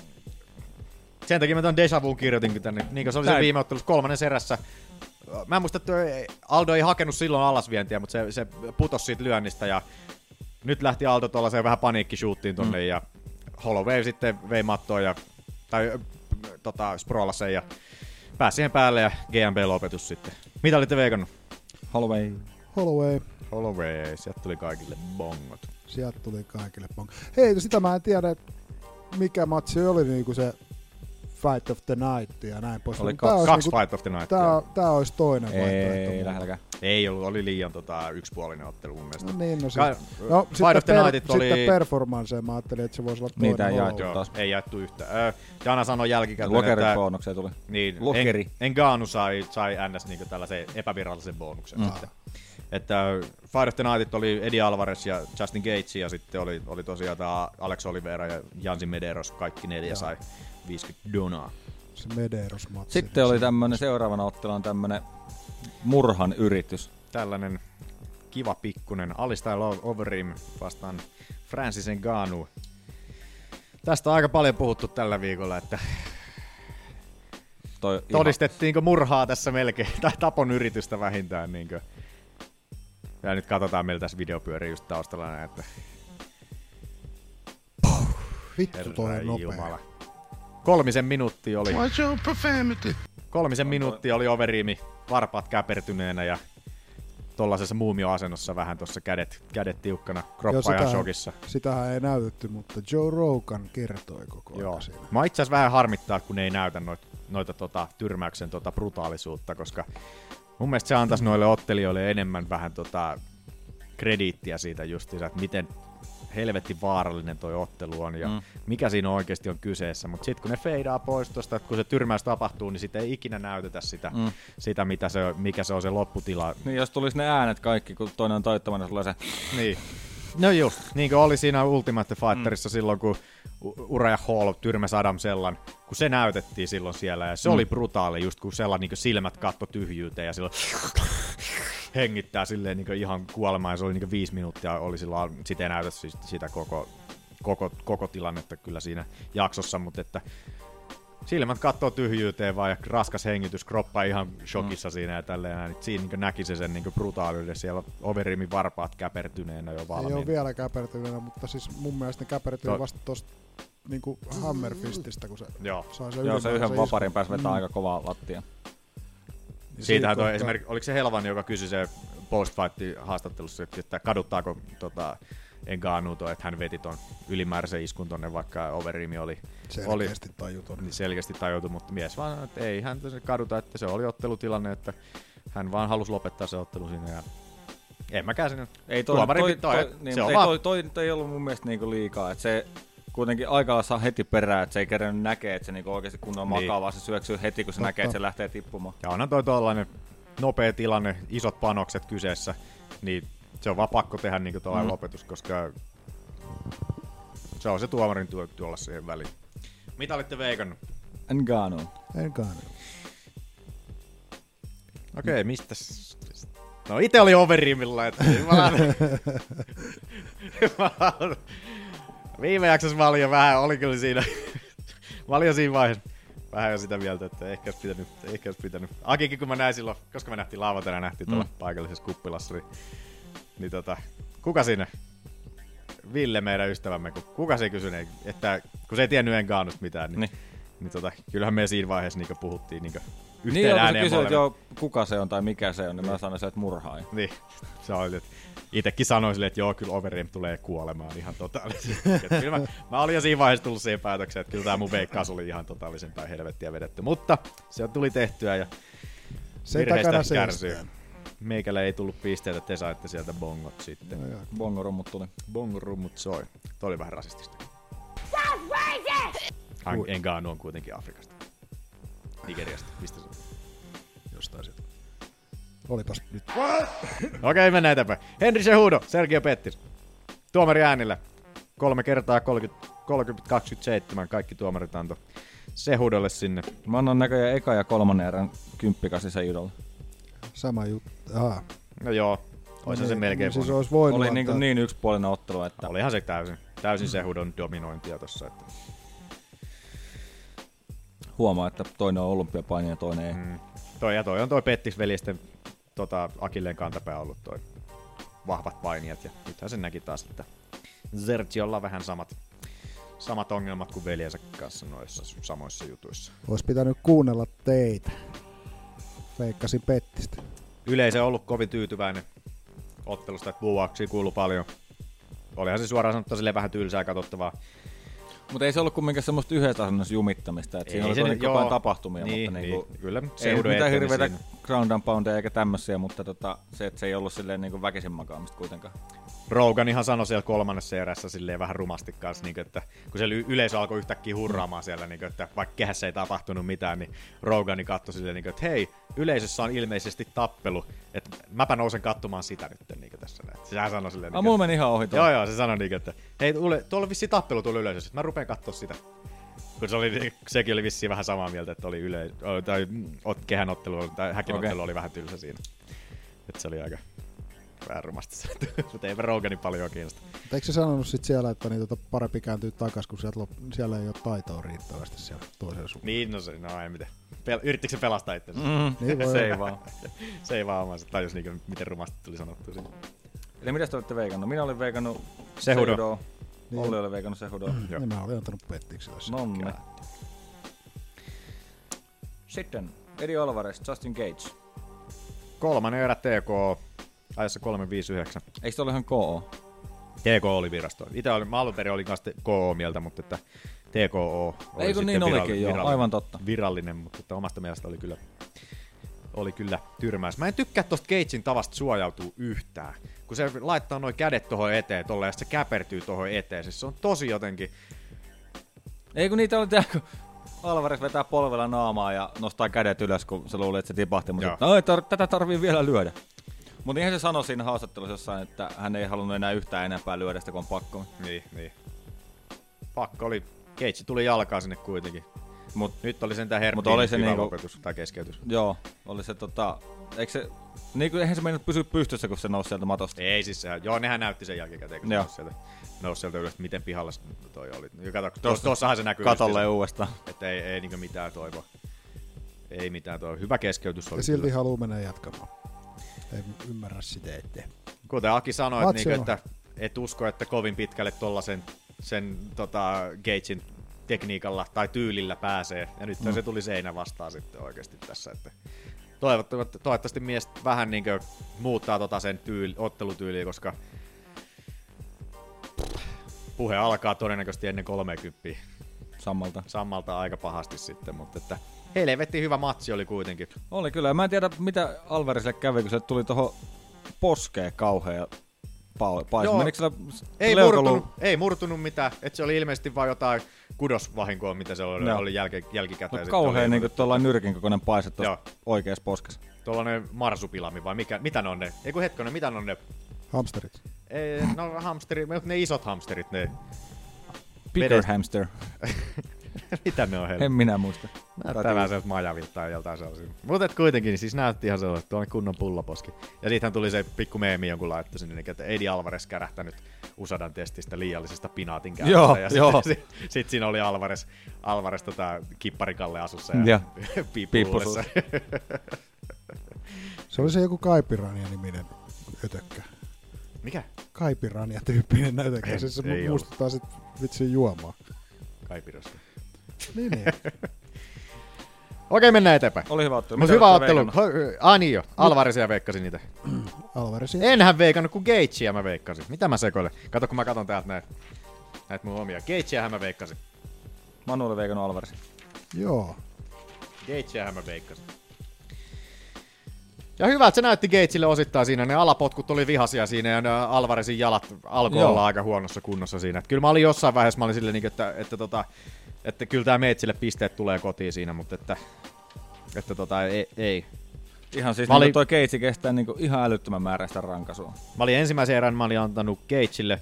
Sen takia mä tuon Deja Vuun kirjoitinkin tänne. Niin kuin se oli se
Näin.
viime ottelussa kolmannen erässä. Mä en muista, että eh, Aldo ei hakenut silloin alasvientiä, mutta se, se putosi siitä lyönnistä ja nyt lähti Aldo tuollaiseen vähän paniikkishuuttiin tonne mm. ja Holloway sitten vei mattoon ja, tai ö, tota, sprolla sen ja pääsi siihen päälle ja GMB-lopetus sitten. Mitä olitte veikannut?
Holloway.
Holloway.
Holloway, sieltä tuli kaikille bongot.
Sieltä tuli kaikille pong. Hei, no sitä mä en tiedä, että mikä matsi oli niinku se Fight of the Night ja näin pois.
Oli
Tää olisi
Kaksi
niinku-
Fight of the Night.
Tää, tää olisi toinen vaihtoehto.
Ei, lähelläkään.
Ei ollut, oli liian tota, yksipuolinen ottelu mun mielestä.
No niin, no,
Ka-
siis. no
Fight
sitten,
of the
per,
Nightit
sitten
oli-
performanceen mä ajattelin, että se voisi olla toinen.
Niitä ei
Holloway.
jaettu.
Joo,
taas.
ei jaettu yhtään. Öö, Jana sanoi jälkikäteen,
Lokerit
että
bonukseen tuli.
niin,
Lokeri.
En, Engano sai, sai NS niin tällaisen epävirallisen bonuksen. Mm. Sitten. Että ö, Fight of the Nightit oli Eddie Alvarez ja Justin Gates ja sitten oli, oli tosiaan tämä Alex Oliveira ja Jansi Medeiros, kaikki neljä sai 50 donaa.
Se Medeiros-matsi.
Sitten oli tämmönen, seuraavana otteluna on tämmönen murhan yritys.
Tällainen kiva pikkunen Alistair Overeem vastaan Francis Ngannou. Tästä on aika paljon puhuttu tällä viikolla, että
Toi ihan-
Todistettiinko murhaa tässä melkein, tai tapon yritystä vähintään. Niin kuin. Ja nyt katsotaan, meillä tässä video pyörii just taustalla näin, että
Vittu toi
herra
nopea.
jumala. Kolmisen minuuttia oli,
What's your profanity?
kolmisen minuuttia oli overiimi, varpaat käpertyneenä ja tuollaisessa muumioasennossa vähän tuossa kädet, kädet tiukkana,
Joo,
kroppa ihan shokissa.
Sitähän ei näytetty, mutta Joe Rogan kertoi koko ajan
Joo.
siinä.
Mä itse asiassa vähän harmittaa, kun ne ei näytä noita, noita tota, tyrmäyksen tota, brutaalisuutta, koska mun mielestä se antaisi noille ottelijoille enemmän vähän tota, krediittiä siitä justiinsa, että miten helvetin vaarallinen toi ottelu on ja mm. mikä siinä oikeasti on kyseessä. Mutta sitten kun ne feidaa pois tuosta, kun se tyrmäys tapahtuu, niin sitten ei ikinä näytetä sitä, mm. sitä mitä se, on- mikä se on se lopputila.
Niin jos tulisi ne äänet kaikki, kun toinen on toittamana, sulla se...
Niin. No just, niin kuin oli siinä Ultimate Fighterissa mm. silloin, kun U- Uraja Hall tyrmäsi Adam Sellan, kun se näytettiin silloin siellä, ja se mm. oli brutaali, just kun Sellan niin silmät katto tyhjyyteen, ja silloin hengittää silleen niin ihan kuolemaan, ja se oli niin viisi minuuttia, oli silloin, sitä ei näytä siis sitä koko, koko, koko tilannetta kyllä siinä jaksossa, mutta että silmät kattoo tyhjyyteen vaan ja raskas hengitys, kroppa ihan shokissa mm. siinä ja tälleen näin. Et Siinä niin näki se sen niin brutaaliuden, siellä Overimin varpaat käpertyneenä jo
Ei ole
valmiina.
vielä käpertyneenä, mutta siis mun mielestä ne käpertyy
Toi-
vasta tosta niinku Hammerfististä, kun se
Joo.
sai sen
Joo, se yhden
ylimääräisen
vaparin
iskun.
pääsi vetää
Mm.
aika kovaa lattia.
Siitähän
kohtaa-
toi esimerkiksi, oliko se Helvan, joka kysyi se post-fight haastattelussa, että- että kaduttaako tota, Enganu toi, että hän veti ton ylimääräisen iskun tonne, vaikka Overimi oli, oli
Selkeästi tajuton.
niin selkeästi tajutu, mutta mies vaan, että ei hän tässä kaduta, että se oli ottelutilanne, että hän vaan halusi lopettaa se ottelu siinä ja en mäkään sinne.
Ei toi,
Tuomari
toi,
pitää,
toi,
että
niin,
se
se
on
ei,
vaan-
toi, toi, nyt ei ollut mun mielestä niinku liikaa. Että se kuitenkin aikaa saa heti perään, että se ei kerännyt näkee, että se niinku oikeasti kunnon
Niin.
niin. makaa, vaan se syöksyy heti, kun se näkee, että se lähtee tippumaan.
Ja onhan toi tuollainen nopea tilanne, isot panokset kyseessä, niin se on vaan pakko tehdä niin
Mhm.
tuollainen mm. lopetus, koska se on se tuomarin työ tuolla siihen väliin. Mitä olitte veikannut?
Engano.
Enkaan.
Okei, okay, mistä? No itse oli overimilla, että mä mä- Viime jaksossa mä olin jo vähän, oli kyllä siinä. mä olin jo siinä vaiheessa vähän jo sitä mieltä, että ehkä olisi pitänyt, ehkä olisi pitänyt. Akikin kun mä näin silloin, koska me nähtiin laavan tänään, nähtiin tuolla mm. paikallisessa kuppilassa, niin, niin tota, kuka siinä? Ville meidän ystävämme, kun kuka se kysyi, niin, että kun se ei tiennyt Engaanusta mitään, niin, niin.
Niin.
niin tota, kyllähän me siinä vaiheessa niin puhuttiin niin yhteen
Niin, joo, kun sä
ääneen
kysyit,
molemmat.
joo, kuka se on tai mikä se on, niin mä sanoin se, että murhaaja.
Niin, se oli, että itekin sanoin silleen, että joo, kyllä Overeem tulee kuolemaan ihan totaalisesti. Että kyllä mä, mä olin jo siinä vaiheessa tullut siihen päätökseen, että kyllä tämä mun veikkaus oli ihan totaalisen päin helvettiä vedetty. Mutta se tuli tehtyä ja
Sen
virheistä
takana siis-
kärsii.
seistään.
Meikälle ei tullut pisteitä, te saitte sieltä bongot
No
sitten.
Bongorummut tuli.
Bongorummut soi. Tuo oli vähän rasistista. Ang- Engano on kuitenkin Afrikasta. Nigeriasta, mistä se on?
Jostain sieltä. Olipas nyt.
Okei, okay, mennään eteenpäin. Henri Sehudo, Sergio Pettis. Tuomari äänillä. Kolme kertaa 30, 30 27. Kaikki tuomarit antoi Sehudolle sinne.
Mä annan näköjään eka ja kolmannen erän kymppikasisen judolle.
Sama juttu. Ah.
No joo, oishan se melkein
siis
siis
olisi voinut
Oli
antaa-
niin, niin yksipuolinen ottelu, että
Olihan se täysin, täysin Sehudon dominointia tossa. Että.
huomaa, että toinen on olympiapaini ja toinen ei.
Mm. Toi ja toi on toi Pettis-veljesten tota, Akilleen kantapää ollut toi vahvat painijat. Ja nythän sen näki taas, että Sergiolla on vähän samat, samat ongelmat kuin veljensä kanssa noissa samoissa jutuissa.
Olisi pitänyt kuunnella teitä. Veikkasin pettistä.
yleisö on ollut kovin tyytyväinen ottelusta, että buuauksia kuuluu paljon. Olihan se suoraan sanottuna sille vähän tylsää katsottavaa.
Mutta ei se ollut kumminkaan semmoista yhdessä asennossa jumittamista, että siinä
Ei
oli
se
se,
nyt-
koko ajan
joo.
tapahtumia,
Niin,
mutta
niin,
niinku,
kyllä,
ei nyt
seudun
mitään
eteen, niin
hirveitä
siinä.
ground and poundeja eikä tämmöisiä, mutta tota, se, että se ei ollut silleen niinku väkisin makaamista kuitenkaan.
Rogan ihan sanoi siellä kolmannessa erässä silleen vähän rumasti kanssa, niin että kun se y- yleisö alkoi yhtäkkiä hurraamaan siellä, niin että vaikka kehässä ei tapahtunut mitään, niin Rogani katsoi silleen, niin että hei, yleisössä on ilmeisesti tappelu, että mäpä nousen katsomaan sitä nyt niin tässä. Näin. Sehän sanoi silleen,
Ah,
niin
mulla meni ihan ohi
Joo,
toi.
joo, se sanoi niinku, että hei, tule, tuolla on vissiin tappelu tuolla yleisössä, että mä rupean katsoa sitä. Kun se oli, sekin oli vissiin vähän samaa mieltä, että oli yle, o- tai mm, ot- kehänottelu, oli- tai häkinottelu
Okei.
oli vähän tylsä siinä. Että se oli aika vähän rumasti sanottu, mutta eipä Roganin paljon niin kiinnosta.
Mutta eikö se sanonut sit siellä, että niin, tota, parempi kääntyy takas, kun sieltä lop... siellä ei ole taitoa riittävästi siellä toisella suunnalla?
Niin, no se, no ei mitään. Pel- Yrittikö se pelastaa itsensä? Mm.
Mm,
Niin voi
se ei vaan.
se ei vaan omaansa tajus, niinku, miten rumasti tuli sanottu siinä.
Eli mitä te olette veikannut? Minä olin veikannut
Sehudo. Mm.
Sehudoa. Olli oli veikannut Sehudoa.
Joo.
Niin mä olin antanut pettikselle sen.
Nonne. Sitten Eddie Alvarez, Justin Gates.
Kolmannen erä TK ajassa 359.
Eikö se ole ihan KO?
TKO oli virasto. Itse olin, mä alun perin olin kanssa KO mieltä, mutta että TKO oli
Ei kun
sitten
niin olikin, joo,
virallinen,
aivan totta.
virallinen, mutta että omasta mielestä oli kyllä oli kyllä tyrmäys. Mä en tykkää tosta Cagein tavasta suojautua yhtään. Kun se laittaa noin kädet tohon eteen tolle ja sit se käpertyy tohon eteen. Siis se on tosi jotenkin...
Ei kun niitä oli tää, kun Alvarez vetää polvella naamaa ja nostaa kädet ylös, kun se luulee, että se tipahti. Mutta
Joo.
no, ei tar- tätä tarvii vielä lyödä. Mutta niinhän se sanoi siinä haastattelussa jossain, että hän ei halunnut enää yhtään enempää lyödä sitä, kun on pakko.
Niin, niin. Pakko oli... Cage tuli jalkaa sinne kuitenkin.
Mut,
Nyt oli sentään Herpin
mut oli se
hyvä
niinku-
lopetus tai keskeytys.
Joo, oli se tota... Eikö se, niin kuin, eihän se mennyt pysyä pystyssä, kun se nousi sieltä matosta.
Ei siis sehän, joo nehän näytti sen jälkikäteen, kun se
Joo.
nousi sieltä, nousi sieltä ylös, miten pihalla se toi oli. No, Ja Kato,
Tuossa-
tuossa, tuossahan se näkyy.
Katolle
just-
uudestaan.
Että ei, ei niinku mitään toivoa. Ei mitään toivoa. Hyvä keskeytys oli.
Ja silti
kyllä.
haluaa mennä jatkamaan. En ymmärrä sitä ettei.
Kuten Aki sanoi, että,
Matsi
niinku,
on.
että et usko, että kovin pitkälle tollasen sen tota, Gagein tekniikalla tai tyylillä pääsee. Ja nyt se tuli seinä vastaan sitten oikeasti tässä. Että toivottavasti, toivottavasti mies vähän niinku muuttaa tota sen tyyli, ottelutyyliä, koska puhe alkaa todennäköisesti ennen 30
Sammalta.
sammalta aika pahasti sitten, mutta että helvetti hyvä matsi oli kuitenkin.
Oli kyllä. Mä en tiedä, mitä Alvarezille kävi, kun se tuli tuohon poskeen kauhean ja pau- paisi.
Joo.
Menikö sillä
Ei
leukaluu-
murtunut, ei murtunut mitään, että se oli ilmeisesti vain jotain kudosvahinkoa, mitä se oli,
Joo.
oli jälki,
No,
jälkikäteen.
kauhean niinku tuollainen nyrkin kokoinen paise tuossa
Joo.
oikeassa poskessa.
Tuollainen marsupilami vai mikä, mitä ne on ne? Eiku hetkonen, mitä ne on ne?
Hamsterit.
Ei, no hamsterit, ne isot hamsterit, ne.
Bigger
Vedestä.
hamster.
mitä ne on heillä?
En minä muista.
Näyttää sieltä majavilta tai jotain sellaisia. Mutta et kuitenkin, niin siis näytti ihan sellaiset, tuollainen kunnon pullaposki. Ja siitähän tuli se pikku meemi jonkun laitto sinne, niin että Edi Alvarez kärähtänyt Usadan testistä liiallisesta pinaatin käytöstä.
Joo,
ja
joo.
Sitten sit, sit siinä oli Alvarez, Alvarez tota, kipparikalle asussa
Joo.
ja, ja. piippuhullessa.
Se oli se joku Kaipirania niminen ötökkä.
Mikä?
Kaipirania tyyppinen näytökkä. Siis se
Ei
mu- muistuttaa sit vitsin juomaa.
Kaipirosta.
Niin, niin.
Okei, mennään eteenpäin.
Oli hyvä ottelu.
Mutta
Mitä
hyvä
olette
ottelu.
veikannut?
Ho- Ah niin jo, Alvarezia veikkasi niitä.
Alvarezin.
Enhän veikannut, kun Gageia mä veikkasin. Mitä mä sekoilen? Kato, kun mä katon täältä näitä, näitä mun omia. Gageähän mä veikkasin.
Manu oli veikannut Alvarez.
Joo.
Gageähän mä veikkasin. Ja hyvä, että se näytti Gatesille osittain siinä. Ne alapotkut oli vihasia siinä ja ne Alvarezin jalat alkoi
Joo.
olla aika huonossa kunnossa siinä. Et kyllä mä olin jossain vaiheessa, mä olin silleen, niinku, että, että, tota, että kyllä tämä Meitsille pisteet tulee kotiin siinä, mutta että, että tota, ei, ei.
Ihan siis
Mä olin-
niinku toi keitsi kestää niinku ihan älyttömän määräistä rankasua.
Mä olin ensimmäisen erän mä olin antanut Gageille,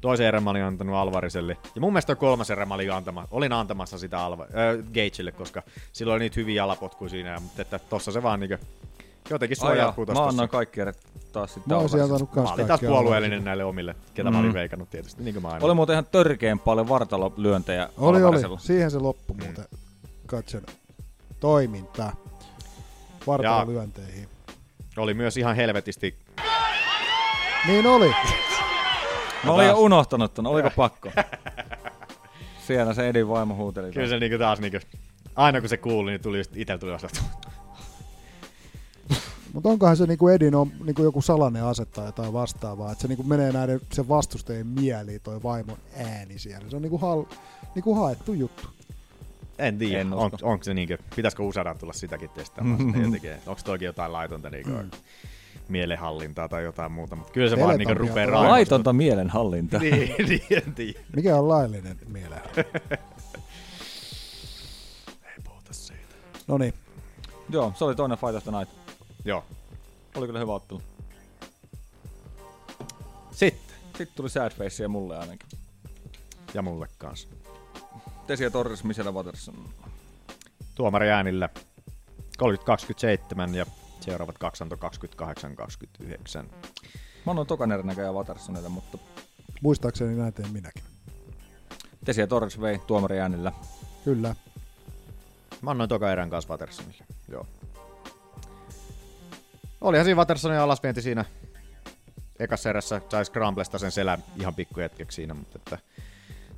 toisen erän mä olin antanut Alvarezelle. Ja mun mielestä kolmas erä mä olin, antama, olin antamassa sitä Alva, äh, Gageille, koska silloin oli niitä hyviä jalapotkuja siinä, ja- mutta että tossa se vaan niinku jotenkin
Ai jaa,
suojaa
Mä annan kaikki erät taas sitten
Mä olisin
Alvarezille.
antanut
Mä
kans
olin taas
kaikki
puolueellinen näille omille, ketä mä
Mm.
olin veikannut tietysti, niin kuin mä aina.
Oli muuten ihan törkeen paljon vartalolyöntejä
Oli,
Alvarezilla.
oli. Siihen se loppu
Niin.
muuten. Katson toiminta. Vartalolyönteihin.
oli myös ihan helvetisti.
Niin oli.
Mä olin jo unohtanut ton, oliko pakko? Siellä se Edin vaimo huuteli.
Kyllä se niinku taas niinku, aina kun se kuuli, niin tuli just itse tuli vasta.
Mutta onkohan se niinku Edin on niinku joku salainen ase tai jotain vastaavaa, että se niinku menee näiden sen vastustajien mieliin toi vaimon ääni siellä. Se on niinku, hal, niinku haettu juttu.
En tiedä,
En
on,
usko.
onko se niinku, pitäisikö Usadan tulla sitäkin testaamaan sitä jotenkin, että onko toikin jotain laitonta niinku mielenhallintaa tai jotain muuta, mutta kyllä se vaan niinku
Teletabia
rupeaa
tai-
raivostumaan.
Laitonta mielenhallinta.
Niin, niin, en tiedä.
Mikä on laillinen mieleen?
Ei puhuta siitä.
No niin,
Joo, se oli toinen Fight of the Night.
Joo.
Oli kyllä hyvä ottelu.
Sitten.
Sitten tuli sad facea mulle ainakin.
Ja mulle kanssa.
Tesia Torres, Michelle Watterson.
Tuomari äänillä 30-27 ja seuraavat kaksi antoi 28-29.
Mä annoin tokan erän näköjään Wattersonille, mutta
muistaakseni näin teen minäkin.
Tesia Torres vei tuomari äänillä.
Kyllä.
Mä annoin toka erän kanssa Wattersonille. Joo. Olihan siinä Wattersonin alasvienti siinä ekassa erässä. Sai Scramblesta sen selän ihan pikku hetkeksi siinä, mutta että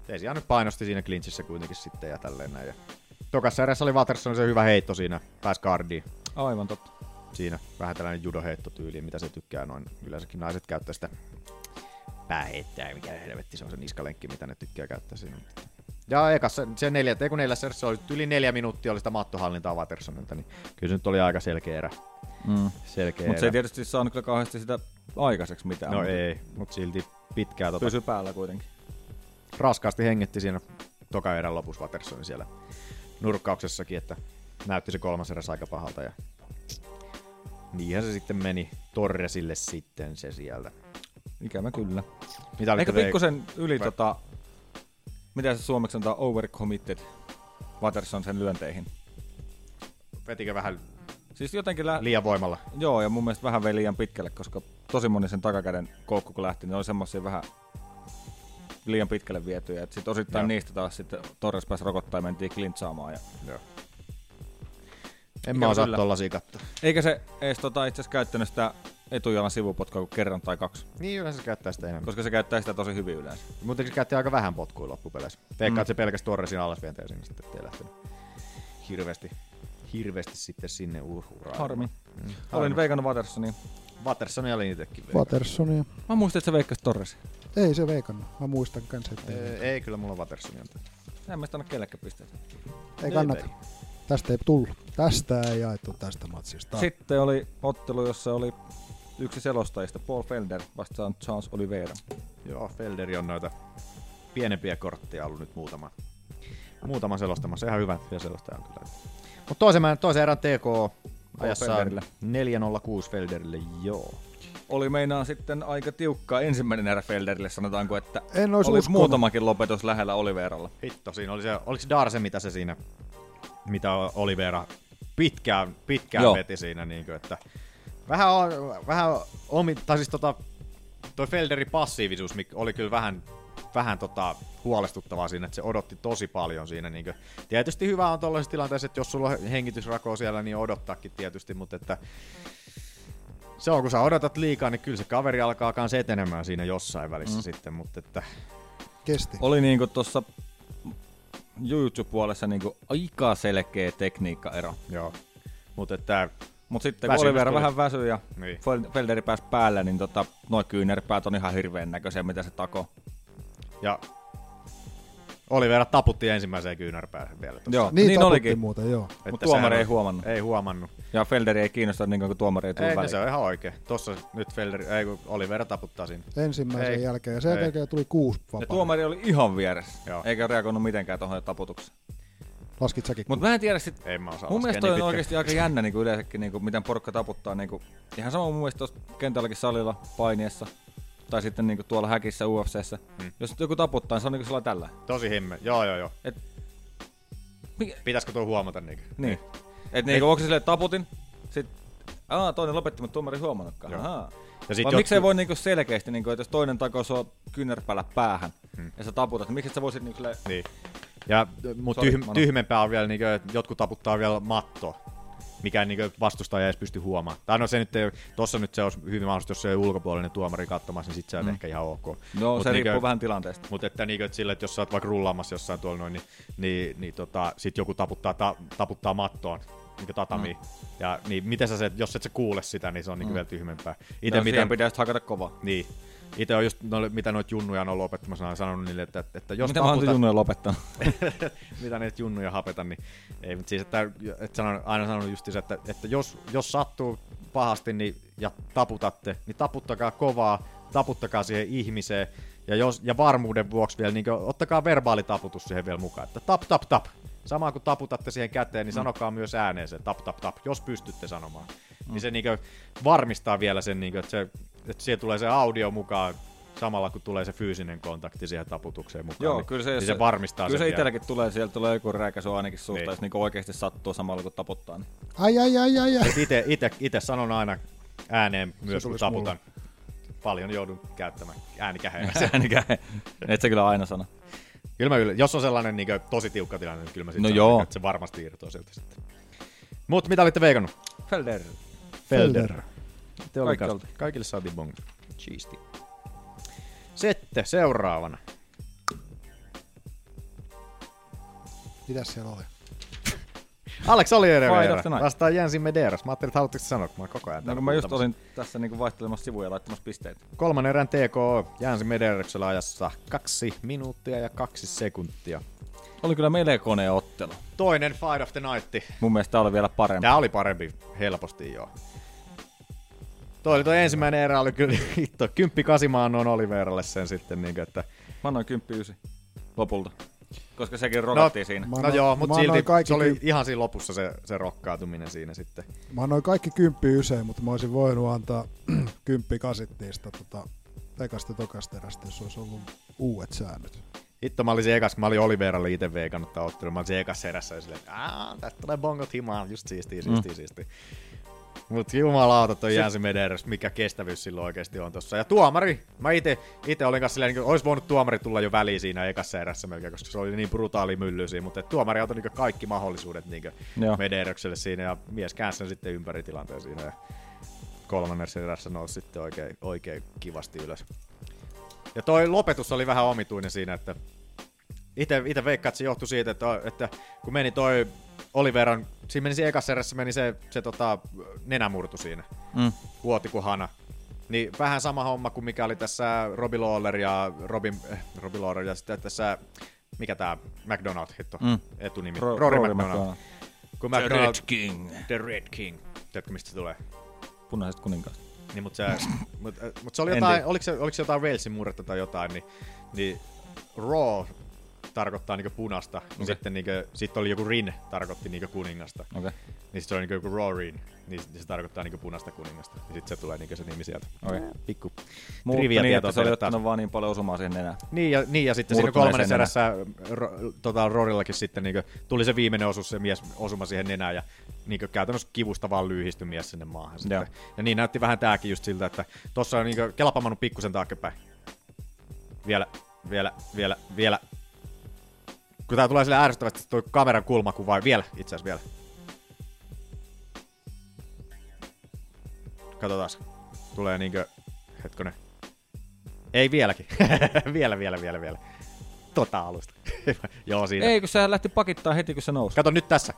Teisiä nyt painosti siinä klinchissä kuitenkin sitten ja tälleen näin. Ja tokassa erässä oli Watterson se hyvä heitto siinä, pääsi kardiin.
Aivan totta.
Siinä vähän tällainen judoheittotyyli, mitä se tykkää noin. Yleensäkin naiset käyttää sitä pääheittäjä, mikä helvetti se on se niskalenkki, mitä ne tykkää käyttää siinä. Mutta Ja ekassa, se neljä, ei kun neljäs erässä oli yli neljä minuuttia oli sitä mattohallintaa Watersonilta, niin kyllä se nyt oli aika selkeä erä.
Mm.
Selkeä
Mutta se ei
erä.
tietysti saanut kyllä kauheasti sitä aikaiseksi mitään.
No
mutta
ei, mutta silti pitkää tota,
Pysy päällä kuitenkin.
raskaasti hengitti siinä toka erän lopussa Watterson siellä nurkkauksessakin, että näytti se kolmas eräs aika pahalta ja niinhän se sitten meni Torresille sitten se sieltä.
Ikävä kyllä.
Mitä oli
Eikö
teidän-
pikkusen yli
Vai-
tota, mitä se suomeksi sanotaan, overcommitted Watterson sen lyönteihin?
Vetikö vähän
Siis jotenkin lä-
liian voimalla?
Joo, ja mun mielestä vähän vei liian pitkälle, koska tosi moni sen takakäden koukku kun lähti, niin oli semmoisia vähän liian pitkälle vietyjä. Et sit osittain
Joo.
niistä taas sitten Torres pääsi rokottaa ja mentiin klintsaamaan. Ja...
Joo. En
Ikävä
mä osaa
kyllä.
tollasia katsoa.
Eikä se edes tota, itse asiassa käyttänyt sitä etujalan sivupotkua kuin kerran tai kaksi,
Niin yleensä se käyttää sitä enemmän.
koska se käyttää sitä tosi hyvin yleensä.
Muuten se käytti aika vähän potkuja loppupeleissä. Veikkaat
Mm.
mm. se pelkästään Torresin alasvienteen sinne sitten, ettei lähtenyt hirveästi, hirveästi sitten sinne urhuraan.
Harmi. Mm. Olin niin- veikannut Wattersonia.
Watersonia oli itsekin veikannut.
Watersonia.
Mä muistin, että se veikkasi Torresia.
Ei se veikannut. Mä muistan kanssa, että ei.
Öö, ei, kyllä mulla on Watersonia.
En mä sitä anna kellekään pisteitä.
ei kannata. Tästä ei tullut. Tästä ei jaettu tästä matsista.
Sitten oli ottelu, jossa oli yksi selostajista, Paul Felder, vastaan Charles Oliveira.
Joo, Felderi on noita pienempiä kortteja ollut nyt muutama, muutama selostamassa. Ihan hyvä ja selostaja on kyllä. Mutta toisen, mä- toisen erän TK ajassa
Felderille.
4.06 Felderille, joo.
Oli meinaan sitten aika tiukkaa ensimmäinen erä Felderille, sanotaanko, että
En ois
oli
uskonut.
muutamakin lopetus lähellä Oliveralla.
Hitto, siinä oli se, oliko se Darse, mitä se siinä, mitä Olivera pitkään, pitkään
Joo.
veti siinä, niin kuin, että vähän, o- vähän omi, tai siis tota, toi Felderin passiivisuus mik- oli kyllä vähän, vähän tota, huolestuttavaa siinä, että se odotti tosi paljon siinä. Niin kuin. Tietysti hyvä on tuollaisessa tilanteessa, että jos sulla on hengitysrako siellä, niin odottaakin tietysti, mutta että se on, kun sä odotat liikaa, niin kyllä se kaveri alkaa kans etenemään siinä jossain välissä mm. sitten, mutta että
Kesti.
Oli niinku tuossa Jujutsu-puolessa niinku aika selkeä tekniikkaero.
joo. Mutta että
Mutta sitten kun
Väsymys
Olivera
tuli.
vähän väsyi ja
Niin.
Fel- Felderi pääsi päälle, niin tota, noi kyynärpäät on ihan hirveän näköisiä, mitä se tako.
Ja Olivera taputti ensimmäiseen kyynärpäähän vielä. tuossa.
Joo,
Niin,
niin
taputti
olikin.
muuten, joo.
Että
Mutta tuomari
sehän
ei
on-
huomannut.
Ei huomannut.
Ja Felderi ei kiinnosta niin kuin tuomari ei tullut
Ei, niin
väliin.
se on ihan oikein. Tuossa nyt Felder, ei kun Olivera taputtaa siinä.
Ensimmäisen
Ei.
jälkeen. Ja sen
Ei.
jälkeen tuli kuusi vapaa.
Ja tuomari oli ihan vieressä,
Joo.
eikä reagoinut mitenkään tuohon taputukseen.
Laskit säkin.
Mutta mä en tiedä sit,
En mä osaa
mun
laskea
mielestä
niin
toi on
pitkälle.
oikeasti aika jännä niin yleensäkin, niin kuin, miten porukka taputtaa. Niin kuin, ihan sama mun mielestä tuossa kentälläkin salilla painiessa tai sitten niin kuin tuolla häkissä UFCssä.
Mm.
Hmm. Jos nyt joku taputtaa, niin se on niin kuin sillä tällä.
Tosi himme. Joo, joo, joo.
Et,
Pitäisikö tuo huomata niinkö?
niin. Et niin kuin, onko se silleen, että taputin, sit Aa, toinen lopetti, mutta tuomari ei huomannutkaan.
Joo.
Ahaa.
Ja sit
Vai
jotkut-
miksei voi niinku selkeästi, niinku, että jos toinen takoo sua kyynärpäällä päähän
Mm.
hmm. ja sä taputat, niin miksi sä voisit niinku silleen,
Niin. Ja, mutta
Sori,
tyh,
Manu.
tyhmempää on vielä, niin kuin, että jotkut taputtaa vielä mattoa, mikä niin vastustaja ei edes pysty huomaamaan. Tai no se nyt ei, tossa nyt se olisi hyvin mahdollista, jos se ei ole ulkopuolinen tuomari katsomassa, niin sit se on mm. ehkä ihan ok.
No
Mut
se riippuu
niinkö-
vähän tilanteesta.
Mutta että, niin, että sille, että jos sä oot vaikka rullaamassa jossain tuolla noin, niin, niin, niin tota, sit joku taputtaa, ta, taputtaa mattoon niin tatamiin. Mm. Ja niin, miten sä se, jos et sä kuule sitä, niin se on niin mm. vielä tyhmempää. Itse
no,
mitä,
siihen pitää just hakata kovaa.
niin, itse on just, noille, mitä noita junnuja on ollut opettamassa, olen sanonut niille, että, että jos
Mitä mä oon
taputat,
junnoja lopettanut?
mitä niitä junnuja hapeta, niin ei, mutta siis, että, että sanon, aina sanonut just se, että, että jos, jos sattuu pahasti niin, ja taputatte, niin taputtakaa kovaa, taputtakaa siihen ihmiseen, ja, jos, ja varmuuden vuoksi vielä, niin kuin, ottakaa verbaalitaputus siihen vielä mukaan, että tap, tap, tap. Sama kun taputatte siihen käteen, niin sanokaa myös ääneen se tap, tap, tap, jos pystytte sanomaan. Niin se niin kuin, varmistaa vielä sen, niin kuin, että, se, että siihen tulee se audio mukaan, samalla kun tulee se fyysinen kontakti siihen taputukseen mukaan,
Joo,
niin,
kyllä se,
niin
jos
se varmistaa
Kyllä
sen
se
vielä.
itselläkin tulee, sieltä tulee joku räikäisy ainakin suusta,
Niin.
jos niinku oikeasti sattuu samalla kun taputtaa. Niin.
Ai, ai, ai, ai, ai.
Itse ite, ite sanon aina ääneen myös, kun
tulis
taputan. Paljon joudun käyttämään äänikähejä.
Äänikä, et se kyllä aina sano.
kyllä mä yl- jos on sellainen niin tosi tiukka tilanne, niin kyllä mä sit
No
sanon,
joo.
että se varmasti irtoaa sieltä sitten. Mut mitä olitte veikannut?
Felder.
Felder.
Te
Kaikki
olikas-
oltiin.
Kaikille saatiin bong. Siisti. Sitten seuraavana.
Mitäs siellä oli?
Alex
Fight of
Oliveira
the night.
vastaan Jansi Medeiros. Mä ajattelin, että haluatteko te sanoa, kun mä oon koko ajan
No,
täällä
kun mä just
huutamassa.
olin tässä niinku vaihtelemassa sivuja ja laittamassa pisteitä.
Kolmannen erän TK Jansi Medeiroksella ajassa kaksi minuuttia ja kaksi sekuntia.
Oli kyllä melkoinen ottelu.
Toinen Fight of the Night.
Mun mielestä tää oli vielä parempi.
Tämä oli parempi helposti joo. Toi, oli toi ensimmäinen erä oli kyllä hitto. Kymppi kasima annoin Oliveralle sen sitten, niin kuin, että...
Mä annoin kymppi ysi lopulta. Koska sekin rokattiin siinä.
No
annoin-
joo, mutta
mä annoin
silti
kaikki
se oli
kymppi.
ihan siinä lopussa se, se rokkaatuminen siinä sitten.
Mä annoin kaikki kymppi yseen, mutta mä olisin voinut antaa kymppi kasit niistä tota, ekasta ja tokasta erästä, jos olisi ollut uudet säännöt.
Hitto, mä olisin ekas, kun mä olin Oliveralle itse veikannut tämän ottelun. Mä olisin ekas erässä ja silleen, että "Aa, tästä tulee bongot himaan, just siistiä, siistiä, mm. siistiä. Mut jumalauta toi jäänsi meidän edes, mikä kestävyys silloin oikeesti on tossa. Ja tuomari, mä ite, ite olin kanssa silleen, niin ois voinut tuomari tulla jo väliin siinä ekassa erässä melkein, koska se oli niin brutaali mylly siinä, mutta et tuomari antoi niin kaikki mahdollisuudet niin
Joo.
Mederökselle siinä ja mies käänsi sen sitten ympäri tilanteen siinä ja kolmannessa erässä nousi sitten oikein, oikein kivasti ylös. Ja toi lopetus oli vähän omituinen siinä, että itse, itse veikkaan, että se johtui siitä, että, että kun meni toi Oliveran, siinä meni siinä ekassa erässä meni se, se tota, nenämurtu siinä,
Mm.
vuoti kuin hana. Niin vähän sama homma kuin mikä oli tässä Robbie Lawler ja Robin, eh, Robbie Lawler ja sitten tässä, mikä tää McDonald hitto,
Mm.
mm. etunimi,
Ro-
Ro- Rory,
Rory
McDonald.
McDonald.
Kun
The
McDonald,
Red King.
The Red King. Tiedätkö mistä se tulee?
Punaiset kuninkaat.
Niin, mutta se, mut, äh, mut se oli
En
jotain,
tiedä.
oliko se, oliko se jotain Walesin murretta tai jotain, niin, niin Raw tarkoittaa niinku punasta, okay.
Okei.
niin sitten niinku, sit oli joku Rin tarkoitti niinku kuningasta.
Okei.
Niin sit se oli niinku joku Raw Rin, niin sit- se tarkoittaa niinku punasta kuningasta. Ja sit se tulee niinku se nimi sieltä.
Okei.
Pikku
Mutta
trivia
niin, että
tietoa
se oli
teille taas.
ottanut vaan niin paljon osumaa siihen nenään.
Niin ja, niin, ja sitten siinä
Murtuneeseen
kolmannessa erässä ro, tota, Rorillakin sitten niin tuli se viimeinen osuus, se mies osuma siihen nenään ja niin käytännössä kivusta vaan lyyhistyi mies sinne maahan.
Joo.
Sitten. Ja niin näytti vähän tääkin just siltä, että tuossa on niin kelapamannut pikkusen taaksepäin. Vielä, vielä, vielä, vielä. Kun tää tulee sille ärsyttävästi tuo kameran kulmakuva, vielä itse asiassa vielä. Katsotaan. Tulee niinkö, hetkonen. Ei vieläkin. vielä, vielä, vielä, vielä. Tota alusta. Joo, siinä.
Ei, kun sehän lähti pakittaa heti, kun se nousi.
Kato nyt tässä.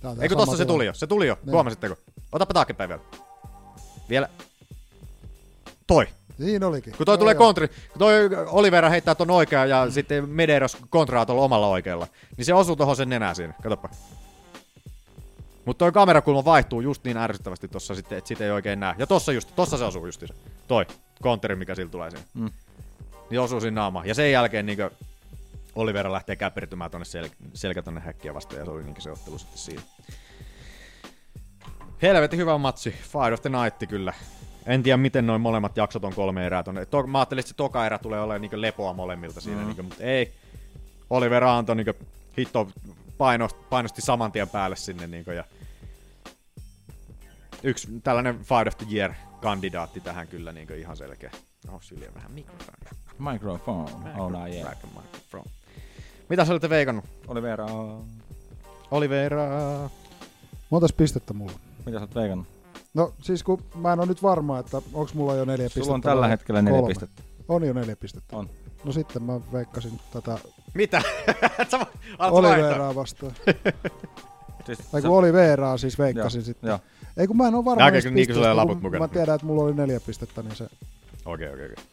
Tää on tää
Eikö
sama
tossa se
tilanne.
tuli jo? Se tuli jo.
Niin.
Huomasitteko? Otapa taaksepäin vielä. Vielä. Toi.
Siinä Niin olikin.
Kun toi
Joo,
tulee
joo.
kontri, kun toi Olivera heittää ton oikean ja sitten Medeiros kontraa tuolla omalla oikealla, niin se osuu tohon sen nenään siinä. Katoppa. Mutta toi kamerakulma vaihtuu just niin ärsyttävästi tossa sitten, että sitä ei oikein näe. Ja tossa just, tossa se osuu just se. Toi, konteri, mikä sillä tulee siinä.
Mm.
Mm. Niin osuu siinä naamaan. Ja sen jälkeen niinkö Olivera lähtee käpertymään tonne sel- selkä tonne häkkiä vastaan ja se oli niinkö se ottelu sitten siinä. Helvetin hyvä matsi. Fight of the Night kyllä. En tiedä, miten noin molemmat jaksot on kolme erää. Tonne. To- mä ajattelin, että se toka erä tulee olemaan niinku lepoa molemmilta siinä, mm. niinku, mutta ei. Olivera antoi niinku hitto paino- painosti saman tien päälle sinne. Niinku, ja yksi tällainen Fight of the Year-kandidaatti tähän kyllä niinku ihan selkeä. No, syliä vähän mikrofonia.
Microphone. Oh, no, yeah.
Back on microphone. Mitä sä olette veikannut?
Olivera. uh,
Olivera.
Montas pistettä mulla? on?
Mitä sä oot veikannut?
No siis kun mä en ole nyt varma, että onko mulla jo neljä pistettä.
Sulla on
vai
tällä hetkellä neljä
kolme.
pistettä.
On jo neljä pistettä.
On.
No sitten mä veikkasin tätä
Mitä? Sä alat laittaa.
Oliveraa vastaan.
Siis,
Tai
sä-
kun Oliveraa siis veikkasin
Joo,
sitten.
joo.
Ei kun mä en ole varma
Näkeekö
näistä
niin, kun sulla ei
pisteistä,
laput
kun
mukana?
Mä tiedän, että mulla oli neljä pistettä, niin se...
Okei, okei, okei.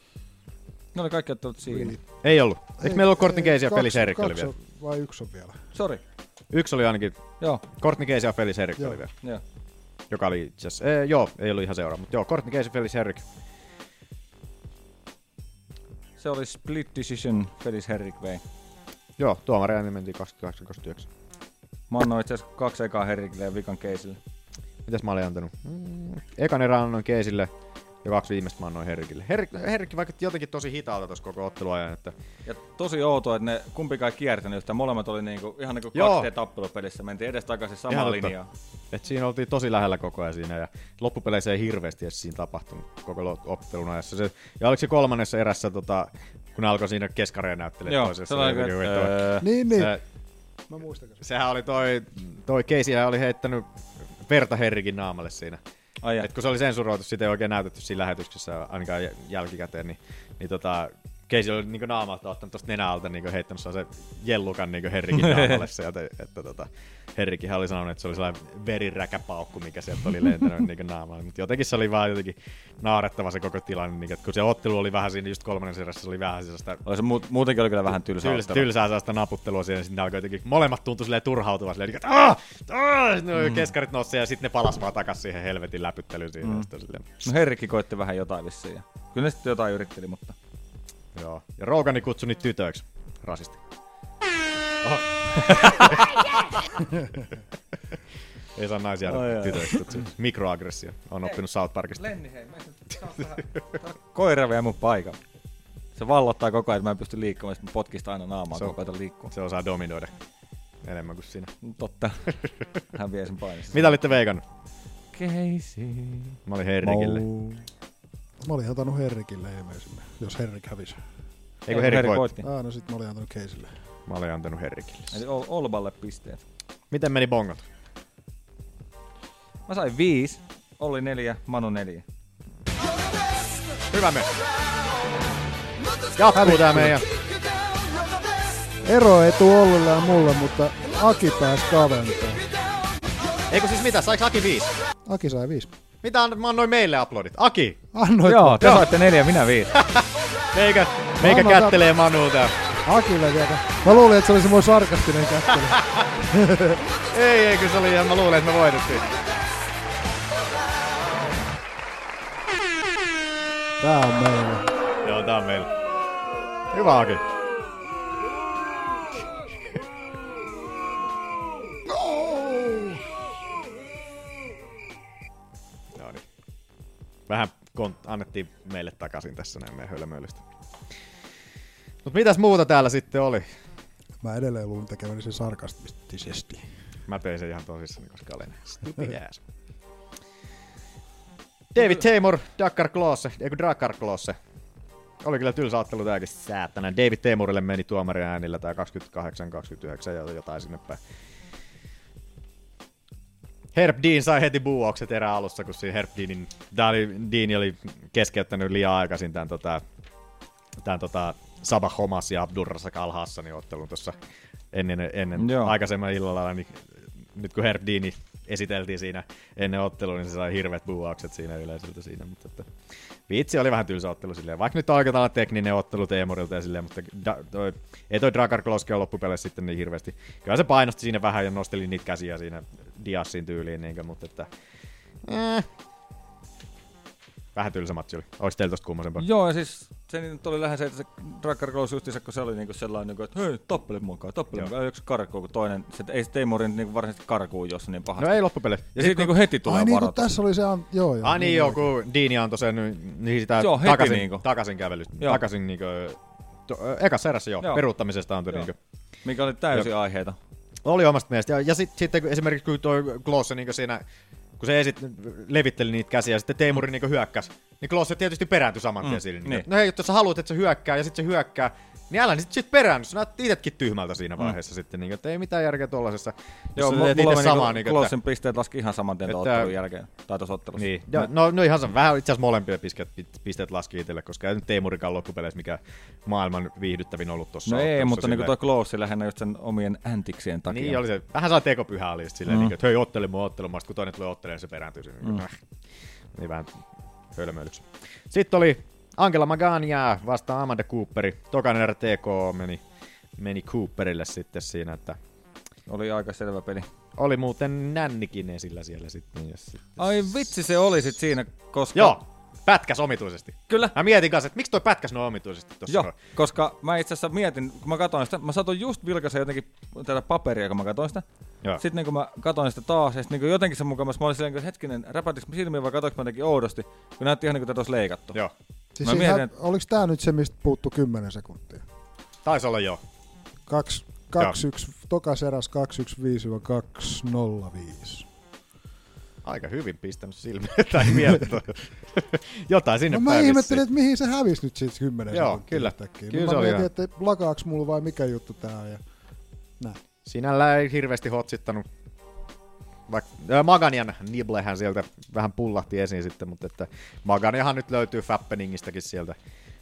Ne oli kaikki ottelut siinä.
Ei ollut. Eikö meillä ollut Kortin
ei,
Keisi ja
kaksi-
Felis Erik oli
kaksi
vielä?
on- Vai yksi on vielä?
Sori.
Yksi oli ainakin.
Joo,
Kortin Keisi ja Felis Erik
Joo.
oli vielä.
joo.
Joka oli itse asiassa, ee, joo, ei ollut ihan seuraava, mutta joo, Kortin Keisi ja Felis Erik.
Se oli split decision, Felis Herrik vei.
Joo, tuomari ääni mentiin 28-29.
Mä annoin itse asiassa kaksi ekaa Herrikille ja vikan keisille.
Mitäs mä olin antanut? Mm, ekan erään annoin Keisille ja kaksi viimeistä mä annoin Herkille. Herk, Herkki vaikutti jotenkin tosi hitaalta tuossa koko otteluajan, että
Ja tosi outoa, että ne kumpikaan ei kiertänyt sitä. Molemmat oli niinku, ihan niinku
Joo.
2D-tappelupelissä. Mentiin edes takaisin
Ihan
samaan
totta.
linjaan.
Et siinä oltiin tosi lähellä koko ajan siinä ja loppupeleissä ei hirveästi edes siinä tapahtunut koko lo- ottelun ajassa. Se, ja oliko se kolmannessa erässä, tota, kun ne alkoi siinä keskareen näyttelee
Joo,
toisessa?
se oli aika, öö,
Niin, niin.
Ää,
Mä muistan. sen.
Sehän oli toi, toi Casey oli heittänyt verta Herrikin naamalle siinä.
Ai ja.
Et kun se oli sensuroitu, sitä ei oikein näytetty siinä lähetyksessä ainakaan jäl- jälkikäteen, niin, niin tota, Keisi oli niin naamasta ottanut tuosta nenältä niin heittänyt se jellukan niin Herrikin naamalle sieltä, että tota, Herrikin oli sanonut, että se oli sellainen veriräkäpaukku, mikä sieltä oli lentänyt niin naamalle, mutta jotenkin se oli vaan jotenkin naarettava se koko tilanne, niin, että kun se ottelu oli vähän siinä just kolmannen erässä, se oli vähän sellaista...
Oli se mu- muutenkin oli kyllä vähän tylsää.
Tylsää, tylsää sellaista naputtelua siinä, sitten alkoi jotenkin, molemmat tuntui silleen turhautuvan, silleen, että ah, aah, aah, no, keskarit nousi ja sitten ne palas vaan takaisin siihen helvetin läpyttelyyn siinä. Mm. Silleen,
No Herrikki koitti vähän jotain vissiin. ja- Kyllä ne sitten jotain yritteli, mutta...
Joo. Ja Rogani kutsui niitä tytöiksi. Rasisti. Oho. Ei saa naisia
Ai, ai.
tytöiksi kutsua. Mikroaggressio. On oppinut South Parkista.
Lenni, hei, Koira vie mun paikan. Se vallottaa koko ajan, että mä en pysty liikkumaan, sit mä potkista aina naamaa,
Se
kun
on-
mä koitan liikkua.
Se osaa dominoida enemmän kuin sinä.
Totta. Hän vie sen painista.
Mitä olitte veikannut?
Keisi.
Mä olin Herrikille.
Mä olin antanut Herrikille ilmeisimmin, jos Herrik hävisi.
Ei kun Herri voitti.
Ah, no sit mä olin antanut Keisille.
Mä olin antanut Herrikille.
Eli Ol- Olballe pisteet.
Miten meni bongot?
Mä sain viisi, oli neljä, Manu neljä.
Hyvä me. Jatkuu tää meidän.
Eroetu Ollilla ja mulle, mutta Aki pääsi kaventaa.
Eikö siis mitä? Saiks Aki viisi?
Aki sai viisi.
Mitä an- mä annoin meille aplodit? Aki!
Annoit
Joo,
Joo.
te saitte neljä, minä viisi.
Meikä, meikä
Anno, sä-
kättelee Manu tää.
Akille vielä. Mä luulin, että se oli semmoinen sarkastinen kättely.
Ei, ei, kyllä se oli ihan, mä luulen, että me voitettiin.
Tää on meillä.
Joo, tää on meillä. Hyvä Aki. No niin. Vähän kont- annettiin meille takaisin tässä näin meidän hölmöilystä. Mut mitäs muuta täällä sitten oli?
Mä edelleen luulin tekeväni sen sarkastisesti.
Mä tein sen ihan tosissani, koska olen stupid ass. David Taymor, Dakar Klaasse, eikö Dakar Klaasse. Oli kyllä tylsä ottelu tääkin säätänä. David Taymorille meni tuomarin äänillä tää 28-29 ja jotain sinne päin. Herb Dean sai heti buuaukset erään alussa, kun siinä Herb Deanin, tää oli, Dean oli keskeyttänyt liian aikaisin tämän, tota, tämän tota, Sabah Homas ja Abdurrasak al Hassanin ottelun tuossa ennen, ennen
Joo.
aikaisemman illalla, niin nyt kun Herb Deani esiteltiin siinä ennen ottelua, niin se sai hirveät buuaukset siinä yleisöltä siinä, mutta että, vitsi oli vähän tylsä ottelu silleen, vaikka nyt on aika tällainen tekninen ottelu Teemorilta ja silleen, mutta da, toi, ei toi Dragar Kloskea loppupeleissä sitten niin hirveästi, kyllä se painosti siinä vähän ja nosteli niitä käsiä siinä Diassin tyyliin, niin kuin, mutta että, eh. vähän tylsä matsi oli, olis teillä tosta kummosempaa?
Joo, ja siis se nyt oli lähes se, että se Drakkar Close justiinsa, kun se oli niinku sellainen, niinku, että hei, tappele mukaan, tappele
Joo.
mukaan, yksi karkuu, kun toinen, se ei se Teemurin niinku varsinaisesti karkuun jos niin pahasti.
No ei loppupeleissä.
ja sitten niinku heti tulee
Ai niin, kun
varoitus.
tässä oli se... An... Joo, joo.
Ah niin joo, kun Diini antoi sen niin sitä
Joo, heti
takaisin,
niinku.
takaisin kävelystä.
Joo.
Takaisin niinku, to, ö, ekassa erässä joo,
Joo.
joo. peruuttamisesta antoi
Joo.
niinku.
Mikä oli täysin aiheita.
Oli omasta mielestä. Ja, ja sit, sitten kun esimerkiksi kun toi Klosse niinku siinä, kun se esit, levitteli niitä käsiä ja sitten Teemuri niinku hyökkäsi, niin Klosse tietysti perääntyi saman tien
Mm,
mm, siinä. Niinku.
niin.
Niin. No hei, jos sä haluat, että se hyökkää ja sitten se hyökkää, niin älä sit, sit peräänny, sä näet itsekin tyhmältä siinä vaiheessa sitten, niinku, että ei mitään järkeä tollasessa.
Mm. Joo,
sä
mu-
teet
mulla
itse
meni
samaa, niinku,
niinku
että-
Closen pisteet laski ihan saman tien
Että-
tuon ottelun jälkeen, tai tuossa ottelussa.
Niin. Ja, no, no ihan se vähän itse asiassa molempia pisteet, pisteet laski itselle, koska ei nyt Teemurikaan loppupeleissä mikä maailman viihdyttävin ollut tuossa.
No ei,
ottelussa
mutta niinku
silleen.
toi Close lähinnä just sen omien antiksien takia.
Niin oli se, vähän saa tekopyhää oli just silleen, mm. että hei ottele mua ottele mua, Sitten kun toinen tulee ottelemaan, se perääntyy sinne. Mm. Niin vähän hölmöilyksi. Sitten oli Angela Magania vastaan Amanda Cooperi. Tokan RTK meni, meni Cooperille sitten siinä, että
Oli aika selvä peli.
oli muuten nännikin esillä siellä sitten. Jos sitten.
Ai vitsi se oli sit siinä, koska...
Joo, pätkäs omituisesti.
Kyllä.
Mä mietin kanssa, että miksi toi pätkäs noin omituisesti tuossa.
Joo, koska mä itse asiassa mietin, kun mä katsoin sitä, mä satoin just vilkaisen jotenkin tätä paperia, kun mä katsoin sitä.
Joo.
Sitten niin kun mä katsoin sitä taas, ja sitten niin jotenkin sen mukaan mä olin silleen, että hetkinen, räpätinkö mä silmiä vai katsoinko mä jotenkin oudosti, kun näytti ihan niin kuin tätä olisi leikattu.
Joo,
Siis
Mä
ihan,
mietin, että-
Oliko tää nyt se, mistä puuttu 10 sekuntia?
taisi olla joo.
2, 2, 1, tokas eräs 215-205.
Aika hyvin pistänyt silmiä tai mieltä. Jotain sinne
No mä
päin
ihmettelin,
vissiin.
että mihin se hävisi nyt siitä 10
Joo,
sekuntia
kyllä.
yhtäkkiä.
Kyllä
no,
se
mä
oli
mietin,
ihan-
että lakaaks mulla vai mikä juttu tää on. Ja... Näin.
Sinällä ei hirveästi hotsittanut. Vaikka, äh, Maganian niblehän sieltä vähän pullahti esiin sitten, mutta että Maganiahan nyt löytyy Fappeningistäkin sieltä.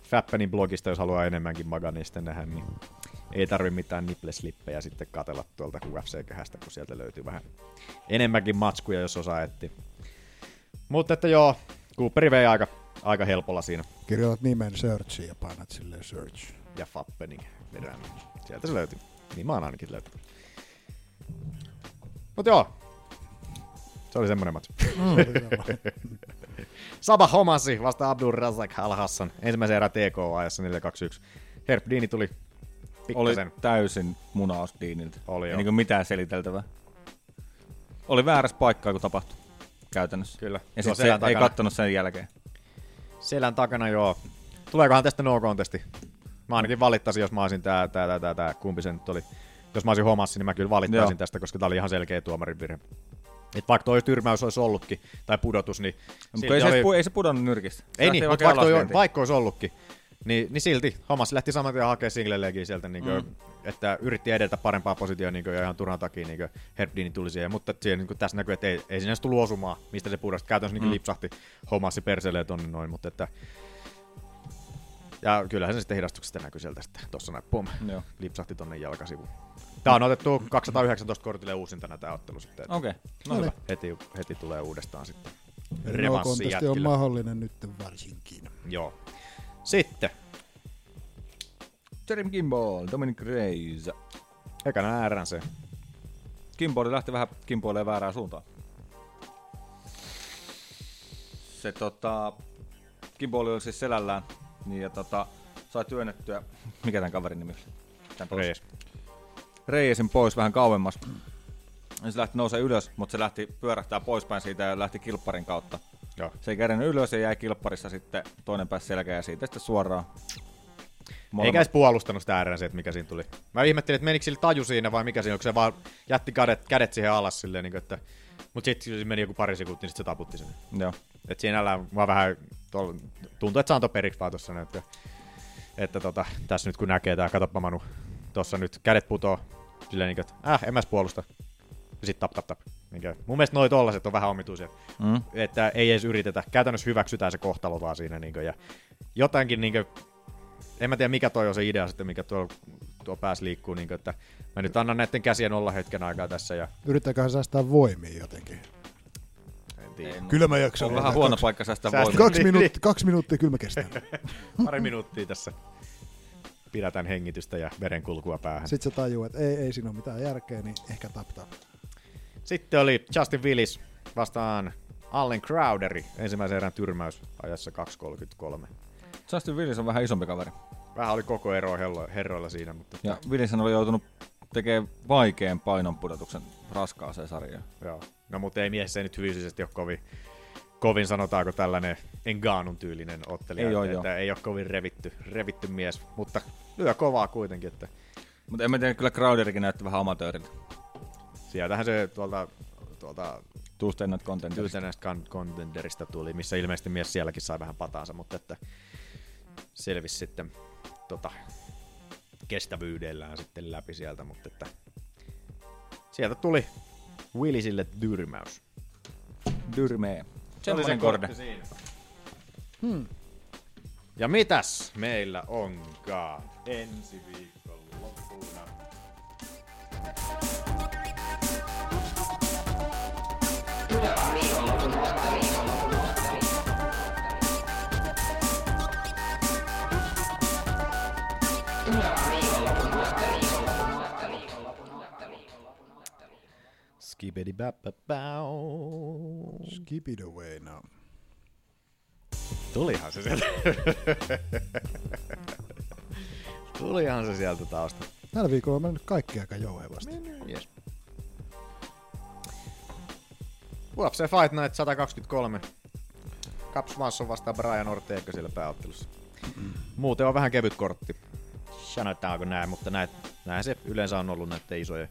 Fap- Räppänin blogista, jos haluaa enemmänkin Maganista nähdä, niin ei tarvi mitään nipleslippejä sitten katella tuolta UFC-kehästä, kun sieltä löytyy vähän enemmänkin matskuja, jos osaa etsiä. Mutta että joo, Cooperi vei aika, aika helpolla siinä.
Kirjoitat nimen searchiin ja painat silleen search.
Ja Fappening vedän. Sieltä se löytyy. Niin mä oon ainakin löytänyt. Mutta joo, se oli semmonen matsi. Saba homasi vasta Abdul Razak Al Hassan ensimmäisen erä TK-ajassa 4-2-1. Herb Dini tuli
Oli
pikkasen.
täysin munaus Deanilta.
Oli
Ei
joo.
niinku mitään seliteltävää. Oli väärässä paikkaa, kun tapahtui käytännössä.
Kyllä.
Ja
Tuo
sitten se
selän
ei
takana.
kattonut sen jälkeen.
Selän takana joo. Tuleekohan tästä no contesti? Mä ainakin valittaisin, jos mä olisin tää, tää, tää, tää, tää. kumpi se nyt oli. Jos mä olisin homassa, niin mä kyllä valittaisin
Joo.
tästä, koska tää oli ihan selkeä tuomarin virhe. Et vaikka toi tyrmäys olisi ollutkin, tai pudotus, niin...
Mutta
silti
ei, se edes pu- ei se pudonnut nyrkistä. Se
Ei
lähti
niin, mutta
vaikka
vaikka,
alas
toi, on-
vientiin.
vaikka olisi ollutkin, niin, niin silti Hamas lähti saman tien hakemaan singleleekin sieltä, niin kuin, mm. että yritti edetä parempaa positioon niin kuin, ja ihan turhan takia niin Herbdini tuli siihen, mutta siihen, niin kuin, tässä näkyy, että ei, ei siinä edes tullut osumaa, mistä se pudosi. Käytännössä niin kuin,
Mm.
lipsahti Hamassi perselee tonne noin, mutta että ja kyllähän se sitten hidastuksesta näkyy sieltä sitten. Tuossa näin, pum,
Joo.
lipsahti tonne jalkasivuun. Tää on otettu 219 kortille uusintana tämä ottelu sitten. että
Okei, no
niin.
Oli.
hyvä.
Heti, heti tulee uudestaan sitten.
Eli no
Revanssi
contesti on
jätkille.
mahdollinen nyt varsinkin.
Joo. Sitten
Jeremy Kimball, Dominic Reyes.
Ekana RNC.
Kimball lähti vähän kimpoilemaan väärään suuntaan. Se tota, Kimball oli siis selällään niin, ja tota, sai työnnettyä, mikä tämän kaverin nimi oli? Tän pois.
Reyes.
Reisin pois vähän kauemmas. Ja se lähti nousee ylös, mutta se lähti pyörähtää poispäin siitä ja lähti kilpparin kautta.
Joo.
Se ei kärjännyt ylös ja jäi kilpparissa sitten toinen pääsi selkään ja siitä sitten suoraan.
Molemmat. Eikä edes puolustanut sitä RNC, että mikä siinä tuli. Mä ihmettelin, että menikö sillä taju siinä vai mikä siinä, onko se vaan jätti kädet, kädet siihen alas silleen, niin kuin, että... Mut sit se meni joku pari sekuntia, niin sit se taputti sen.
Joo.
Et sinällään mä vähän tol, tuntuu, että se antoi periksi vaan tossa, näin, että, että tota, tässä nyt kun näkee tää, katoppa Manu, tossa nyt kädet putoo, silleen niin kuin, että äh, en mä edes puolusta. Ja sit tap tap tap. Niinkö? Mun mielestä noi tollaset on vähän omituisia.
Mm.
Että ei edes yritetä. Käytännössä hyväksytään se kohtalo vaan siinä. Niinkö, ja jotenkin niinkö, en mä tiedä mikä toi on se idea sitten, mikä tuo, tuo pääs liikkuu. Niinkö, että mä nyt annan näiden käsien olla hetken aikaa tässä ja
Yrittäköhän säästää voimia jotenkin.
en tiedä.
no.
Kyllä mä jaksan.
On vähän
vielä.
huono
Kaksi-
paikka säästää
Säästö-
voimaa.
Kaksi,
Niin,
minuuttia,
niin.
kaksi minuuttia kyllä mä kestän.
Pari minuuttia tässä pidätän hengitystä ja verenkulkua päähän.
Sitten sä tajuu, että ei, ei siinä ole mitään järkeä, niin ehkä tap tap.
Sitten oli Justin Willis vastaan Allen Crowderi ensimmäisen erän tyrmäys ajassa 2.33.
Justin Willis on vähän isompi kaveri.
Vähän oli koko ero hello- herroilla siinä, mutta
Ja Willishän oli joutunut tekemään vaikean painonpudotuksen raskaaseen sarjaan.
joo. No mutta ei mies se nyt fyysisesti ole kovin, kovin sanotaanko tällainen Engaanun tyylinen ottelija.
Ei oo,
että,
joo.
että ei ole kovin revitty, revitty mies, mutta lyö kovaa kuitenkin. Että
Mutta en mä tiedä, kyllä Crowderikin näytti vähän amatööriltä.
sieltähän se tuolta, tuolta
Tuesday Night Contentista.
yhtenäistä con- contenderista tuli, missä ilmeisesti mies sielläkin sai vähän pataansa, mutta että selvisi sitten tota, kestävyydellään sitten läpi sieltä, mutta että sieltä tuli Willisille tyrmäys.
Dyrmee. Semmoinen korde.
siinä. Hmm. Ja mitäs meillä onkaan ensi viikon loppuna? Skibidi bap bap bau.
Skip it away now.
Tulihan se sieltä. Tulihan se sieltä tausta.
Tällä viikolla on mennyt kaikki aika jouhevasti.
Niin, Yes. UFC Fight Night 123. Cap Swanson vastaa Brian Ortega siellä pääottelussa. Muuten on vähän kevyt kortti. Sanotaanko näin, mutta näin, näin se yleensä on ollut näiden isojen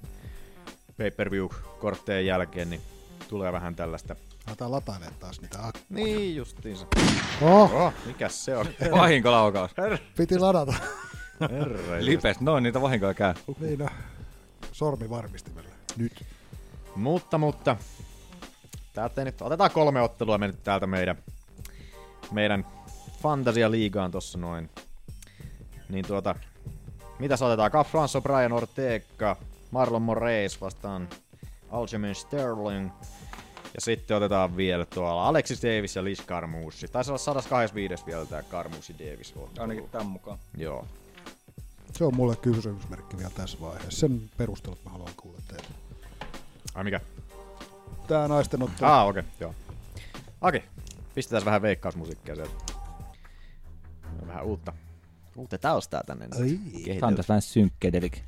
pay-per-view-korttejen jälkeen, niin tulee vähän tällaista.
Aletaan latailee taas niitä akkuja.
Niin justiinsa.
Oh,
Oh, mikäs se on?
Vahinkolaukaus.
piti ladata.
Herra
Lipes, noin niitä vahinkoja käy.
niin no. Sormi varmistimella. Nyt.
Mutta, mutta. Täältä nyt otetaan kolme ottelua mennyt täältä meidän, meidän Fantasia-liigaan tossa noin. Niin tuota, mitä otetaan? Cap Franco, Brian Ortega, Marlon Moraes vastaan Aljamain Sterling. Ja sitten otetaan vielä tuolla Alexis Davis ja Liz Carmusi. Taisi olla 125 vielä tää Carmusi Davis on.
Ainakin tämän mukaan.
Joo.
Se on mulle kysymysmerkki vielä tässä vaiheessa. Sen perustelut mä haluan kuulla teille.
Ai mikä?
Tää naisten ottelu.
Ah, okei, okay, joo. Aki, pistetään vähän veikkausmusiikkia sieltä. Vähän uutta. Uutta taustaa tänne. niin
Ai.
Tämä on tässä vähän synkkä, Devik.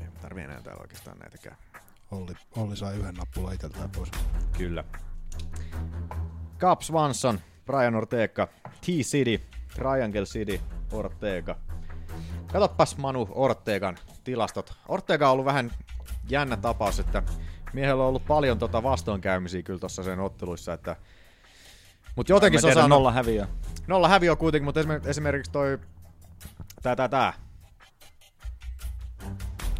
Ei tarvii enää täällä oikeastaan näitäkään.
Olli, Olli sai yhden nappulan itseltään pois.
Kyllä. Cap Swanson, Brian Ortega, T-City, Triangle City, Ortega. Katoppas Manu Ortegan tilastot. Ortega on ollut vähän jännä tapaus, että miehellä on ollut paljon tota vastoinkäymisiä kyllä tuossa sen otteluissa, että mutta jotenkin se on saanut...
nolla häviö.
Nolla häviö kuitenkin, mutta esim- esimerkiksi toi... Tää, tää, tää.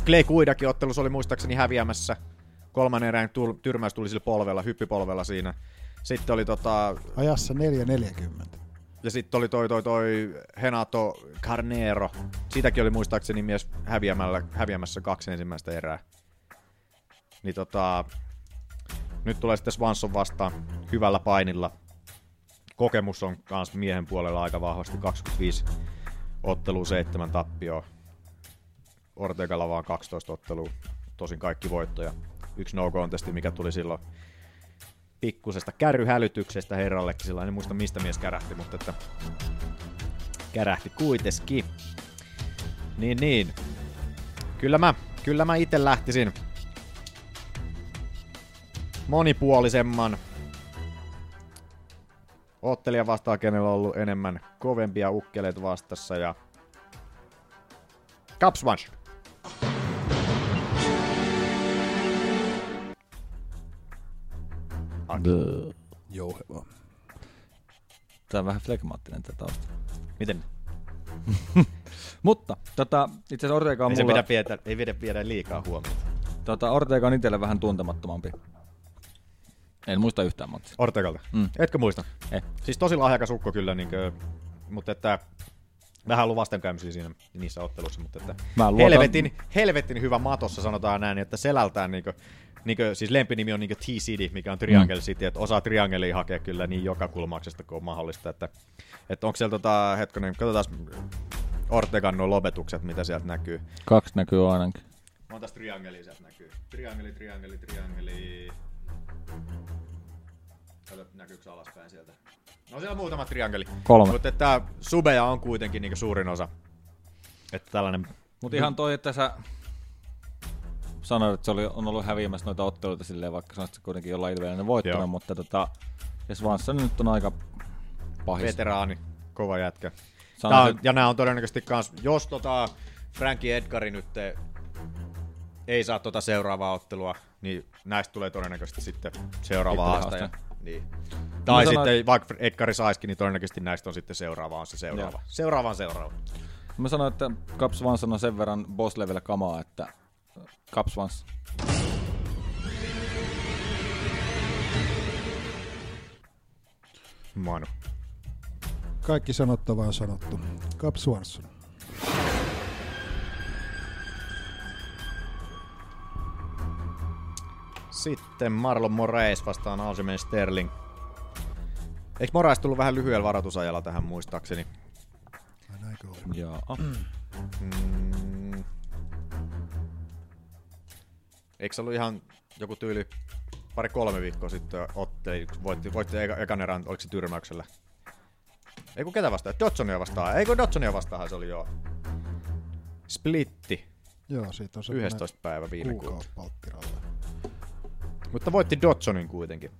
Clay Kuidakin ottelussa oli muistaakseni häviämässä. Kolmannen erään tul- tyrmäys tuli sillä polvella, hyppipolvella siinä. Sitten oli tota...
Ajassa 4.40.
Ja sitten oli toi, toi, toi Henato Carnero. Siitäkin oli muistaakseni mies häviämällä, häviämässä kaksi ensimmäistä erää. Niin tota... Nyt tulee sitten Swanson vastaan hyvällä painilla kokemus on myös miehen puolella aika vahvasti. 25 ottelua, 7 tappioa. Ortegalla vaan 12 ottelua, tosin kaikki voittoja. Yksi no contesti, mikä tuli silloin pikkusesta kärryhälytyksestä herrallekin sillä en muista mistä mies kärähti, mutta että kärähti kuitenkin. Niin niin. Kyllä mä, kyllä mä itse lähtisin monipuolisemman ottelija vastaan, kenellä on ollut enemmän kovempia ukkeleita vastassa ja Cup Smash.
Jouheva.
Tämä on vähän flegmaattinen tätä tausta.
Miten?
Mutta tota, itse asiassa Ortega on
Ei se
mulla,
pidä pidä, ei pidä pidä liikaa huomiota.
tota, Ortega on itselle vähän tuntemattomampi. En muista yhtään matsia.
Ortegalta.
Mm.
Etkö muista?
Eh.
Siis tosi lahjakas ukko kyllä, niin kuin, mutta että vähän ollut vastenkäymisiä siinä niissä otteluissa, mutta että
Mä luotan-
helvetin, helvetin hyvä matossa sanotaan näin, että selältään niin kuin, niin kuin, siis lempinimi on niin T-City, mikä on Triangle mm. City, että osaa Triangleia hakea kyllä niin joka kulmauksesta kuin on mahdollista, että, että onko siellä tota, hetkonen, katsotaan Ortegan nuo lopetukset, mitä sieltä näkyy.
Kaksi näkyy ainakin.
Mä oon tässä triangeli sieltä näkyy. Triangeli, triangeli, triangeli. Kato, näkyykö alaspäin sieltä? No siellä on muutama triangeli.
Kolme.
Mutta että subeja on kuitenkin niinku suurin osa. Että tällainen...
Mutta ihan toi, että sä sanoit, että se oli, on ollut häviämässä noita otteluita silleen, vaikka sanoit, että se kuitenkin jollain ilveellinen
Joo.
voittanut, mutta tota, ja Svansson nyt on aika pahis.
veteraani, kova jätkä.
Sanoisin-
Tää on, ja nämä on todennäköisesti kans, jos tota Frankie Edgari nyt eh, ei saa tota seuraavaa ottelua, niin näistä tulee todennäköisesti sitten seuraava
Sitten
haastaja.
haastaja.
Niin. Tai
sanoin-
sitten, vaikka Edgari saisikin, niin todennäköisesti näistä on sitten seuraava on se seuraava.
Joo.
Seuraava on seuraava.
Mä sanoin, että Cap Swanson on sen verran boss level kamaa, että Cap Swans.
Manu.
Kaikki sanottavaa on sanottu. Cap Swanson.
Sitten Marlon Moraes vastaan Aljamain Sterling. Eikö Moraes tullut vähän lyhyellä varoitusajalla tähän muistaakseni?
Ai näinkö oli?
Joo.
Mm. Eikö se ollut ihan joku tyyli pari kolme viikkoa sitten otteli, voitti, voitti eka, ekan erän, oliko se tyrmäyksellä? Ei kun ketä vastaan? Dodsonia vastaan. Ei kun Dodsonia vastaan se oli joo. Splitti.
Joo, siitä on se
11. päivä viime kuuta.
kuukausi palttiralle.
Mutta voitti Dodsonin kuitenkin.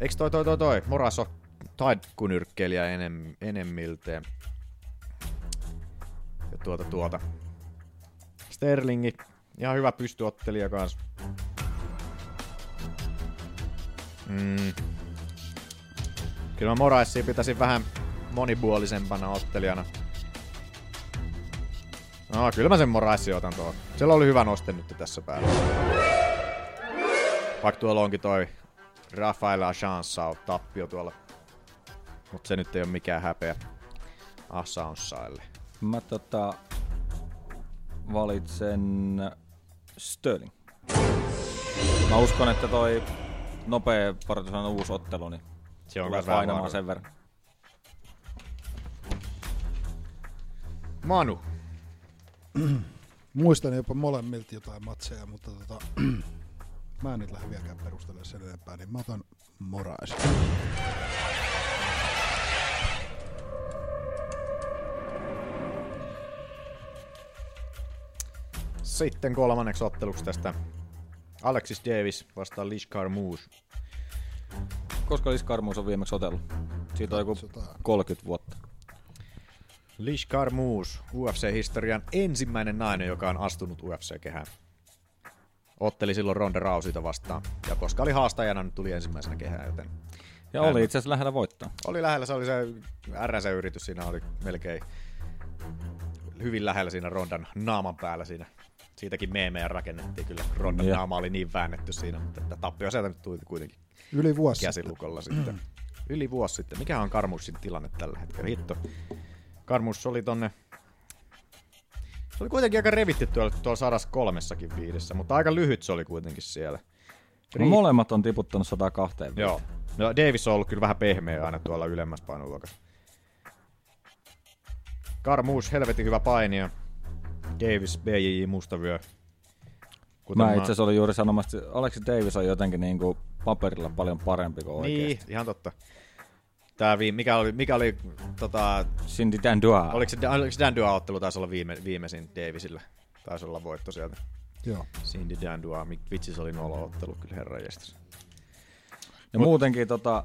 Eikö toi toi toi toi Moras on taikkunyrkkeilijä enem, enemmilteen? Ja tuota tuota. Sterlingi, ihan hyvä pystyottelija kans. Mm. Kyllä mä Moraessia pitäisin vähän monipuolisempana ottelijana. No, kyllä mä sen Moraessi otan tuohon. Siellä oli hyvä noste nyt tässä päällä. Vaikka tuolla onkin toi Rafael Assange on tappio tuolla. Mutta se nyt ei ole mikään häpeä Assangeille.
Mä tota, valitsen Sterling. Mä uskon, että toi nopea partus on uusi ottelu, niin
se on
tulee
kans vähän
painamaan
vaarallinen.
sen verran.
Manu.
Muistan jopa molemmilta jotain matseja, mutta tota, mä en nyt lähde vieläkään perustelemaan sen enempää, niin mä otan Morais.
Sitten kolmanneksi otteluksi tästä Alexis Davis vastaan Lishkar Moose.
Koska Lis Karmuus on viimeksi otellut? Siitä on joku 30 vuotta.
Lish Carmouche, UFC-historian ensimmäinen nainen, joka on astunut UFC-kehään. Otteli silloin Ronda Rouseyta vastaan. Ja koska oli haastajana, nyt tuli ensimmäisenä kehään, joten
Ja oli itse asiassa lähellä voittaa.
oli lähellä. Se oli se RS-yritys, siinä oli melkein hyvin lähellä siinä Rondan naaman päällä siinä. Siitäkin meemejä rakennettiin kyllä. Rondan
Jep.
naama oli niin väännetty siinä, mutta että tappio sieltä nyt tuli kuitenkin
Yli vuosi
käsilukolla sitten. Yli vuosi sitten. Mikä on Karmussin tilanne tällä hetkellä? Hitto. Karmus oli tonne... Se oli kuitenkin aika revitty tuolla, tuolla 135, viidessä, mutta aika lyhyt se oli kuitenkin siellä.
No, molemmat on tiputtanut 102.
Joo. No Davis on ollut kyllä vähän pehmeä aina tuolla ylemmässä painoluokassa. Karmuus, helvetin hyvä painija. Davis, BJJ, mustavyö.
Mä itse asiassa olin juuri sanomassa, että Alexi Davis on jotenkin niin kuin paperilla paljon parempi kuin
Niin,
oikeasti.
ihan totta. Tää viime, mikä oli, mikä oli tota,
Cindy Dandua.
Oliko se, oliko se Dandua-ottelu taisi olla viime, viimeisin Davisillä? Taisi olla voitto sieltä.
Joo.
Cindy Dandua, Mik- vitsi se oli noloottelu kyllä herra jestas.
Ja muutenkin, tota,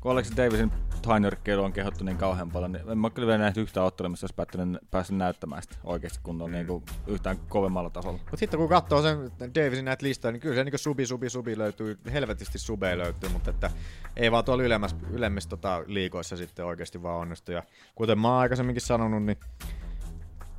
kun Alex Davisin tainyrkkeilu on kehottu niin kauhean paljon, niin en mä kyllä vielä nähnyt yhtään ottelua, missä olisi päättänyt, päässyt näyttämään sitä oikeasti kunnolla mm. niin kuin yhtään kovemmalla tasolla.
Mutta sitten kun katsoo sen Davisin näitä listoja, niin kyllä se niin subi, subi, subi löytyy, helvetisti subeja löytyy, mutta että ei vaan tuolla ylemmässä, ylemmissä tota, liikoissa sitten oikeasti vaan onnistu. Ja kuten mä oon aikaisemminkin sanonut, niin,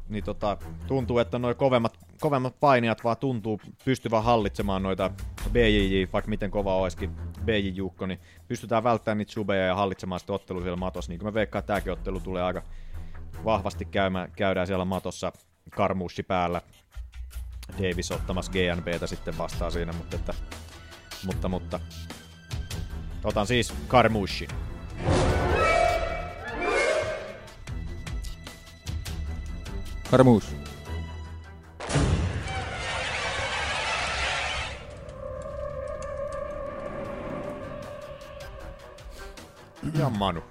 niin tota, tuntuu, että noi kovemmat, kovemmat painijat vaan tuntuu pystyvän hallitsemaan noita BJJ, vaikka miten kova olisikin BJJ-jukko, niin pystytään välttämään niitä subeja ja hallitsemaan sitä ottelua siellä matossa. Niin kuin mä veikkaan, että tämäkin ottelu tulee aika vahvasti käymään, käydään siellä matossa karmuussi päällä. Davis ottamassa GNBtä sitten vastaan siinä, mutta, että, mutta, mutta. Otan siis Karmushin.
Karmuus.
Ja Manu.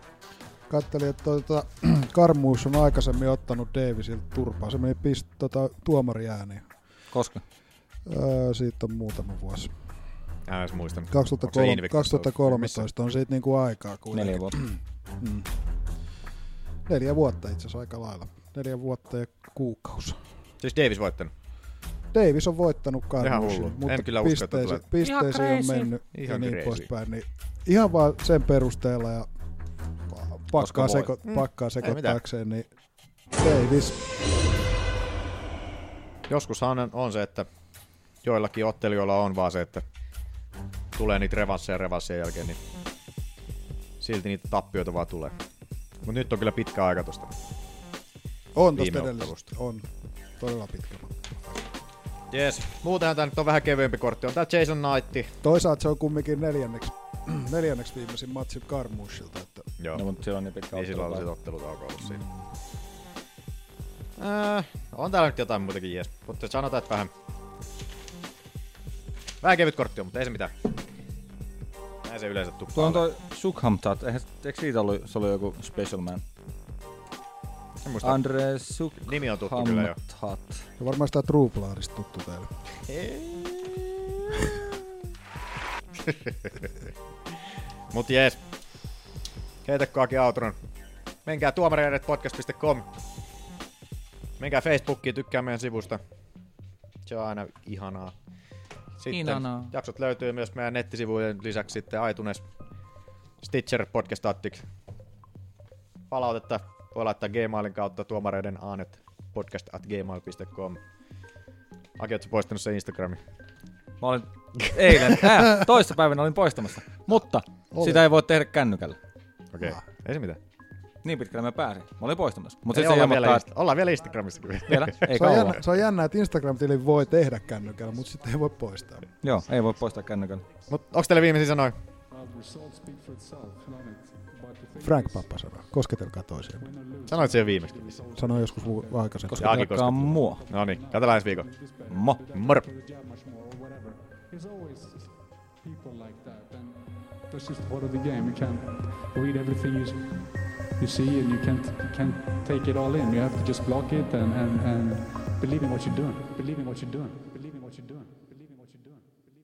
Kattelin, että tuota, Karmuus on aikaisemmin ottanut Davisilta turpaa. Se meni pist, tota, tuomari ääniin.
Koska?
Öö, siitä on muutama vuosi.
Ää, jos muistan. Onko se
2003,
Invictus ollut? Missä?
2013 on siitä niinku aikaa. Kuitenkin.
Neljä vuotta.
Mm. Neljä vuotta itse asiassa aika lailla. Neljä vuotta ja kuukausi.
Siis Davis voittanut.
Davis on voittanut Karmushin,
hullu. En
mutta
kyllä usko, että
pisteisiin,
tulee.
pisteisiin on mennyt ihan ja
Ihan
niin
crazy.
poispäin. Niin ihan vaan sen perusteella ja pa- pakkaa,
voi.
seko, pakkaa
Mm. mitään.
sekoittaakseen, niin Davis
Joskushan on, on se, että joillakin ottelijoilla on vaan se, että tulee niitä revansseja revanssien jälkeen, niin silti niitä tappioita vaan tulee. Mut nyt on kyllä pitkä aika tosta.
on
Viime
tuosta
ottelusta.
edellisestä. On todella pitkä. matka.
Jees, muutenhan tää nyt on vähän kevyempi kortti. On tää Jason Knight.
Toisaalta se on kumminkin neljänneksi, neljänneksi viimeisin matsi Karmushilta. Että
Joo.
No, mutta siellä on niin pitkä
Niin silloin
ottelu.
oli se ottelutauko ollut siinä. Äh, on täällä nyt jotain muitakin jees, mutta sanotaan, että vähän... Vähän kevyt kortti on, mutta ei se mitään. Näin se yleensä tuppaa.
Tuo on
olemaan.
toi Sukhamtat, eihän, eikö siitä ollut, se oli joku special man?
En muista.
Andre Sukhamtat.
Nimi on tuttu kyllä jo.
ja varmaan sitä True Bloodista tuttu teille.
Mut jees. Heitä koakin outron. Menkää tuomareidetpodcast.com. Menkää Facebookiin, tykkää meidän sivusta. Se on aina ihanaa. Sitten
Ihanaa.
jaksot löytyy myös meidän nettisivujen lisäksi sitten iTunes, Stitcher, Podcast Addict. Palautetta voi laittaa Gmailin kautta tuomareiden aanet podcast at gmail.com. Aki, ootko poistanut sen Instagramin?
Mä olin Eilen, äh, toissapäivänä olin poistamassa. Mutta Oli. sitä ei voi tehdä kännykällä.
Okei, okay. ei se mitään.
Niin pitkälle mä pääsin. Mä olin poistamassa. Mutta
Ei,
sitten se
ollaan, vielä,
ilmoittaa,
inst- ollaan vielä Instagramissakin. vielä.
Vielä? Ei
se, on
kauan.
jännä, se on jännä, että Instagram-tilin voi tehdä kännykällä, mutta sitten ei voi poistaa.
Joo, ei voi poistaa kännykällä.
Mut onks teillä viimeisiä sanoja?
Frank Pappa sanoi, kosketelkaa toisiaan.
Sanoit sen jo viimeksi.
Sanoi joskus muu- aikaisemmin.
Jaakin koskettelu.
Kosketelkaa mua.
No niin, katsotaan ensi viikolla.
Mo.
Moro.
There's always people like that, and that's just part of the game. You can't read everything you, you see, and you can't, you can't take it all in. You have to just block it and, and, and believe in what you're doing. Believe in what you're doing. Believe in what you're doing.